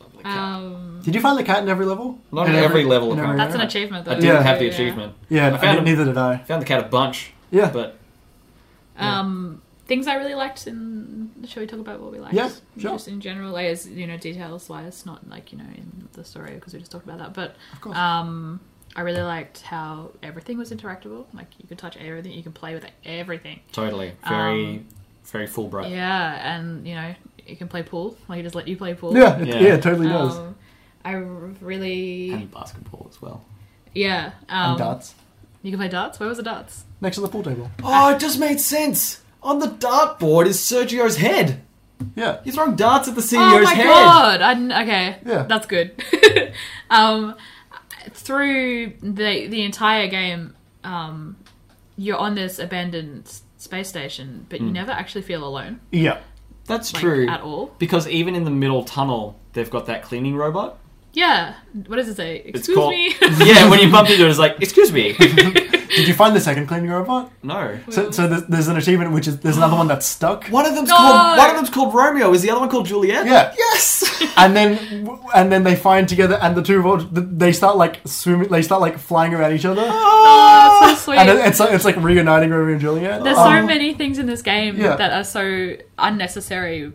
Speaker 2: Lovely cat.
Speaker 4: Um,
Speaker 3: Did you find the cat in every level?
Speaker 2: Not
Speaker 3: In
Speaker 2: at every level,
Speaker 3: in
Speaker 2: apparently.
Speaker 4: that's
Speaker 3: area?
Speaker 4: an achievement, though.
Speaker 2: I didn't
Speaker 3: Yeah.
Speaker 2: have the
Speaker 4: Yeah.
Speaker 2: achievement.
Speaker 3: Yeah,
Speaker 2: I
Speaker 3: I
Speaker 2: found
Speaker 3: didn't, neither did I.
Speaker 2: Found the cat a bunch,
Speaker 3: Yeah,
Speaker 2: but
Speaker 4: Um, things I really liked in. Shall we talk about what we liked?
Speaker 3: Yeah, sure.
Speaker 4: Just in general, like, as you know, details wise, not like you know in the story because we just talked about that. But
Speaker 3: of course.
Speaker 4: um, I really liked how everything was interactable. Like you could touch everything, you could play with everything.
Speaker 2: totally very, very Fulbright.
Speaker 4: Um, Yeah, and you know you can play pool. Like it just let you play pool.
Speaker 3: yeah, it, yeah,
Speaker 2: yeah.
Speaker 3: it totally does.
Speaker 4: Um, I r- really
Speaker 2: and basketball as well.
Speaker 4: Yeah. Um,
Speaker 3: and darts
Speaker 4: You can play darts. Where was the darts?
Speaker 3: next to the pool table.
Speaker 2: Oh, it just made sense. On the dartboard is Sergio's head.
Speaker 3: Yeah,
Speaker 2: You're throwing darts at the
Speaker 4: oh
Speaker 2: CEO's
Speaker 4: my
Speaker 2: head.
Speaker 4: god! I didn't- okay,
Speaker 3: Yeah.
Speaker 4: that's good. [laughs] um, through the the entire game, um, you're on this abandoned s- space station, but you never actually feel alone,
Speaker 3: yeah,
Speaker 2: That's
Speaker 4: like
Speaker 2: Hmm. true.
Speaker 4: at all.
Speaker 2: Because even in the middle tunnel, they've got that cleaning robot.
Speaker 4: Yeah. What does it say?
Speaker 2: It's
Speaker 4: Excuse
Speaker 2: called-
Speaker 4: me.
Speaker 2: [laughs] yeah, when you bump into it, it's like, excuse
Speaker 4: [laughs]
Speaker 2: me.
Speaker 3: Did you find the second cleaning robot?
Speaker 2: no.
Speaker 3: So, so there's, there's an achievement which is there's another one that's stuck,
Speaker 2: One of them's
Speaker 4: No.
Speaker 2: called one of them's called Romeo. Is the other one called Juliet?
Speaker 3: Yeah.
Speaker 4: [laughs]
Speaker 2: Yes.
Speaker 3: and then and then they find together, and the two vol- they start like swimming, they start like flying around each other.
Speaker 4: [laughs] oh,
Speaker 2: [laughs]
Speaker 4: that's so sweet.
Speaker 3: And it- it's like, it's like reuniting Romeo and Juliet.
Speaker 4: There's
Speaker 3: Um,
Speaker 4: so many things in this game
Speaker 3: yeah.
Speaker 4: that are so unnecessary,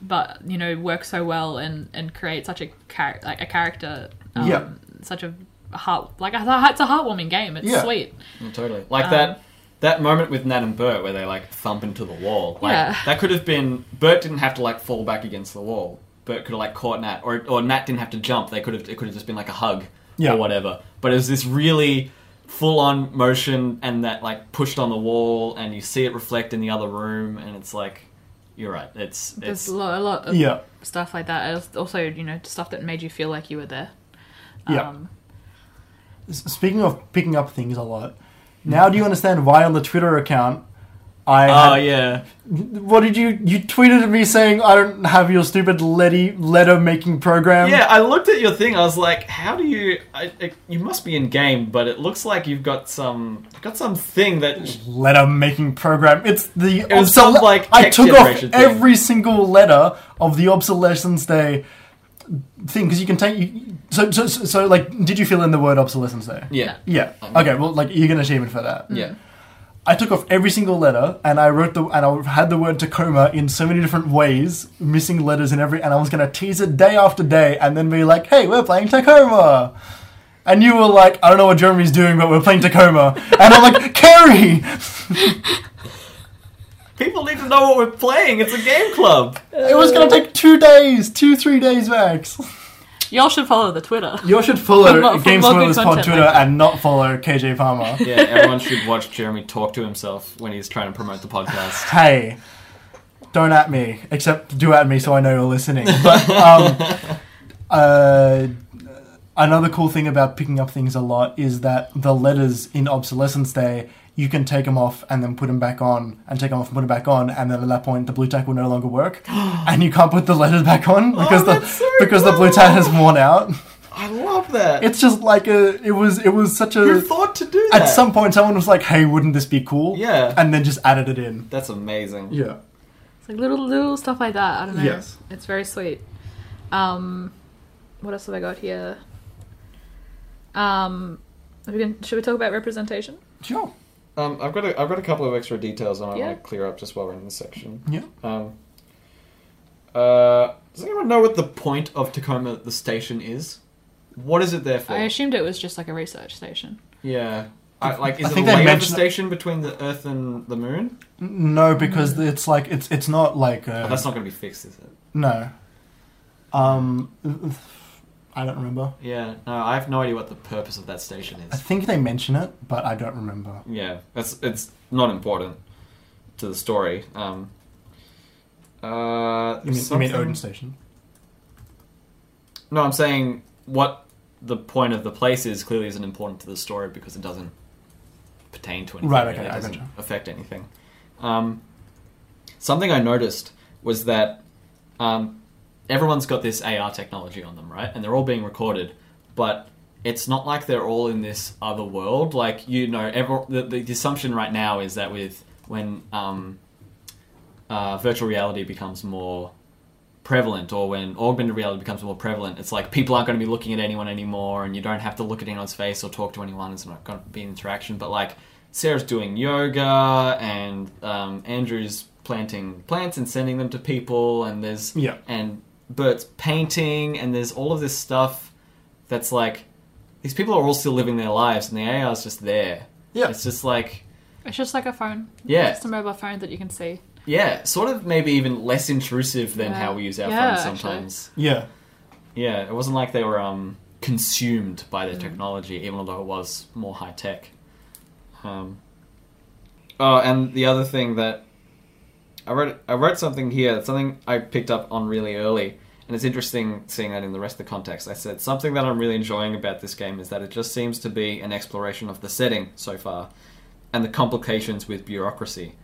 Speaker 4: but you know work so well and and create such a char- like a character. Um,
Speaker 3: Yeah.
Speaker 4: Such a heart like a- it's a heartwarming game. It's
Speaker 3: Yeah.
Speaker 4: sweet.
Speaker 2: Mm, totally. Like that that moment with Nat and Bert where they like thump into the wall. Like
Speaker 4: Yeah.
Speaker 2: that could have been Bert didn't have to like fall back against the wall. Bert could have like caught Nat or or Nat didn't have to jump. They could have it could have just been like a hug
Speaker 3: Yeah.
Speaker 2: or whatever. But it was this really full on motion and that like pushed on the wall and you see it reflect in the other room and it's like you're right. It's
Speaker 4: There's
Speaker 2: it's
Speaker 4: a lot, a lot of
Speaker 3: Yeah,
Speaker 4: stuff like that. It's Also, you know, stuff that made you feel like you were there.
Speaker 3: yeah.
Speaker 4: Um,
Speaker 3: S- Speaking of picking up things a lot, now do you understand why on the Twitter account I?
Speaker 2: Oh
Speaker 3: had-
Speaker 2: yeah.
Speaker 3: What did you you tweeted at me saying I don't have your stupid Letty letter making program?
Speaker 2: Yeah, I looked at your thing. I was like, "How do you? I, I, you must be in game, but it looks like you've got some got some thing that
Speaker 3: letter making program. It's the it
Speaker 2: was some, like,
Speaker 3: I
Speaker 2: text
Speaker 3: took off
Speaker 2: generation thing.
Speaker 3: every single letter of the obsolescence day thing because you can take you, So, so, so, so, like, did you fill in the word obsolescence there?
Speaker 2: Yeah.
Speaker 3: Yeah. Mm. Okay. Well, like, you're gonna shame it for that.
Speaker 2: Yeah.
Speaker 3: I took off every single letter, and I wrote the and I had the word Tacoma in so many different ways, missing letters in every. And I was gonna tease it day after day, and then be like, "Hey, we're playing Tacoma," and you were like, "I don't know what Jeremy's doing, but we're playing Tacoma," and I'm like, "Carrie,
Speaker 2: People need to know what we're playing. It's a game club.
Speaker 3: it was gonna take two days, two three days max."
Speaker 4: Y'all should follow the Twitter.
Speaker 3: You should follow
Speaker 4: For mo- for
Speaker 3: Game
Speaker 4: more good
Speaker 3: Spoilers Pod
Speaker 4: content
Speaker 3: Twitter
Speaker 4: like that.
Speaker 3: and not follow KJ Palmer.
Speaker 2: [laughs] Yeah, everyone should watch Jeremy talk to himself when he's trying to promote the podcast.
Speaker 3: hey, don't at me. Except do at me so I know you're
Speaker 2: [laughs]
Speaker 3: listening. But um, uh, another cool thing about picking up things a lot is that the letters in obsolescence day. You can take them off and then put them back on, and take them off and put them back on, and then at that point the blue tack will no longer
Speaker 2: [gasps]
Speaker 3: work, and you can't put the letters back on because the
Speaker 2: Oh, that's so
Speaker 3: because the blue tack
Speaker 2: clever.
Speaker 3: has worn out.
Speaker 2: [laughs] I love that.
Speaker 3: It's just like a it was it was such a
Speaker 2: Who thought to do that?
Speaker 3: at some point someone was like, "Hey, wouldn't this be cool?"
Speaker 2: Yeah.
Speaker 3: and then just added it in.
Speaker 2: That's amazing.
Speaker 3: Yeah.
Speaker 4: It's like little little stuff like that. I don't know.
Speaker 3: Yes.
Speaker 4: It's very sweet. Um, what else have I got here? Um, are we gonna- should we talk about representation?
Speaker 3: Sure.
Speaker 2: Um, I've got a, I've got a couple of extra details I might
Speaker 4: Yeah.
Speaker 2: want to clear up just while we're in this section.
Speaker 3: Yeah.
Speaker 2: Um, uh, does anyone know what the point of Tacoma the station is? What is it there for?
Speaker 4: I assumed it was just like a research station.
Speaker 2: yeah. I, like, is
Speaker 3: I
Speaker 2: it
Speaker 3: think
Speaker 2: a
Speaker 3: they
Speaker 2: layover
Speaker 3: mentioned-
Speaker 2: station between the Earth and the Moon?
Speaker 3: N- No, because it's like it's it's not like uh,
Speaker 2: Oh, that's not going to be fixed, is it?
Speaker 3: no. Um, I don't remember.
Speaker 2: Yeah. No, I have no idea what the purpose of that station
Speaker 3: I
Speaker 2: is.
Speaker 3: think they mention it, but I don't remember.
Speaker 2: [laughs] Yeah, that's it's not important to the story. Um, uh,
Speaker 3: You mean, you mean
Speaker 2: something-
Speaker 3: Odin Station?
Speaker 2: No, I'm saying what the point of the place is clearly isn't important to the story because it doesn't pertain to anything.
Speaker 3: Right,
Speaker 2: really.
Speaker 3: okay,
Speaker 2: it
Speaker 3: I
Speaker 2: doesn't
Speaker 3: gotcha.
Speaker 2: affect anything. Um, something I noticed was that um, everyone's got this AR technology on them, right? And they're all being recorded, but it's not like they're all in this other world. Like you know, every, the, the, the assumption right now is that with when um, uh, virtual reality becomes more prevalent or when augmented reality becomes more prevalent it's like people aren't going to be looking at anyone anymore and you don't have to look at anyone's face or talk to anyone it's not going to be interaction but like sarah's doing yoga and um, andrew's planting plants and sending them to people and there's
Speaker 3: Yeah.
Speaker 2: and bert's painting and there's all of this stuff that's like these people are all still living their lives and the ar's just there
Speaker 3: Yeah.
Speaker 2: it's just like
Speaker 4: It's just like a phone.
Speaker 2: Yeah.
Speaker 4: It's a mobile phone that you can see.
Speaker 2: yeah sort of maybe even less intrusive than
Speaker 4: Yeah.
Speaker 2: how we use our
Speaker 4: Yeah,
Speaker 2: phones
Speaker 4: actually.
Speaker 2: sometimes
Speaker 3: Yeah.
Speaker 2: Yeah, it wasn't like they were um, consumed by their technology, even though it was more high tech. Um, oh, and the other thing that I wrote, I wrote something here, something I picked up on really early, and it's interesting seeing that in the rest of the context. I said something that I'm really enjoying about this game is that it just seems to be an exploration of the setting so far, and the complications with bureaucracy.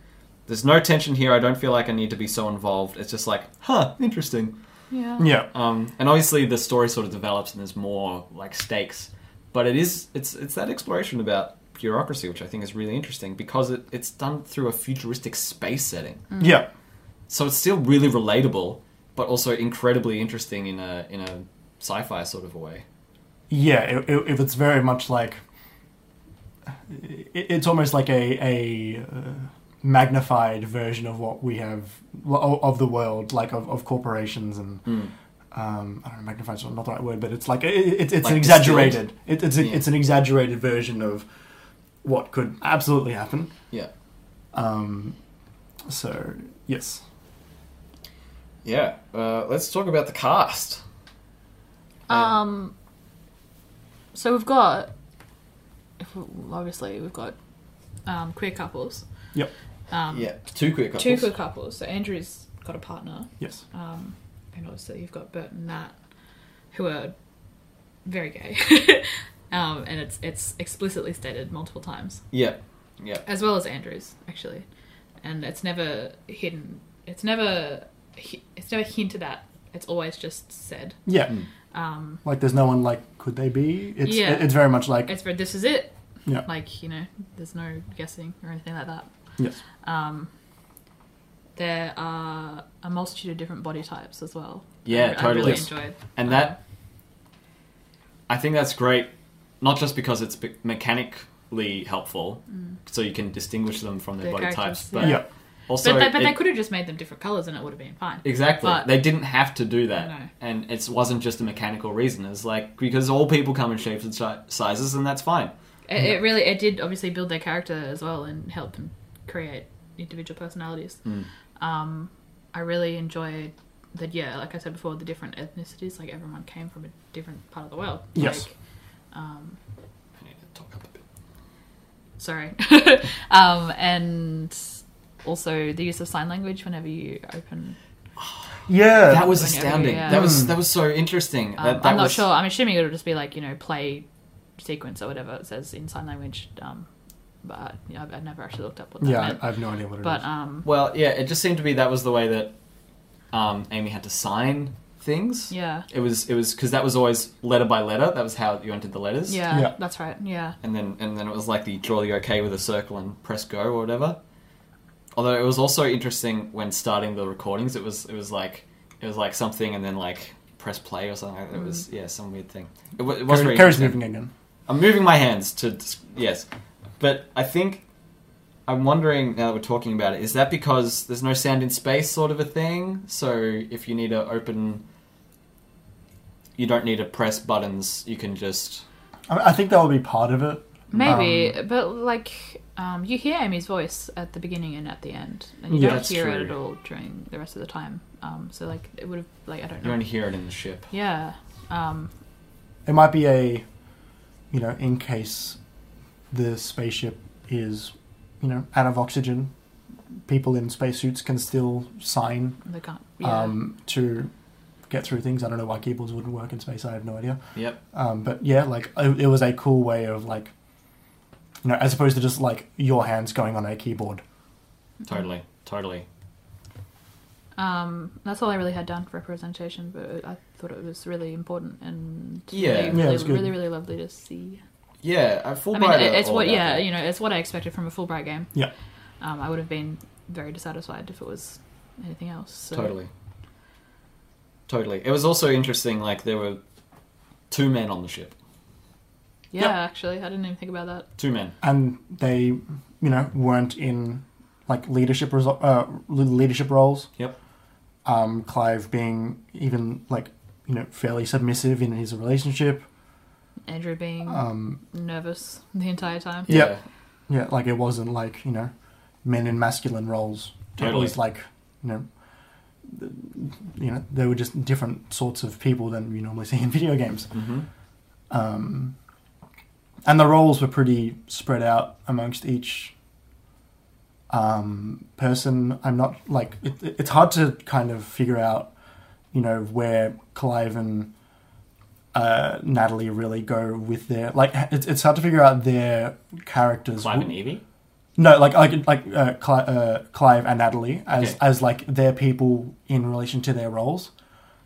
Speaker 2: There's no tension here. I don't feel like I need to be so involved. It's just like, huh, interesting.
Speaker 4: Yeah.
Speaker 3: Yeah.
Speaker 2: Um, and obviously, the story sort of develops, and there's more like stakes. But it is it's it's that exploration about bureaucracy, which I think is really interesting because it, it's done through a futuristic space setting.
Speaker 3: Yeah.
Speaker 2: So it's still really relatable, but also incredibly interesting in a in a sci-fi sort of a way.
Speaker 3: Yeah. i- i- If it's very much like, i- it's almost like a a uh, magnified version of what we have o- of the world, like of, of corporations and
Speaker 2: Hmm.
Speaker 3: um, I don't know, magnified is not the right word, but it's like it, it, it's
Speaker 2: Like
Speaker 3: an
Speaker 2: distilled.
Speaker 3: exaggerated. It, it's a,
Speaker 2: Yeah.
Speaker 3: it's an exaggerated version of what could absolutely happen.
Speaker 2: Yeah,
Speaker 3: Um, so yes,
Speaker 2: yeah. Uh, let's talk about the cast.
Speaker 4: Um. So we've got, if we, obviously, we've got um, queer couples.
Speaker 3: yep,
Speaker 4: Um,
Speaker 2: yeah, two queer couples.
Speaker 4: Two queer couples. So Andrew's got a partner,
Speaker 3: yes,
Speaker 4: um, and obviously you've got Bert and Matt, who are very gay, [laughs] um, and it's it's explicitly stated multiple times,
Speaker 2: Yeah, yeah.
Speaker 4: as well as Andrew's actually, and it's never hidden. It's never hi- it's never hinted at. It's always just said.
Speaker 3: yeah.
Speaker 4: Um,
Speaker 3: Like there's no one like could they be? It's
Speaker 4: Yeah.
Speaker 3: it- it's very much like
Speaker 4: it's for this is it.
Speaker 3: Yeah.
Speaker 4: Like you know, there's no guessing or anything like that.
Speaker 3: yes,
Speaker 4: Um, there are a multitude of different body types as well.
Speaker 2: Yeah,
Speaker 4: I, I
Speaker 2: totally.
Speaker 4: really enjoyed.
Speaker 2: And that I think that's great, not just because it's be- mechanically helpful, so you can distinguish them from their
Speaker 4: Their
Speaker 2: body
Speaker 4: characters,
Speaker 2: types,
Speaker 4: yeah.
Speaker 2: but
Speaker 3: yeah.
Speaker 2: also
Speaker 4: But, they, but
Speaker 2: it-
Speaker 4: they could have just made them different colors and it would have been fine.
Speaker 2: Exactly.
Speaker 4: But-
Speaker 2: they didn't have to do that,
Speaker 4: No.
Speaker 2: and it wasn't just a mechanical reason. It's like because all people come in shapes and si- sizes, and that's fine.
Speaker 4: It, it really it did obviously build their character as well and help them create individual personalities.
Speaker 3: Hmm.
Speaker 4: Um, I really enjoyed that. Yeah, like I said before, the different ethnicities. Like everyone came from a different part of the world.
Speaker 3: Yes.
Speaker 4: Like, um,
Speaker 2: I need to talk up a bit.
Speaker 4: sorry. [laughs] um, and also the use of sign language whenever you open.
Speaker 3: Yeah.
Speaker 2: That was
Speaker 4: Like every-
Speaker 2: astounding.
Speaker 4: yeah.
Speaker 2: That was
Speaker 3: Mm.
Speaker 2: that was so interesting.
Speaker 4: Um,
Speaker 2: that, that
Speaker 4: I'm not
Speaker 2: was,
Speaker 4: sure. I'm assuming it'll just be like you know play sequence or whatever it says in sign language. Um, but yeah, I've, I've never actually looked up what that
Speaker 3: yeah,
Speaker 4: meant.
Speaker 3: I I have no idea what it is.
Speaker 4: but um,
Speaker 2: Well, yeah, it just seemed to be that was the way that um, Amy had to sign things.
Speaker 4: yeah.
Speaker 2: It was it was because that was always letter by letter. That was how you entered the letters.
Speaker 4: yeah,
Speaker 3: Yeah.
Speaker 4: that's right. Yeah,
Speaker 2: And then and then it was like the draw the OK with a circle and press go or whatever. Although it was also interesting when starting the recordings, it was it was like it was like something and then like press play or something. like that. It was yeah, some weird thing. It, wa- it was very
Speaker 3: Carrie's
Speaker 2: interesting.
Speaker 3: moving again.
Speaker 2: I'm moving my hands to dis- yes, but I think I'm wondering now that we're talking about it, is that because there's no sound in space, sort of a thing? So if you need to open, you don't need to press buttons. You can just
Speaker 3: I, I think that will be part of it.
Speaker 4: maybe,
Speaker 3: Um,
Speaker 4: but like um, you hear Amy's voice at the beginning and at the end, and you
Speaker 3: Yeah,
Speaker 4: don't
Speaker 2: that's
Speaker 4: hear it
Speaker 2: true.
Speaker 4: at all during the rest of the time. Um, so like it would have like I don't
Speaker 2: you
Speaker 4: know.
Speaker 2: only hear it in the ship.
Speaker 4: Yeah, um,
Speaker 3: It might be a, you know, in case the spaceship is, you know, out of oxygen, people in spacesuits can still sign
Speaker 4: they can't. Yeah,
Speaker 3: um, to get through things. I don't know why keyboards wouldn't work in space. I have no idea.
Speaker 2: Yep.
Speaker 3: Um, but yeah, like it, it was a cool way of like, you know, as opposed to just like your hands going on a keyboard.
Speaker 2: Totally. Totally.
Speaker 4: um, that's all I really had done for representation, but I thought it was really important and
Speaker 2: Yeah.
Speaker 4: really,
Speaker 3: Yeah, it was
Speaker 4: really,
Speaker 3: good.
Speaker 4: really, really lovely to see.
Speaker 2: Yeah, uh, I
Speaker 4: I
Speaker 2: Fulbright.
Speaker 4: mean, it-
Speaker 2: are
Speaker 4: it's
Speaker 2: all
Speaker 4: what
Speaker 2: about
Speaker 4: yeah,
Speaker 2: that.
Speaker 4: you know, it's what I expected from a Fulbright game.
Speaker 3: Yeah.
Speaker 4: um, I would have been very dissatisfied if it was anything else. So.
Speaker 2: Totally. Totally. It was also interesting. Like there were two men on the ship.
Speaker 4: Yeah,
Speaker 3: Yep.
Speaker 4: actually, I didn't even think about that.
Speaker 2: Two men.
Speaker 3: and they, you know, weren't in like leadership reso- uh, le- leadership roles.
Speaker 2: Yep.
Speaker 3: Um, Clive being even like you know fairly submissive in his relationship.
Speaker 4: Andrew being
Speaker 3: Um,
Speaker 4: nervous the entire time.
Speaker 3: Yep. yeah, like it wasn't like you know men in masculine roles. It
Speaker 2: Totally.
Speaker 3: was like you know. th- You know, they were just different sorts of people than you normally see in video games,
Speaker 2: Mm-hmm.
Speaker 3: um, and the roles were pretty spread out amongst each um, person. I'm not like it, it- it's hard to kind of figure out, you know, where Clive and uh, Natalie really go with their like. It's it's hard to figure out their characters.
Speaker 2: Clive and Evie.
Speaker 3: No, like like like uh, Clive, uh, Clive and Natalie as
Speaker 2: Okay.
Speaker 3: as like their people in relation to their roles,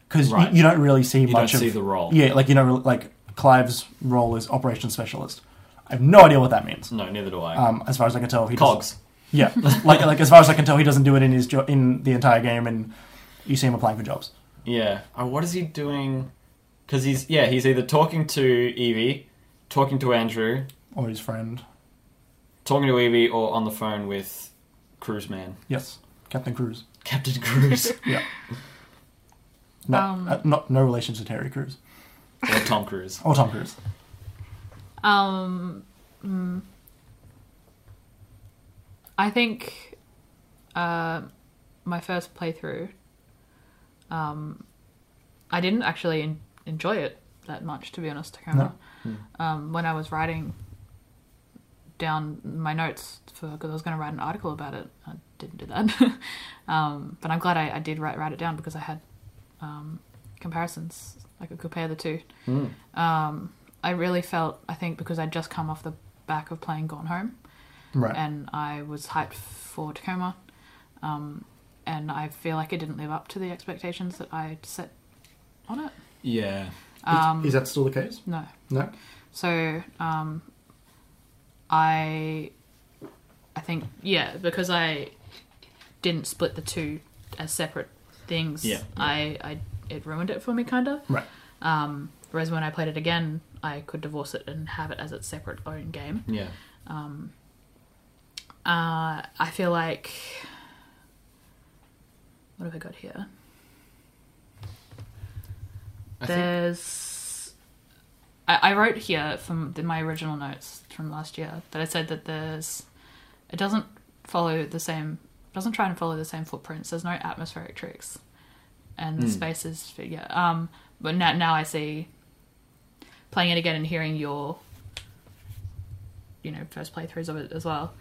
Speaker 3: because
Speaker 2: Right.
Speaker 3: you, don't really see
Speaker 2: You don't
Speaker 3: much of
Speaker 2: see the role.
Speaker 3: yeah, like you know, like Clive's role is operations specialist. I have no idea what that means.
Speaker 2: No, neither do I.
Speaker 3: Um, as far as I can tell, he doesn't-
Speaker 2: Cogs.
Speaker 3: Yeah, like like as far as I can tell, he doesn't do it in his jo- in the entire game, and you see him applying for jobs.
Speaker 2: Yeah. Oh, what is he doing? Because he's yeah, he's either talking to Evie, talking to Andrew,
Speaker 3: Or his friend,
Speaker 2: talking to Evie, or on the phone with Cruise Man, [laughs]
Speaker 3: yes, Captain Cruz.
Speaker 2: Captain Cruise,
Speaker 3: No,
Speaker 4: Um,
Speaker 3: uh, not no relation to Terry Cruz
Speaker 2: or Tom Cruise.
Speaker 3: or Tom Cruise.
Speaker 4: Um, mm, I think uh, my first playthrough, um, I didn't actually en- enjoy it that much, to be honest, Tacoma. Um, when I was writing down my notes for because I was going to write an article about it, I didn't do that. [laughs] um, but I'm glad I, I did write write it down because I had um, comparisons. I could compare the two
Speaker 2: Mm.
Speaker 4: um, I really felt, I think, because I'd just come off the back of playing Gone Home
Speaker 3: Right.
Speaker 4: and I was hyped for Tacoma. Um, and I feel like it didn't live up to the expectations that I set on it.
Speaker 2: Yeah.
Speaker 4: Um,
Speaker 3: that still the case?
Speaker 4: no.
Speaker 3: No.
Speaker 4: So um, I, I think yeah, because I didn't split the two as separate things.
Speaker 2: Yeah, yeah.
Speaker 4: I, I it ruined it for me, kind of.
Speaker 3: Right.
Speaker 4: Um, Whereas when I played it again, I could divorce it and have it as its separate own game.
Speaker 2: Yeah.
Speaker 4: Uh, I feel like. What have I got here?
Speaker 2: I think
Speaker 4: There's. I, I wrote here from the, my original notes from last year that I said that there's. It doesn't follow the same. Doesn't try and follow the same footprints. There's no atmospheric tricks, and the
Speaker 2: Hmm.
Speaker 4: space is yeah. Um, but now now I see. Playing it again and hearing your. You know, first playthroughs of it as well.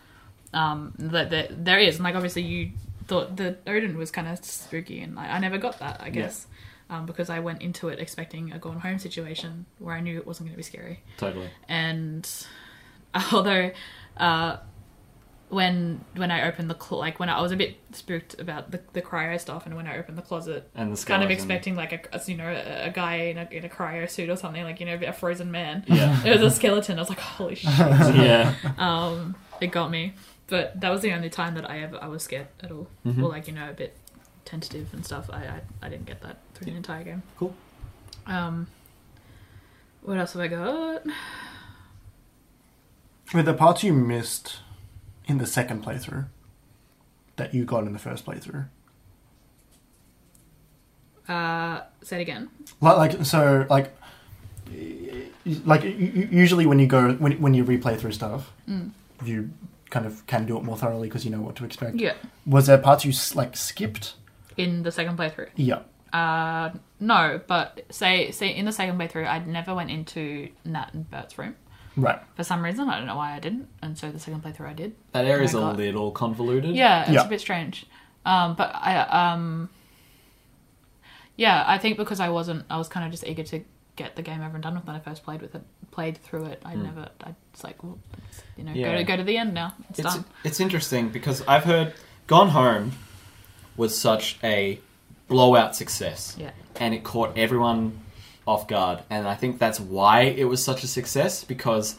Speaker 4: Um, that, that there is, and like obviously you thought the Odin was kind of spooky, and I, I never got that. I guess um, because I went into it expecting a gone home situation where I knew it wasn't going to be scary.
Speaker 2: totally.
Speaker 4: And [laughs] although uh, when when I opened the cl- like when I, I was a bit spooked about the, the cryo stuff, and when I opened the closet,
Speaker 2: And the
Speaker 4: kind
Speaker 2: skeleton.
Speaker 4: of expecting like a, a- you know a, a guy in a, in a cryo suit or something like you know a
Speaker 2: [laughs]
Speaker 4: frozen man.
Speaker 2: [laughs] Yeah.
Speaker 4: It was a skeleton. I was like, holy shit! [laughs]
Speaker 2: yeah.
Speaker 4: Um, it got me. But that was the only time that I ever I was scared at all,
Speaker 2: Mhm.
Speaker 4: or like you know a bit tentative and stuff. I I, I didn't get that through the entire game.
Speaker 2: Cool.
Speaker 4: Um, what else have I got?
Speaker 3: With the parts you missed in the second playthrough that you got in the first playthrough.
Speaker 4: Uh, say it again.
Speaker 3: Like, like so, like, y- like u- u- usually when you go when when you replay through stuff, you kind of can do it more thoroughly because you know what to expect.
Speaker 4: Yeah,
Speaker 3: Was there parts you s- like skipped?
Speaker 4: in the second playthrough.
Speaker 3: Yeah.
Speaker 4: Uh, no, but say say in the second playthrough, I never went into Nat and Bert's room
Speaker 3: Right.
Speaker 4: for some reason. I don't know why I didn't, and so the second playthrough I did.
Speaker 2: That area's
Speaker 4: Oh my
Speaker 2: a
Speaker 4: God.
Speaker 2: little convoluted.
Speaker 4: Yeah, it's
Speaker 3: Yeah.
Speaker 4: a bit strange. Um, but I um, yeah, I think because I wasn't, I was kind of just eager to get the game over and done with when I first played with it, played through it. I never, I it's like, well, you know, go
Speaker 2: Hmm. Yeah.
Speaker 4: to go to the end now. It's,
Speaker 2: It's
Speaker 4: done.
Speaker 2: it's interesting because I've heard Gone Home was such a blowout success.
Speaker 4: Yeah.
Speaker 2: and it caught everyone off guard. And I think that's why it was such a success because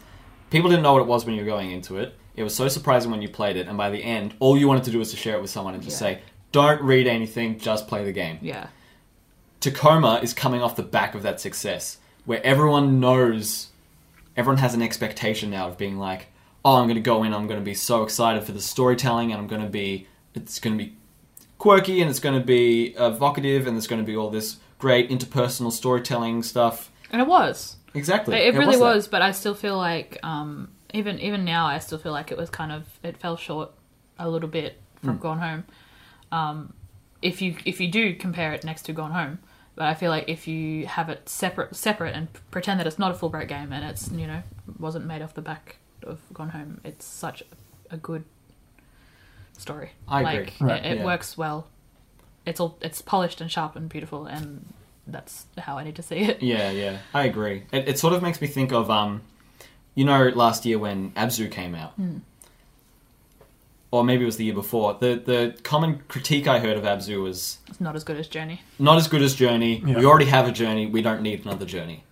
Speaker 2: people didn't know what it was when you were going into it. It was so surprising when you played it, and by the end, all you wanted to do was to share it with someone and just
Speaker 4: Yeah.
Speaker 2: say, "Don't read anything, just play the game."
Speaker 4: Yeah.
Speaker 2: Tacoma is coming off the back of that success, where everyone knows, everyone has an expectation now of being like, "Oh, I'm going to go in. I'm going to be so excited for the storytelling, and I'm going to be, it's going to be quirky, and it's going to be evocative, and there's going to be all this great interpersonal storytelling stuff."
Speaker 4: And it was.
Speaker 2: Exactly,
Speaker 4: It, it really
Speaker 2: that.
Speaker 4: was, but I still feel like um, even even now I still feel like it was kind of it fell short a little bit from
Speaker 2: Hmm.
Speaker 4: Gone Home. Um, if you if you do compare it next to Gone Home, but I feel like if you have it separate separate and pretend that it's not a full break game and it's you know wasn't made off the back of Gone Home, it's such a good story.
Speaker 2: I agree.
Speaker 4: like,
Speaker 3: Right,
Speaker 4: It, it
Speaker 2: yeah.
Speaker 4: works well. It's all it's polished and sharp and beautiful, and that's how I need to see it.
Speaker 2: Yeah, yeah, I agree. It, it sort of makes me think of, um, you know, last year when Abzu came out, or maybe it was the year before. The the common critique I heard of Abzu was
Speaker 4: It's not as good as Journey.
Speaker 2: not as good as Journey.
Speaker 3: Yeah.
Speaker 2: We already have a Journey. We don't need another Journey.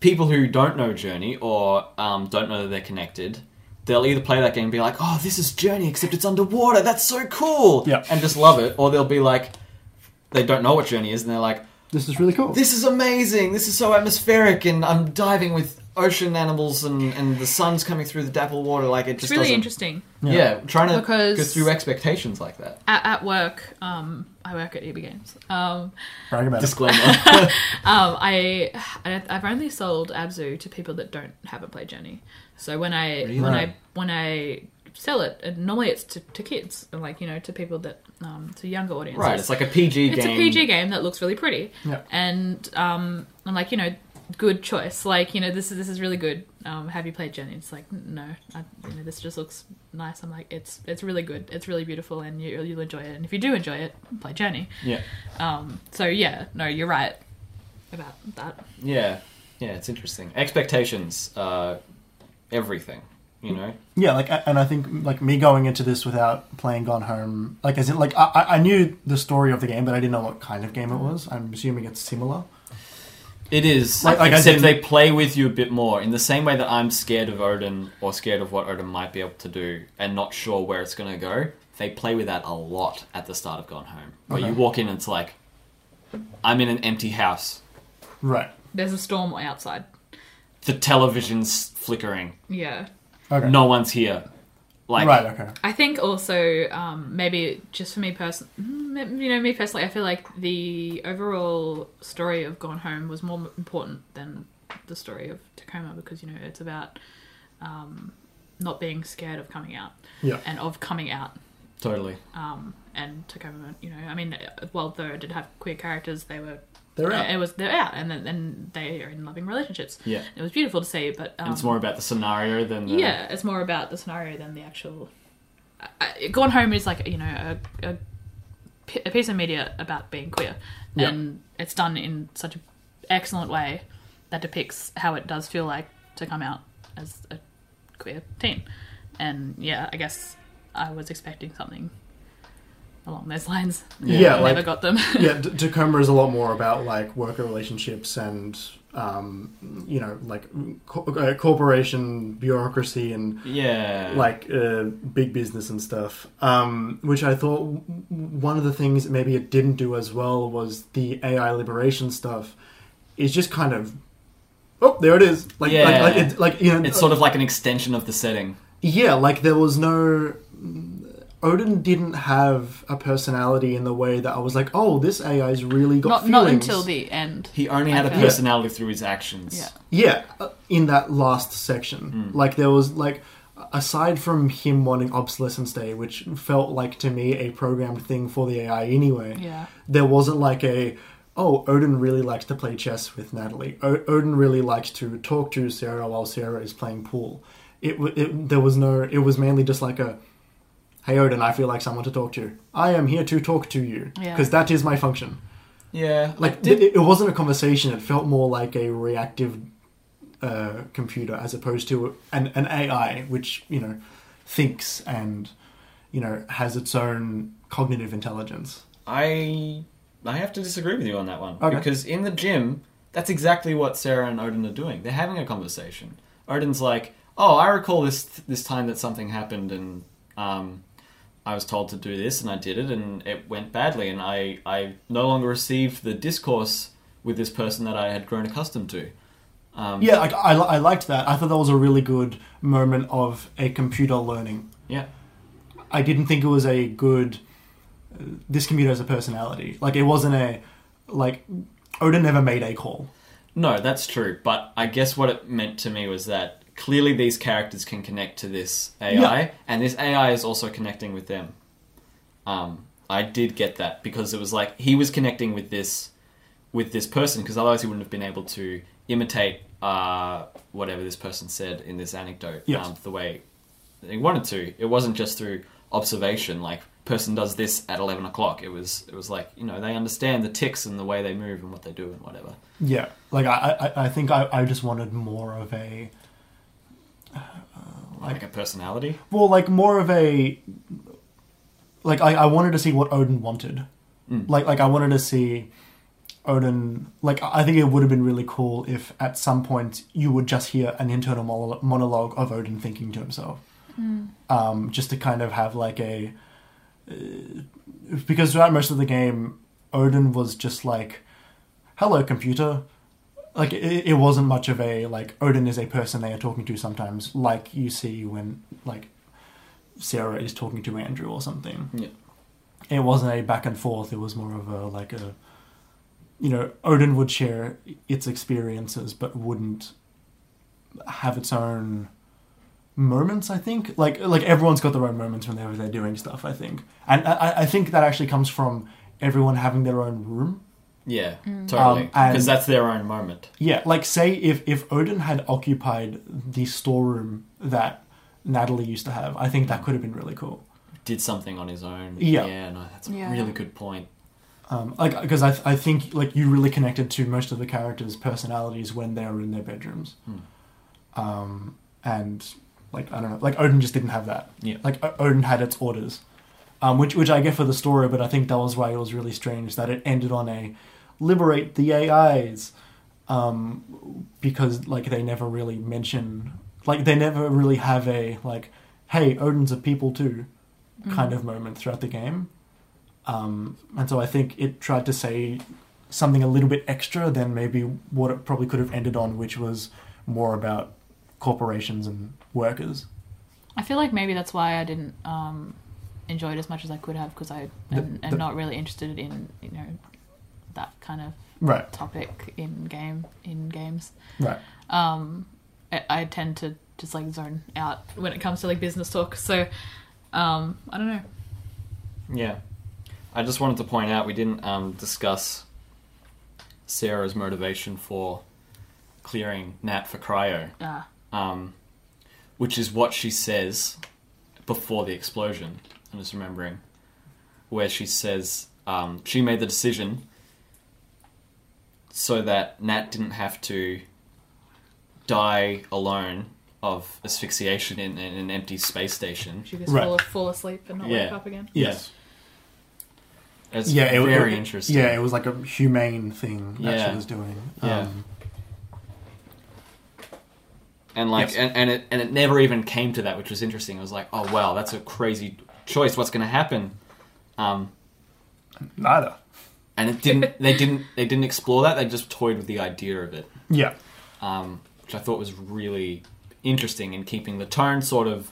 Speaker 2: People who don't know Journey or um, don't know that they're connected, they'll either play that game and be like, "Oh, this is Journey, except it's underwater. That's so cool,"
Speaker 3: Yeah.
Speaker 2: and just love it, or they'll be like, they don't know what Journey is, and they're like,
Speaker 3: This is really cool.
Speaker 2: this is amazing. This is so atmospheric, and I'm diving with ocean animals, and, and the sun's coming through the dapple water. Like it
Speaker 4: It's
Speaker 2: just
Speaker 4: really
Speaker 2: doesn't-
Speaker 4: interesting.
Speaker 2: Yeah, trying to
Speaker 4: Because-
Speaker 2: go through expectations like that.
Speaker 4: At, at work, um, I work at EB Games. Um,
Speaker 3: Brag about
Speaker 2: [laughs]
Speaker 3: it.
Speaker 2: Disclaimer.
Speaker 4: um, I I- I've only sold Abzu to people that don't haven't played Journey. So when I when I
Speaker 3: Really?
Speaker 4: when I sell it, and normally it's to, to kids, and like you know to people that um, to younger
Speaker 2: [laughs]
Speaker 4: audiences.
Speaker 2: right, it's like E a PG
Speaker 4: it's
Speaker 2: game.
Speaker 4: a PG game that looks really pretty.
Speaker 3: Yeah.
Speaker 4: And um, I'm like, you know, good choice. Like, you know, this is this is really good. Um, have you played Jenny? It's like, no, I, you know, this just looks nice. I'm like, it's it's really good. It's really beautiful, and you, you'll enjoy it. And if you do enjoy it, play Jenny.
Speaker 2: Yeah,
Speaker 4: Um, so yeah, no, you're right about that.
Speaker 2: yeah, yeah. It's interesting. Expectations, uh, everything. You know.
Speaker 3: Yeah, like, a- and I think like me going into this without playing Gone Home, like, as in, like, I, I- I knew the story of the game, but I didn't know what kind of game it was. I'm assuming it's similar.
Speaker 2: It is.
Speaker 3: Like- like I
Speaker 2: except
Speaker 3: didn't-
Speaker 2: they play with you a bit more in the same way that I'm scared of Odin or scared of what Odin might be able to do and not sure where it's going to go. They play with that a lot at the start of Gone Home, where you
Speaker 3: Okay.
Speaker 2: walk in and it's like, I'm in an empty house.
Speaker 3: Right.
Speaker 4: There's a storm outside.
Speaker 2: The television's flickering.
Speaker 4: Yeah.
Speaker 3: Okay.
Speaker 2: No one's here. Like
Speaker 3: Right. Okay.
Speaker 4: I think also um, maybe just for me person, mm, you know, me personally, I feel like the overall story of Gone Home was more important than the story of Tacoma because you know it's about um, not being scared of coming out
Speaker 3: Yeah.
Speaker 4: and of coming out.
Speaker 2: totally.
Speaker 4: Um, and Tacoma, you know, I mean, well, though it did have queer characters, they were
Speaker 3: They're
Speaker 4: it
Speaker 3: out.
Speaker 4: was they're out and then and they are in loving relationships.
Speaker 2: Yeah.
Speaker 4: It was beautiful to see, but um,
Speaker 2: And it's more about the scenario than the
Speaker 4: yeah, it's more about the scenario than the actual. I- I, Gone Home is like you know a, a, p- a piece of media about being queer,
Speaker 3: Yeah.
Speaker 4: and it's done in such an excellent way that depicts how it does feel like to come out as a queer teen, and yeah, I guess I was expecting something along those lines.
Speaker 2: Yeah,
Speaker 4: I
Speaker 3: like
Speaker 4: never got them.
Speaker 3: yeah, T- Tacoma is a lot more about like worker relationships and um, you know like co- uh, corporation bureaucracy and
Speaker 2: Yeah.
Speaker 3: like uh, big business and stuff. Um, which I thought w- w- one of the things maybe it didn't do as well was the AI liberation stuff. Is just kind of oh there it is like
Speaker 2: Yeah.
Speaker 3: like, like, it, like you know
Speaker 2: it's sort of like an extension of the setting.
Speaker 3: yeah, like there was no. Odin didn't have a personality in the way that I was like, oh, this AI's really got
Speaker 4: [laughs] not
Speaker 3: feelings.
Speaker 4: not until the end.
Speaker 2: He only had a
Speaker 4: Okay.
Speaker 2: personality through his actions.
Speaker 4: Yeah.
Speaker 3: Yeah, uh, in that last section. Like there was like aside from him wanting obsolescence day, which felt like to me a programmed thing for the AI anyway.
Speaker 4: Yeah.
Speaker 3: There wasn't like a oh, Odin really likes to play chess with Natalie. O- Odin really likes to talk to Sarah while Sarah is playing pool. It, w- it there was no it was mainly just like a hey Odin, I feel like someone to talk to. I am here to talk to you
Speaker 4: Yeah.
Speaker 3: because that is my function
Speaker 2: Yeah.
Speaker 3: like it, it wasn't a conversation it felt more like a reactive uh, computer as opposed to an, an ai which you know thinks and you know has its own cognitive intelligence
Speaker 2: I I have to disagree with you on that one
Speaker 3: Okay.
Speaker 2: because in the gym, that's exactly what Sarah and Odin are doing. They're having a conversation. Odin's like, "Oh, I recall this this time that something happened and um, I was told to do this and I did it and it went badly and I I no longer received the discourse with this person that I had grown accustomed to." Um,
Speaker 3: yeah like, I, I liked that i thought that was a really good moment of a computer learning
Speaker 2: yeah.
Speaker 3: i didn't think it was a good uh, this computer has a personality like it wasn't a like odin never made a call
Speaker 2: No, that's true. But I guess what it meant to me was that clearly these characters can connect to this AI, and this AI is also connecting with them. Um, I did get that because it was like he was connecting with this with this person because otherwise he wouldn't have been able to imitate uh, whatever this person said in this anecdote um,
Speaker 3: Yes.
Speaker 2: the way that he wanted to. It wasn't just through observation, like person does this at eleven o'clock. It was it was like you know they understand the ticks and the way they move and what they do and whatever.
Speaker 3: Yeah, like I, I, I think I, I just wanted more of a
Speaker 2: like a personality.
Speaker 3: well, like more of a like I, I wanted to see what Odin wanted. Like like I wanted to see Odin. Like I I think it would have been really cool if at some point you would just hear an internal mono- monologue of Odin thinking to himself, um, just to kind of have like a uh, because throughout most of the game, Odin was just like, "Hello, computer." Like it, it wasn't much of a like Odin is a person they are talking to sometimes, like you see when like Sarah is talking to Andrew or something.
Speaker 2: Yeah.
Speaker 3: It wasn't a back and forth. It was more of a like a, you know, Odin would share its experiences, but wouldn't have its own moments. I think like like everyone's got their own moments whenever they're doing stuff. I think, and I, I- I think that actually comes from everyone having their own room.
Speaker 2: Yeah, totally.
Speaker 3: Um, and-
Speaker 2: Because that's their own moment.
Speaker 3: Yeah, like say if if Odin had occupied the storeroom that Natalie used to have, I think that could have been really cool.
Speaker 2: Did something on his own.
Speaker 3: Yeah.
Speaker 2: Yeah, no, that's a
Speaker 4: Yeah.
Speaker 2: really good point.
Speaker 3: um, like because I, I think like you really connected to most of the characters' personalities when they were in their bedrooms, um, and like I don't know, like Odin just didn't have that.
Speaker 2: Yeah.
Speaker 3: like o- Odin had its orders, um, which which I get for the story, but I think that was why it was really strange that it ended on a liberate the AIs, um, because like they never really mention like they never really have a like hey Odin's a people too kind of moment throughout the game. Um, and so I think it tried to say something a little bit extra than maybe what it probably could have ended on, which was more about corporations and workers.
Speaker 4: I feel like maybe that's why I didn't um, enjoy it as much as I could have because I
Speaker 3: The-
Speaker 4: am, am
Speaker 3: the-
Speaker 4: not really interested in you know that kind of
Speaker 3: Right,
Speaker 4: topic in game in games.
Speaker 3: right.
Speaker 4: Um, I, I tend to just like zone out when it comes to like business talk. So um, I don't know.
Speaker 2: Yeah. I just wanted to point out we didn't um, discuss Sarah's motivation for clearing Nat for cryo,
Speaker 4: Uh,
Speaker 2: um, which is what she says before the explosion. I'm just remembering where she says um, she made the decision so that Nat didn't have to die alone of asphyxiation in, in an empty space station.
Speaker 4: she just
Speaker 3: Right.
Speaker 4: fall, fall asleep and not wake
Speaker 2: Yeah.
Speaker 4: up again.
Speaker 2: Yes. It's
Speaker 3: Yeah, it,
Speaker 2: very
Speaker 3: it-
Speaker 2: interesting.
Speaker 3: Yeah, it was like a humane thing that
Speaker 2: Yeah.
Speaker 3: she was doing.
Speaker 2: Yeah.
Speaker 3: Um,
Speaker 2: and like
Speaker 3: Yes.
Speaker 2: and, and it and it never even came to that, which was interesting. It was like, oh wow, that's a crazy choice. What's going to happen? Um,
Speaker 3: neither.
Speaker 2: and it didn't. they didn't. They didn't explore that. They just toyed with the idea of it,
Speaker 3: Yeah,
Speaker 2: um, which I thought was really interesting in keeping the tone sort of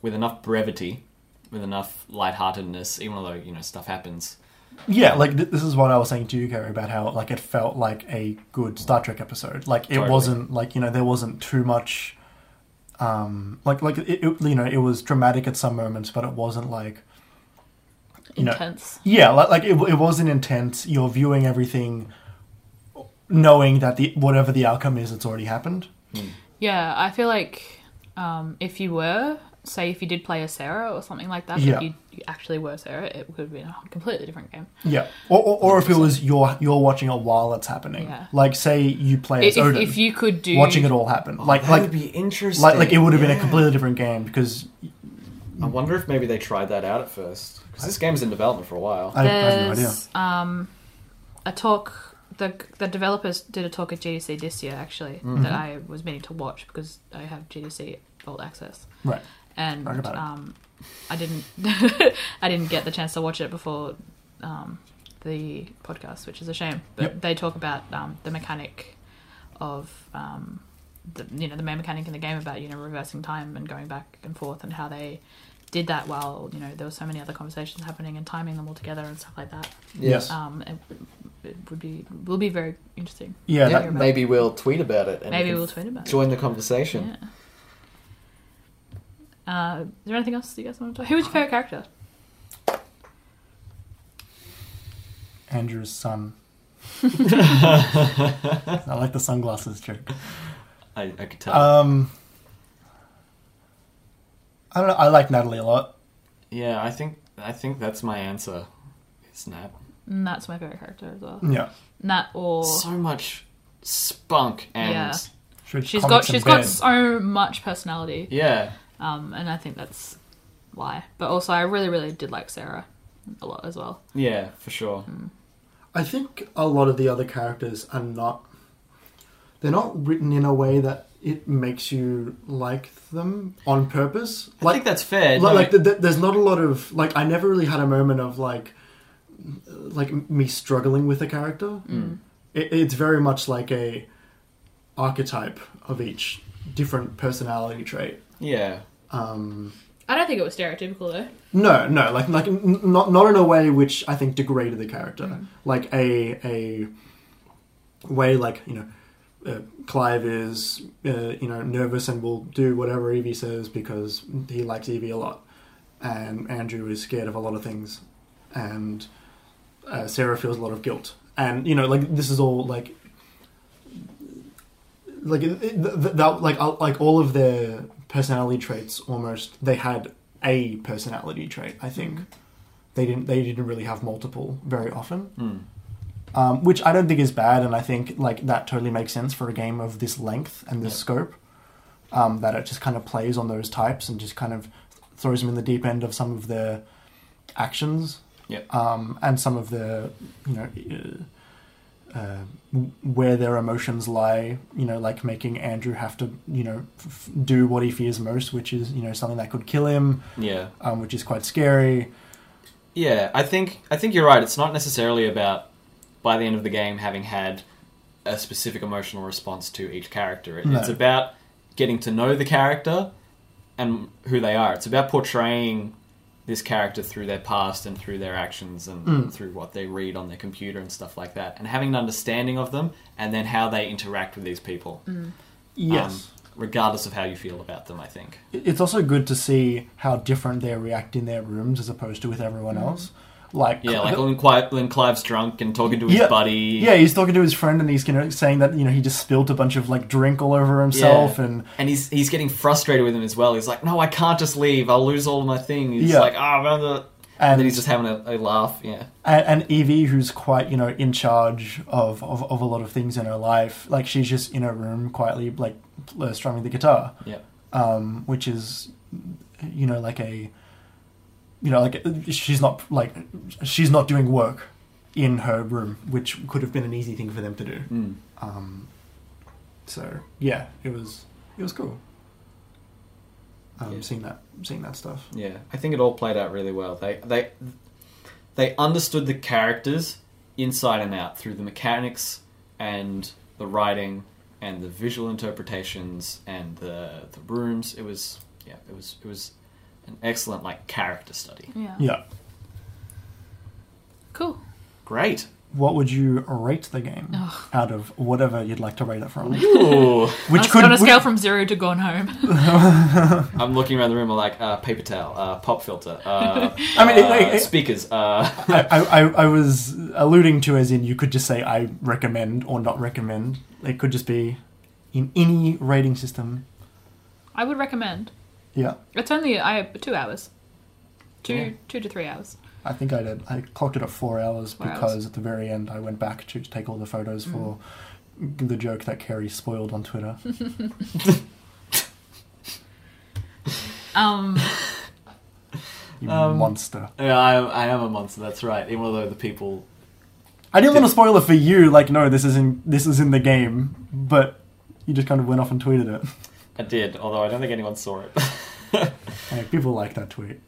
Speaker 2: with enough brevity, with enough lightheartedness, even though you know stuff happens.
Speaker 3: yeah. Like th- this is what I was saying to you, Gary, about how like it felt like a good Star Trek episode. Like it
Speaker 2: Totally.
Speaker 3: wasn't like you know there wasn't too much. Um, like like it, it, you know it was dramatic at some moments, but it wasn't like You know-
Speaker 4: Intense.
Speaker 3: Yeah, like, like it, it wasn't intense. You're viewing everything, knowing that the whatever the outcome is, it's already happened.
Speaker 4: Yeah, I feel like um, if you were, say, if you did play a Sarah or something like that,
Speaker 3: Yeah.
Speaker 4: if you, you actually were Sarah, it could have been a completely different game.
Speaker 3: Yeah, or, or, or if it was you're you're watching it while it's happening.
Speaker 4: Yeah.
Speaker 3: Like say you play as
Speaker 4: If,
Speaker 3: Odin,
Speaker 4: if you could do Oh,
Speaker 3: watching it all happen. like
Speaker 2: that
Speaker 3: like
Speaker 2: would be interesting.
Speaker 3: like like it would have been a
Speaker 2: Yeah.
Speaker 3: completely different game because
Speaker 2: I wonder if maybe they tried that out at first because this game's in development for a while.
Speaker 3: I, I have no idea.
Speaker 4: There's, Um, a talk. The, the developers did a talk at GDC this year, actually,
Speaker 3: Mm. Mm-hmm.
Speaker 4: that I was meaning to watch because I have GDC Vault access,
Speaker 3: Right.
Speaker 4: and
Speaker 3: Brag about it.
Speaker 4: um, I didn't [laughs] I didn't get the chance to watch it before um, the podcast, which is a shame. But
Speaker 3: Yep.
Speaker 4: they talk about um, the mechanic of um, the you know the main mechanic in the game about you know reversing time and going back and forth and how they did that while you know there were so many other conversations happening and timing them all together and stuff like that.
Speaker 3: Yes.
Speaker 4: Um, it, it would be will be very interesting.
Speaker 3: yeah.
Speaker 4: Yeah.
Speaker 3: That,
Speaker 4: about
Speaker 2: maybe we'll tweet about it and
Speaker 4: Maybe
Speaker 2: you can
Speaker 4: we'll tweet about it.
Speaker 2: join the conversation.
Speaker 4: Yeah. Uh, is there anything else you guys want to talk? Who was your favorite character?
Speaker 3: Andrew's son. I like the sunglasses joke.
Speaker 2: I, I could tell.
Speaker 3: Um. I don't know. I like Natalie a lot.
Speaker 2: yeah, I think I think that's my answer. It's Nat.
Speaker 4: And that's my favorite character as well.
Speaker 3: Yeah.
Speaker 4: Nat or
Speaker 2: So much spunk and
Speaker 4: Yeah.
Speaker 2: yeah.
Speaker 4: she's got
Speaker 3: comics and
Speaker 4: she's got
Speaker 3: bed.
Speaker 4: so much personality. Um, and I think that's why. But also, I really, really did like Sarah a lot as well.
Speaker 2: yeah, for sure.
Speaker 3: I think a lot of the other characters are not. They're not written in a way that it makes you like them on purpose.
Speaker 2: I think that's fair.
Speaker 3: like,
Speaker 2: No,
Speaker 3: like th- th- there's not a lot of like I never really had a moment of like like me struggling with a character. It, it's very much like a archetype of each different personality trait.
Speaker 2: yeah,
Speaker 3: Um,
Speaker 4: I don't think it was stereotypical though.
Speaker 3: no, no, like like n- not not in a way which I think degraded the character, like a a way like you know. Uh, Clive is, uh, you know, nervous and will do whatever Evie says because he likes Evie a lot, and Andrew is scared of a lot of things, and uh, Sarah feels a lot of guilt, and you know, like this is all like, like it, it, th- th- that, like uh, like all of their personality traits almost they had a personality trait. I think they didn't they didn't really have multiple very often,
Speaker 2: hmm,
Speaker 3: um, which I don't think is bad, and I think like that totally makes sense for a game of this length and this scope. Um, that it just kind of plays on those types and just kind of throws them in the deep end of some of their actions
Speaker 2: Yep.
Speaker 3: um, and some of the you know uh, uh, w- where their emotions lie you know like making andrew have to you know f- f- do what he fears most which is you know something that could kill him
Speaker 2: yeah,
Speaker 3: um, which is quite scary
Speaker 2: yeah. I think I think you're right. It's not necessarily about by the end of the game having had a specific emotional response to each character. It,
Speaker 3: No.
Speaker 2: It's about getting to know the character and who they are. It's about portraying this character through their past and through their actions and
Speaker 3: Mm.
Speaker 2: through what they read on their computer and stuff like that, and having an understanding of them and then how they interact with these people.
Speaker 3: Yes.
Speaker 2: um, regardless of how you feel about them, I think.
Speaker 3: it's also good to see how different they react in their rooms as opposed to with everyone else. Like,
Speaker 2: Yeah, like when, Clive, when Clive's drunk and talking to his
Speaker 3: Yeah.
Speaker 2: buddy.
Speaker 3: Yeah, he's talking to his friend and he's you know, saying that you know he just spilt a bunch of like drink all over himself
Speaker 2: Yeah.
Speaker 3: and
Speaker 2: he's he's getting frustrated with him as well. He's like, "No, I can't just leave. I'll lose all of my things." He's
Speaker 3: Yeah.
Speaker 2: like, "Ah, blah, blah." and
Speaker 3: And-
Speaker 2: then he's just having a, a laugh. Yeah,
Speaker 3: and, and Evie, who's quite you know in charge of, of of a lot of things in her life, like she's just in her room quietly like uh, strumming the guitar,
Speaker 2: yeah,
Speaker 3: um, which is you know like a you know like she's not like she's not doing work in her room, which could have been an easy thing for them to do.
Speaker 2: mm.
Speaker 3: Um, so yeah, it was it was cool. Um,
Speaker 2: Yeah.
Speaker 3: Seeing that seeing that stuff.
Speaker 2: yeah. I think it all played out really well. They they they understood the characters inside and out through the mechanics and the writing and the visual interpretations and the the rooms. It was yeah, it was it was an excellent like character study.
Speaker 4: Yeah.
Speaker 3: Yeah.
Speaker 4: Cool.
Speaker 2: Great.
Speaker 3: What would you rate the game out of whatever you'd like to rate it from?
Speaker 2: Ooh. [laughs]
Speaker 3: Which
Speaker 4: Which on, a-
Speaker 3: could
Speaker 4: on a scale
Speaker 3: which,
Speaker 4: from zero to gone home. [laughs]
Speaker 2: I'm looking around the room. I'm like uh, paper towel, uh, pop filter. [laughs] Uh,
Speaker 3: I mean, it-
Speaker 2: uh,
Speaker 3: it- it-
Speaker 2: speakers. Uh,
Speaker 3: I, I, I was alluding to as in you could just say I recommend or not recommend. It could just be in any rating system.
Speaker 4: I would recommend.
Speaker 3: Yeah,
Speaker 4: It's only I two hours, two
Speaker 2: Yeah.
Speaker 4: two to three hours.
Speaker 3: I think I did. I clocked it at four hours
Speaker 4: Four hours.
Speaker 3: because at the very end I went back to take all the photos for the joke that Kerry spoiled on Twitter.
Speaker 4: [laughs] Um,
Speaker 3: You
Speaker 2: Um,
Speaker 3: monster.
Speaker 2: yeah, I, I am a monster. That's right. Even although the people,
Speaker 3: I didn't want to spoil it for you. Like, no, this is in this is in the game, but you just kind of went off and tweeted it.
Speaker 2: I did. Although I don't think anyone saw [laughs] it.
Speaker 3: Hey, people like that tweet.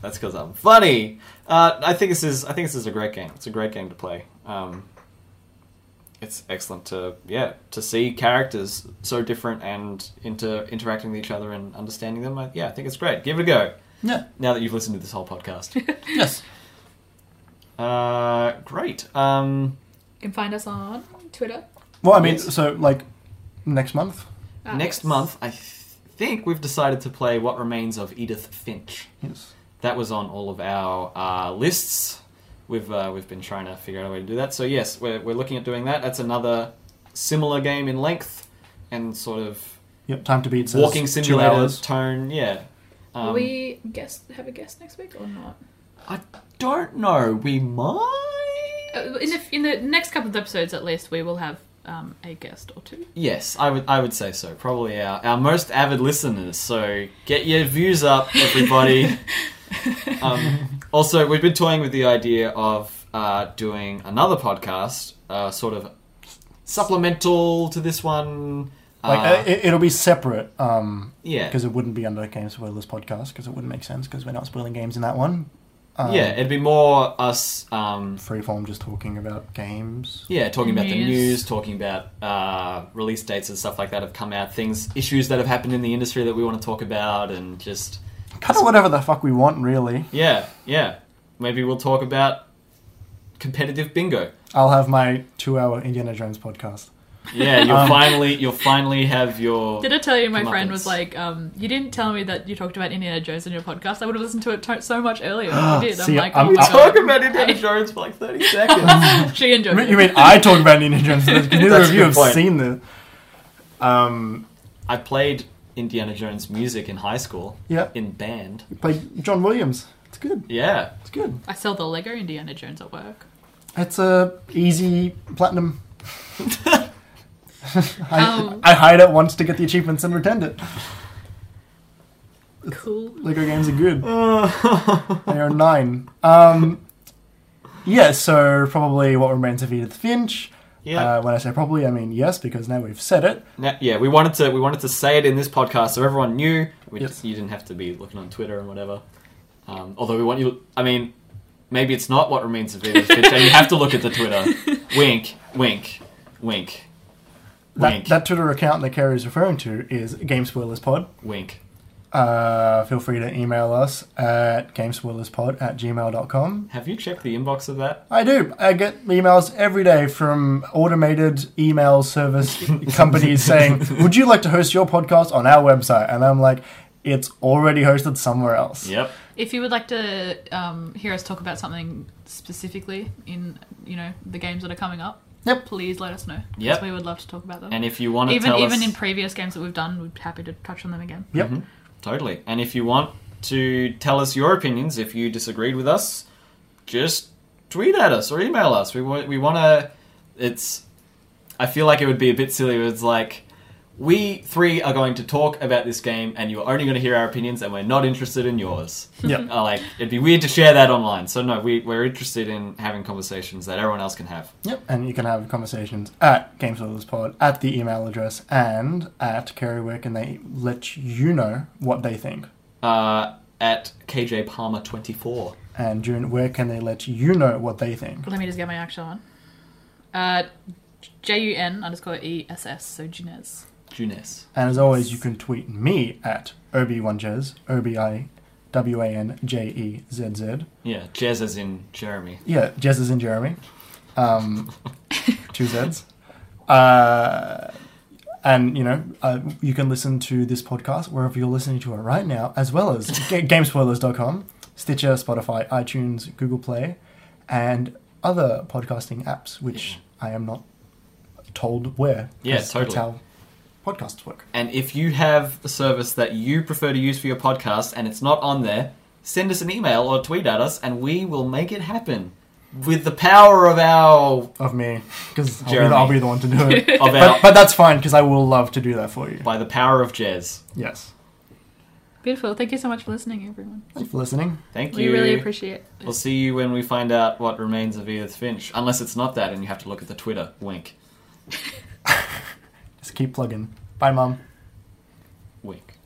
Speaker 2: That's because I'm funny. Uh, I think this is. I think this is a great game. It's a great game to play. Um, it's excellent to yeah to see characters so different and inter interacting with each other and understanding them. I, yeah, I think it's great. Give it a go.
Speaker 3: Yeah.
Speaker 2: Now that you've listened to this whole [laughs] podcast.
Speaker 3: Yes.
Speaker 2: Uh, great. Um,
Speaker 4: you can find us on Twitter.
Speaker 3: Well, I mean,
Speaker 2: Yes.
Speaker 3: so like next month.
Speaker 4: Uh,
Speaker 2: next
Speaker 4: yes.
Speaker 2: month, I th- think we've decided to play What Remains of Edith Finch.
Speaker 3: Yes.
Speaker 2: That was on all of our uh, lists. We've uh, we've been trying to figure out a way to do that. So yes, we're we're looking at doing that. That's another similar game in length and sort of
Speaker 3: Yep. Time to beat. Says
Speaker 2: walking
Speaker 3: Two
Speaker 2: simulator
Speaker 3: hours.
Speaker 2: tone. Yeah.
Speaker 4: Will
Speaker 2: Um,
Speaker 4: we guest have a guest next week or not?
Speaker 2: I don't know. We might.
Speaker 4: Uh, In the, in the next couple of episodes, at least, we will have um, a guest or two.
Speaker 2: Yes, I would. I would say so. Probably our, our most avid listeners. So get your views up,
Speaker 4: [laughs]
Speaker 2: everybody. um, also, we've been toying with the idea of uh, doing another podcast, uh, sort of supplemental to this one.
Speaker 3: Like
Speaker 2: uh,
Speaker 3: uh, it, it'll be separate. Um,
Speaker 2: yeah,
Speaker 3: because it wouldn't be under Game Spoilers podcast because it wouldn't make sense because we're not spoiling games in that one. Um,
Speaker 2: yeah, it'd be more us. Um,
Speaker 3: Freeform just talking about games.
Speaker 2: yeah, talking about the
Speaker 4: News.
Speaker 2: news, talking about uh, release dates and stuff like that have come out, things, issues that have happened in the industry that we want to talk about, and just
Speaker 3: Kind of whatever the fuck we want, really.
Speaker 2: Yeah, yeah. Maybe we'll talk about competitive bingo.
Speaker 3: I'll have my two-hour Indiana Jones podcast.
Speaker 2: Yeah, you'll
Speaker 3: Um.
Speaker 2: finally you'll finally have your
Speaker 4: Did I tell you my
Speaker 2: Come up
Speaker 4: friend
Speaker 2: with-
Speaker 4: was like, um, you didn't tell me that you talked about Indiana Jones in your podcast. I would have listened to it to- so much earlier. if you did.
Speaker 3: See,
Speaker 4: I'm like,
Speaker 3: I'm-
Speaker 4: oh
Speaker 2: we
Speaker 4: my
Speaker 3: I'm-
Speaker 2: talk [laughs]
Speaker 4: God.
Speaker 2: about Indiana Jones for like thirty seconds.
Speaker 4: [laughs] she enjoyed
Speaker 3: You mean,
Speaker 4: it.
Speaker 3: you mean I talk about Indiana
Speaker 2: [laughs]
Speaker 3: Jones? Because neither
Speaker 2: That's
Speaker 3: of
Speaker 2: a
Speaker 3: you
Speaker 2: good
Speaker 3: have
Speaker 2: point.
Speaker 3: seen the. Um,
Speaker 2: [laughs] I played Indiana Jones music in high school
Speaker 3: yeah,
Speaker 2: in band.
Speaker 3: play John Williams. It's good.
Speaker 2: [laughs] Yeah,
Speaker 3: It's good.
Speaker 4: I sell the Lego Indiana Jones at work.
Speaker 3: It's a easy platinum. I,
Speaker 4: Um.
Speaker 3: I hide it once to get the achievements and retend it.
Speaker 4: Cool.
Speaker 3: Lego games are good. they are nine. Um, yeah, so probably what remains of Edith Finch.
Speaker 2: yeah,
Speaker 3: Uh, when I say probably, I mean yes, because now we've said it.
Speaker 2: Now- yeah. We wanted to we wanted to say it in this podcast so everyone knew. We
Speaker 3: Yep.
Speaker 2: just, you didn't have to be looking on Twitter and whatever. Um, although we want you, I mean, Maybe it's not what remains of Edith Finch, and you have to look at the [laughs] Twitter. Wink, wink, wink,
Speaker 3: That,
Speaker 2: Wink.
Speaker 3: that Twitter account that Kerry is referring to is Game Spoilers Pod.
Speaker 2: wink.
Speaker 3: Uh, feel free to email us at gamespoilerspod at gmail.com.
Speaker 2: Have you checked the inbox of that?
Speaker 3: I do. I get emails every day from automated email service companies saying, Would you like to host your podcast on our website? And I'm like, It's already hosted somewhere else.
Speaker 2: Yep.
Speaker 4: If you would like to um, hear us talk about something specifically in you know the games that are coming up,
Speaker 3: Yep.
Speaker 4: please let us know. 'cause
Speaker 2: Yep.
Speaker 4: we would love to talk about them.
Speaker 2: And if you want to
Speaker 4: even
Speaker 2: tell
Speaker 4: even
Speaker 2: us,
Speaker 4: in previous games that we've done, we'd be happy to touch on them again.
Speaker 3: Yep.
Speaker 2: Mm-hmm. totally. And if you want to tell us your opinions, if you disagreed with us, just tweet at us or email us. We want we want to. It's. I feel like it would be a bit silly. If it's like we three are going to talk about this game, and you're only going to hear our opinions, and we're not interested in yours.
Speaker 3: [laughs] Yep.
Speaker 2: Uh, like it'd be weird to share that online. So no, we we're interested in having conversations that everyone else can have.
Speaker 3: Yep. And you can have conversations at GameSpoilersPod, at the email address, and at Kerry, where can they let you know what they think?
Speaker 2: Uh, at KJ Palmer twenty four.
Speaker 3: And June, where can they let you know what they think?
Speaker 4: Let me just get my actual one. Uh, J U N underscore E S S. So Junez.
Speaker 2: Junes.
Speaker 3: And as always, you can tweet me at Obi1Jez, O B I W A N J E Z Z.
Speaker 2: Yeah, Jez as in Jeremy.
Speaker 3: Yeah, Jez is in Jeremy. Um, two Zs. Uh, and, you know, uh, you can listen to this podcast wherever you're listening to it right now, as well as ga- gamespoilers.com, Stitcher, Spotify, iTunes, Google Play, and other podcasting apps, which I am not told where.
Speaker 2: Yeah,
Speaker 3: 'cause
Speaker 2: totally.
Speaker 3: That's how podcasts work.
Speaker 2: And if you have a service that you prefer to use for your podcast and it's not on there, send us an email or tweet at us and we will make it happen. With the power of our
Speaker 3: of me because I'll, be
Speaker 2: Jeremy.
Speaker 3: the- I'll be the one to
Speaker 2: [laughs]
Speaker 3: do it.
Speaker 2: of our
Speaker 3: but, but that's fine because I will love to do that for you.
Speaker 2: by the power of Jez.
Speaker 3: Yes.
Speaker 4: Beautiful. Thank you so much for listening, everyone.
Speaker 3: Thanks for listening.
Speaker 2: Thank
Speaker 4: We
Speaker 2: you.
Speaker 4: really appreciate it.
Speaker 2: We'll see you when we find out what remains of Edith Finch. Unless it's not that and you have to look at the Twitter. Wink.
Speaker 3: Just keep plugging. Bye, mum.
Speaker 2: Wink.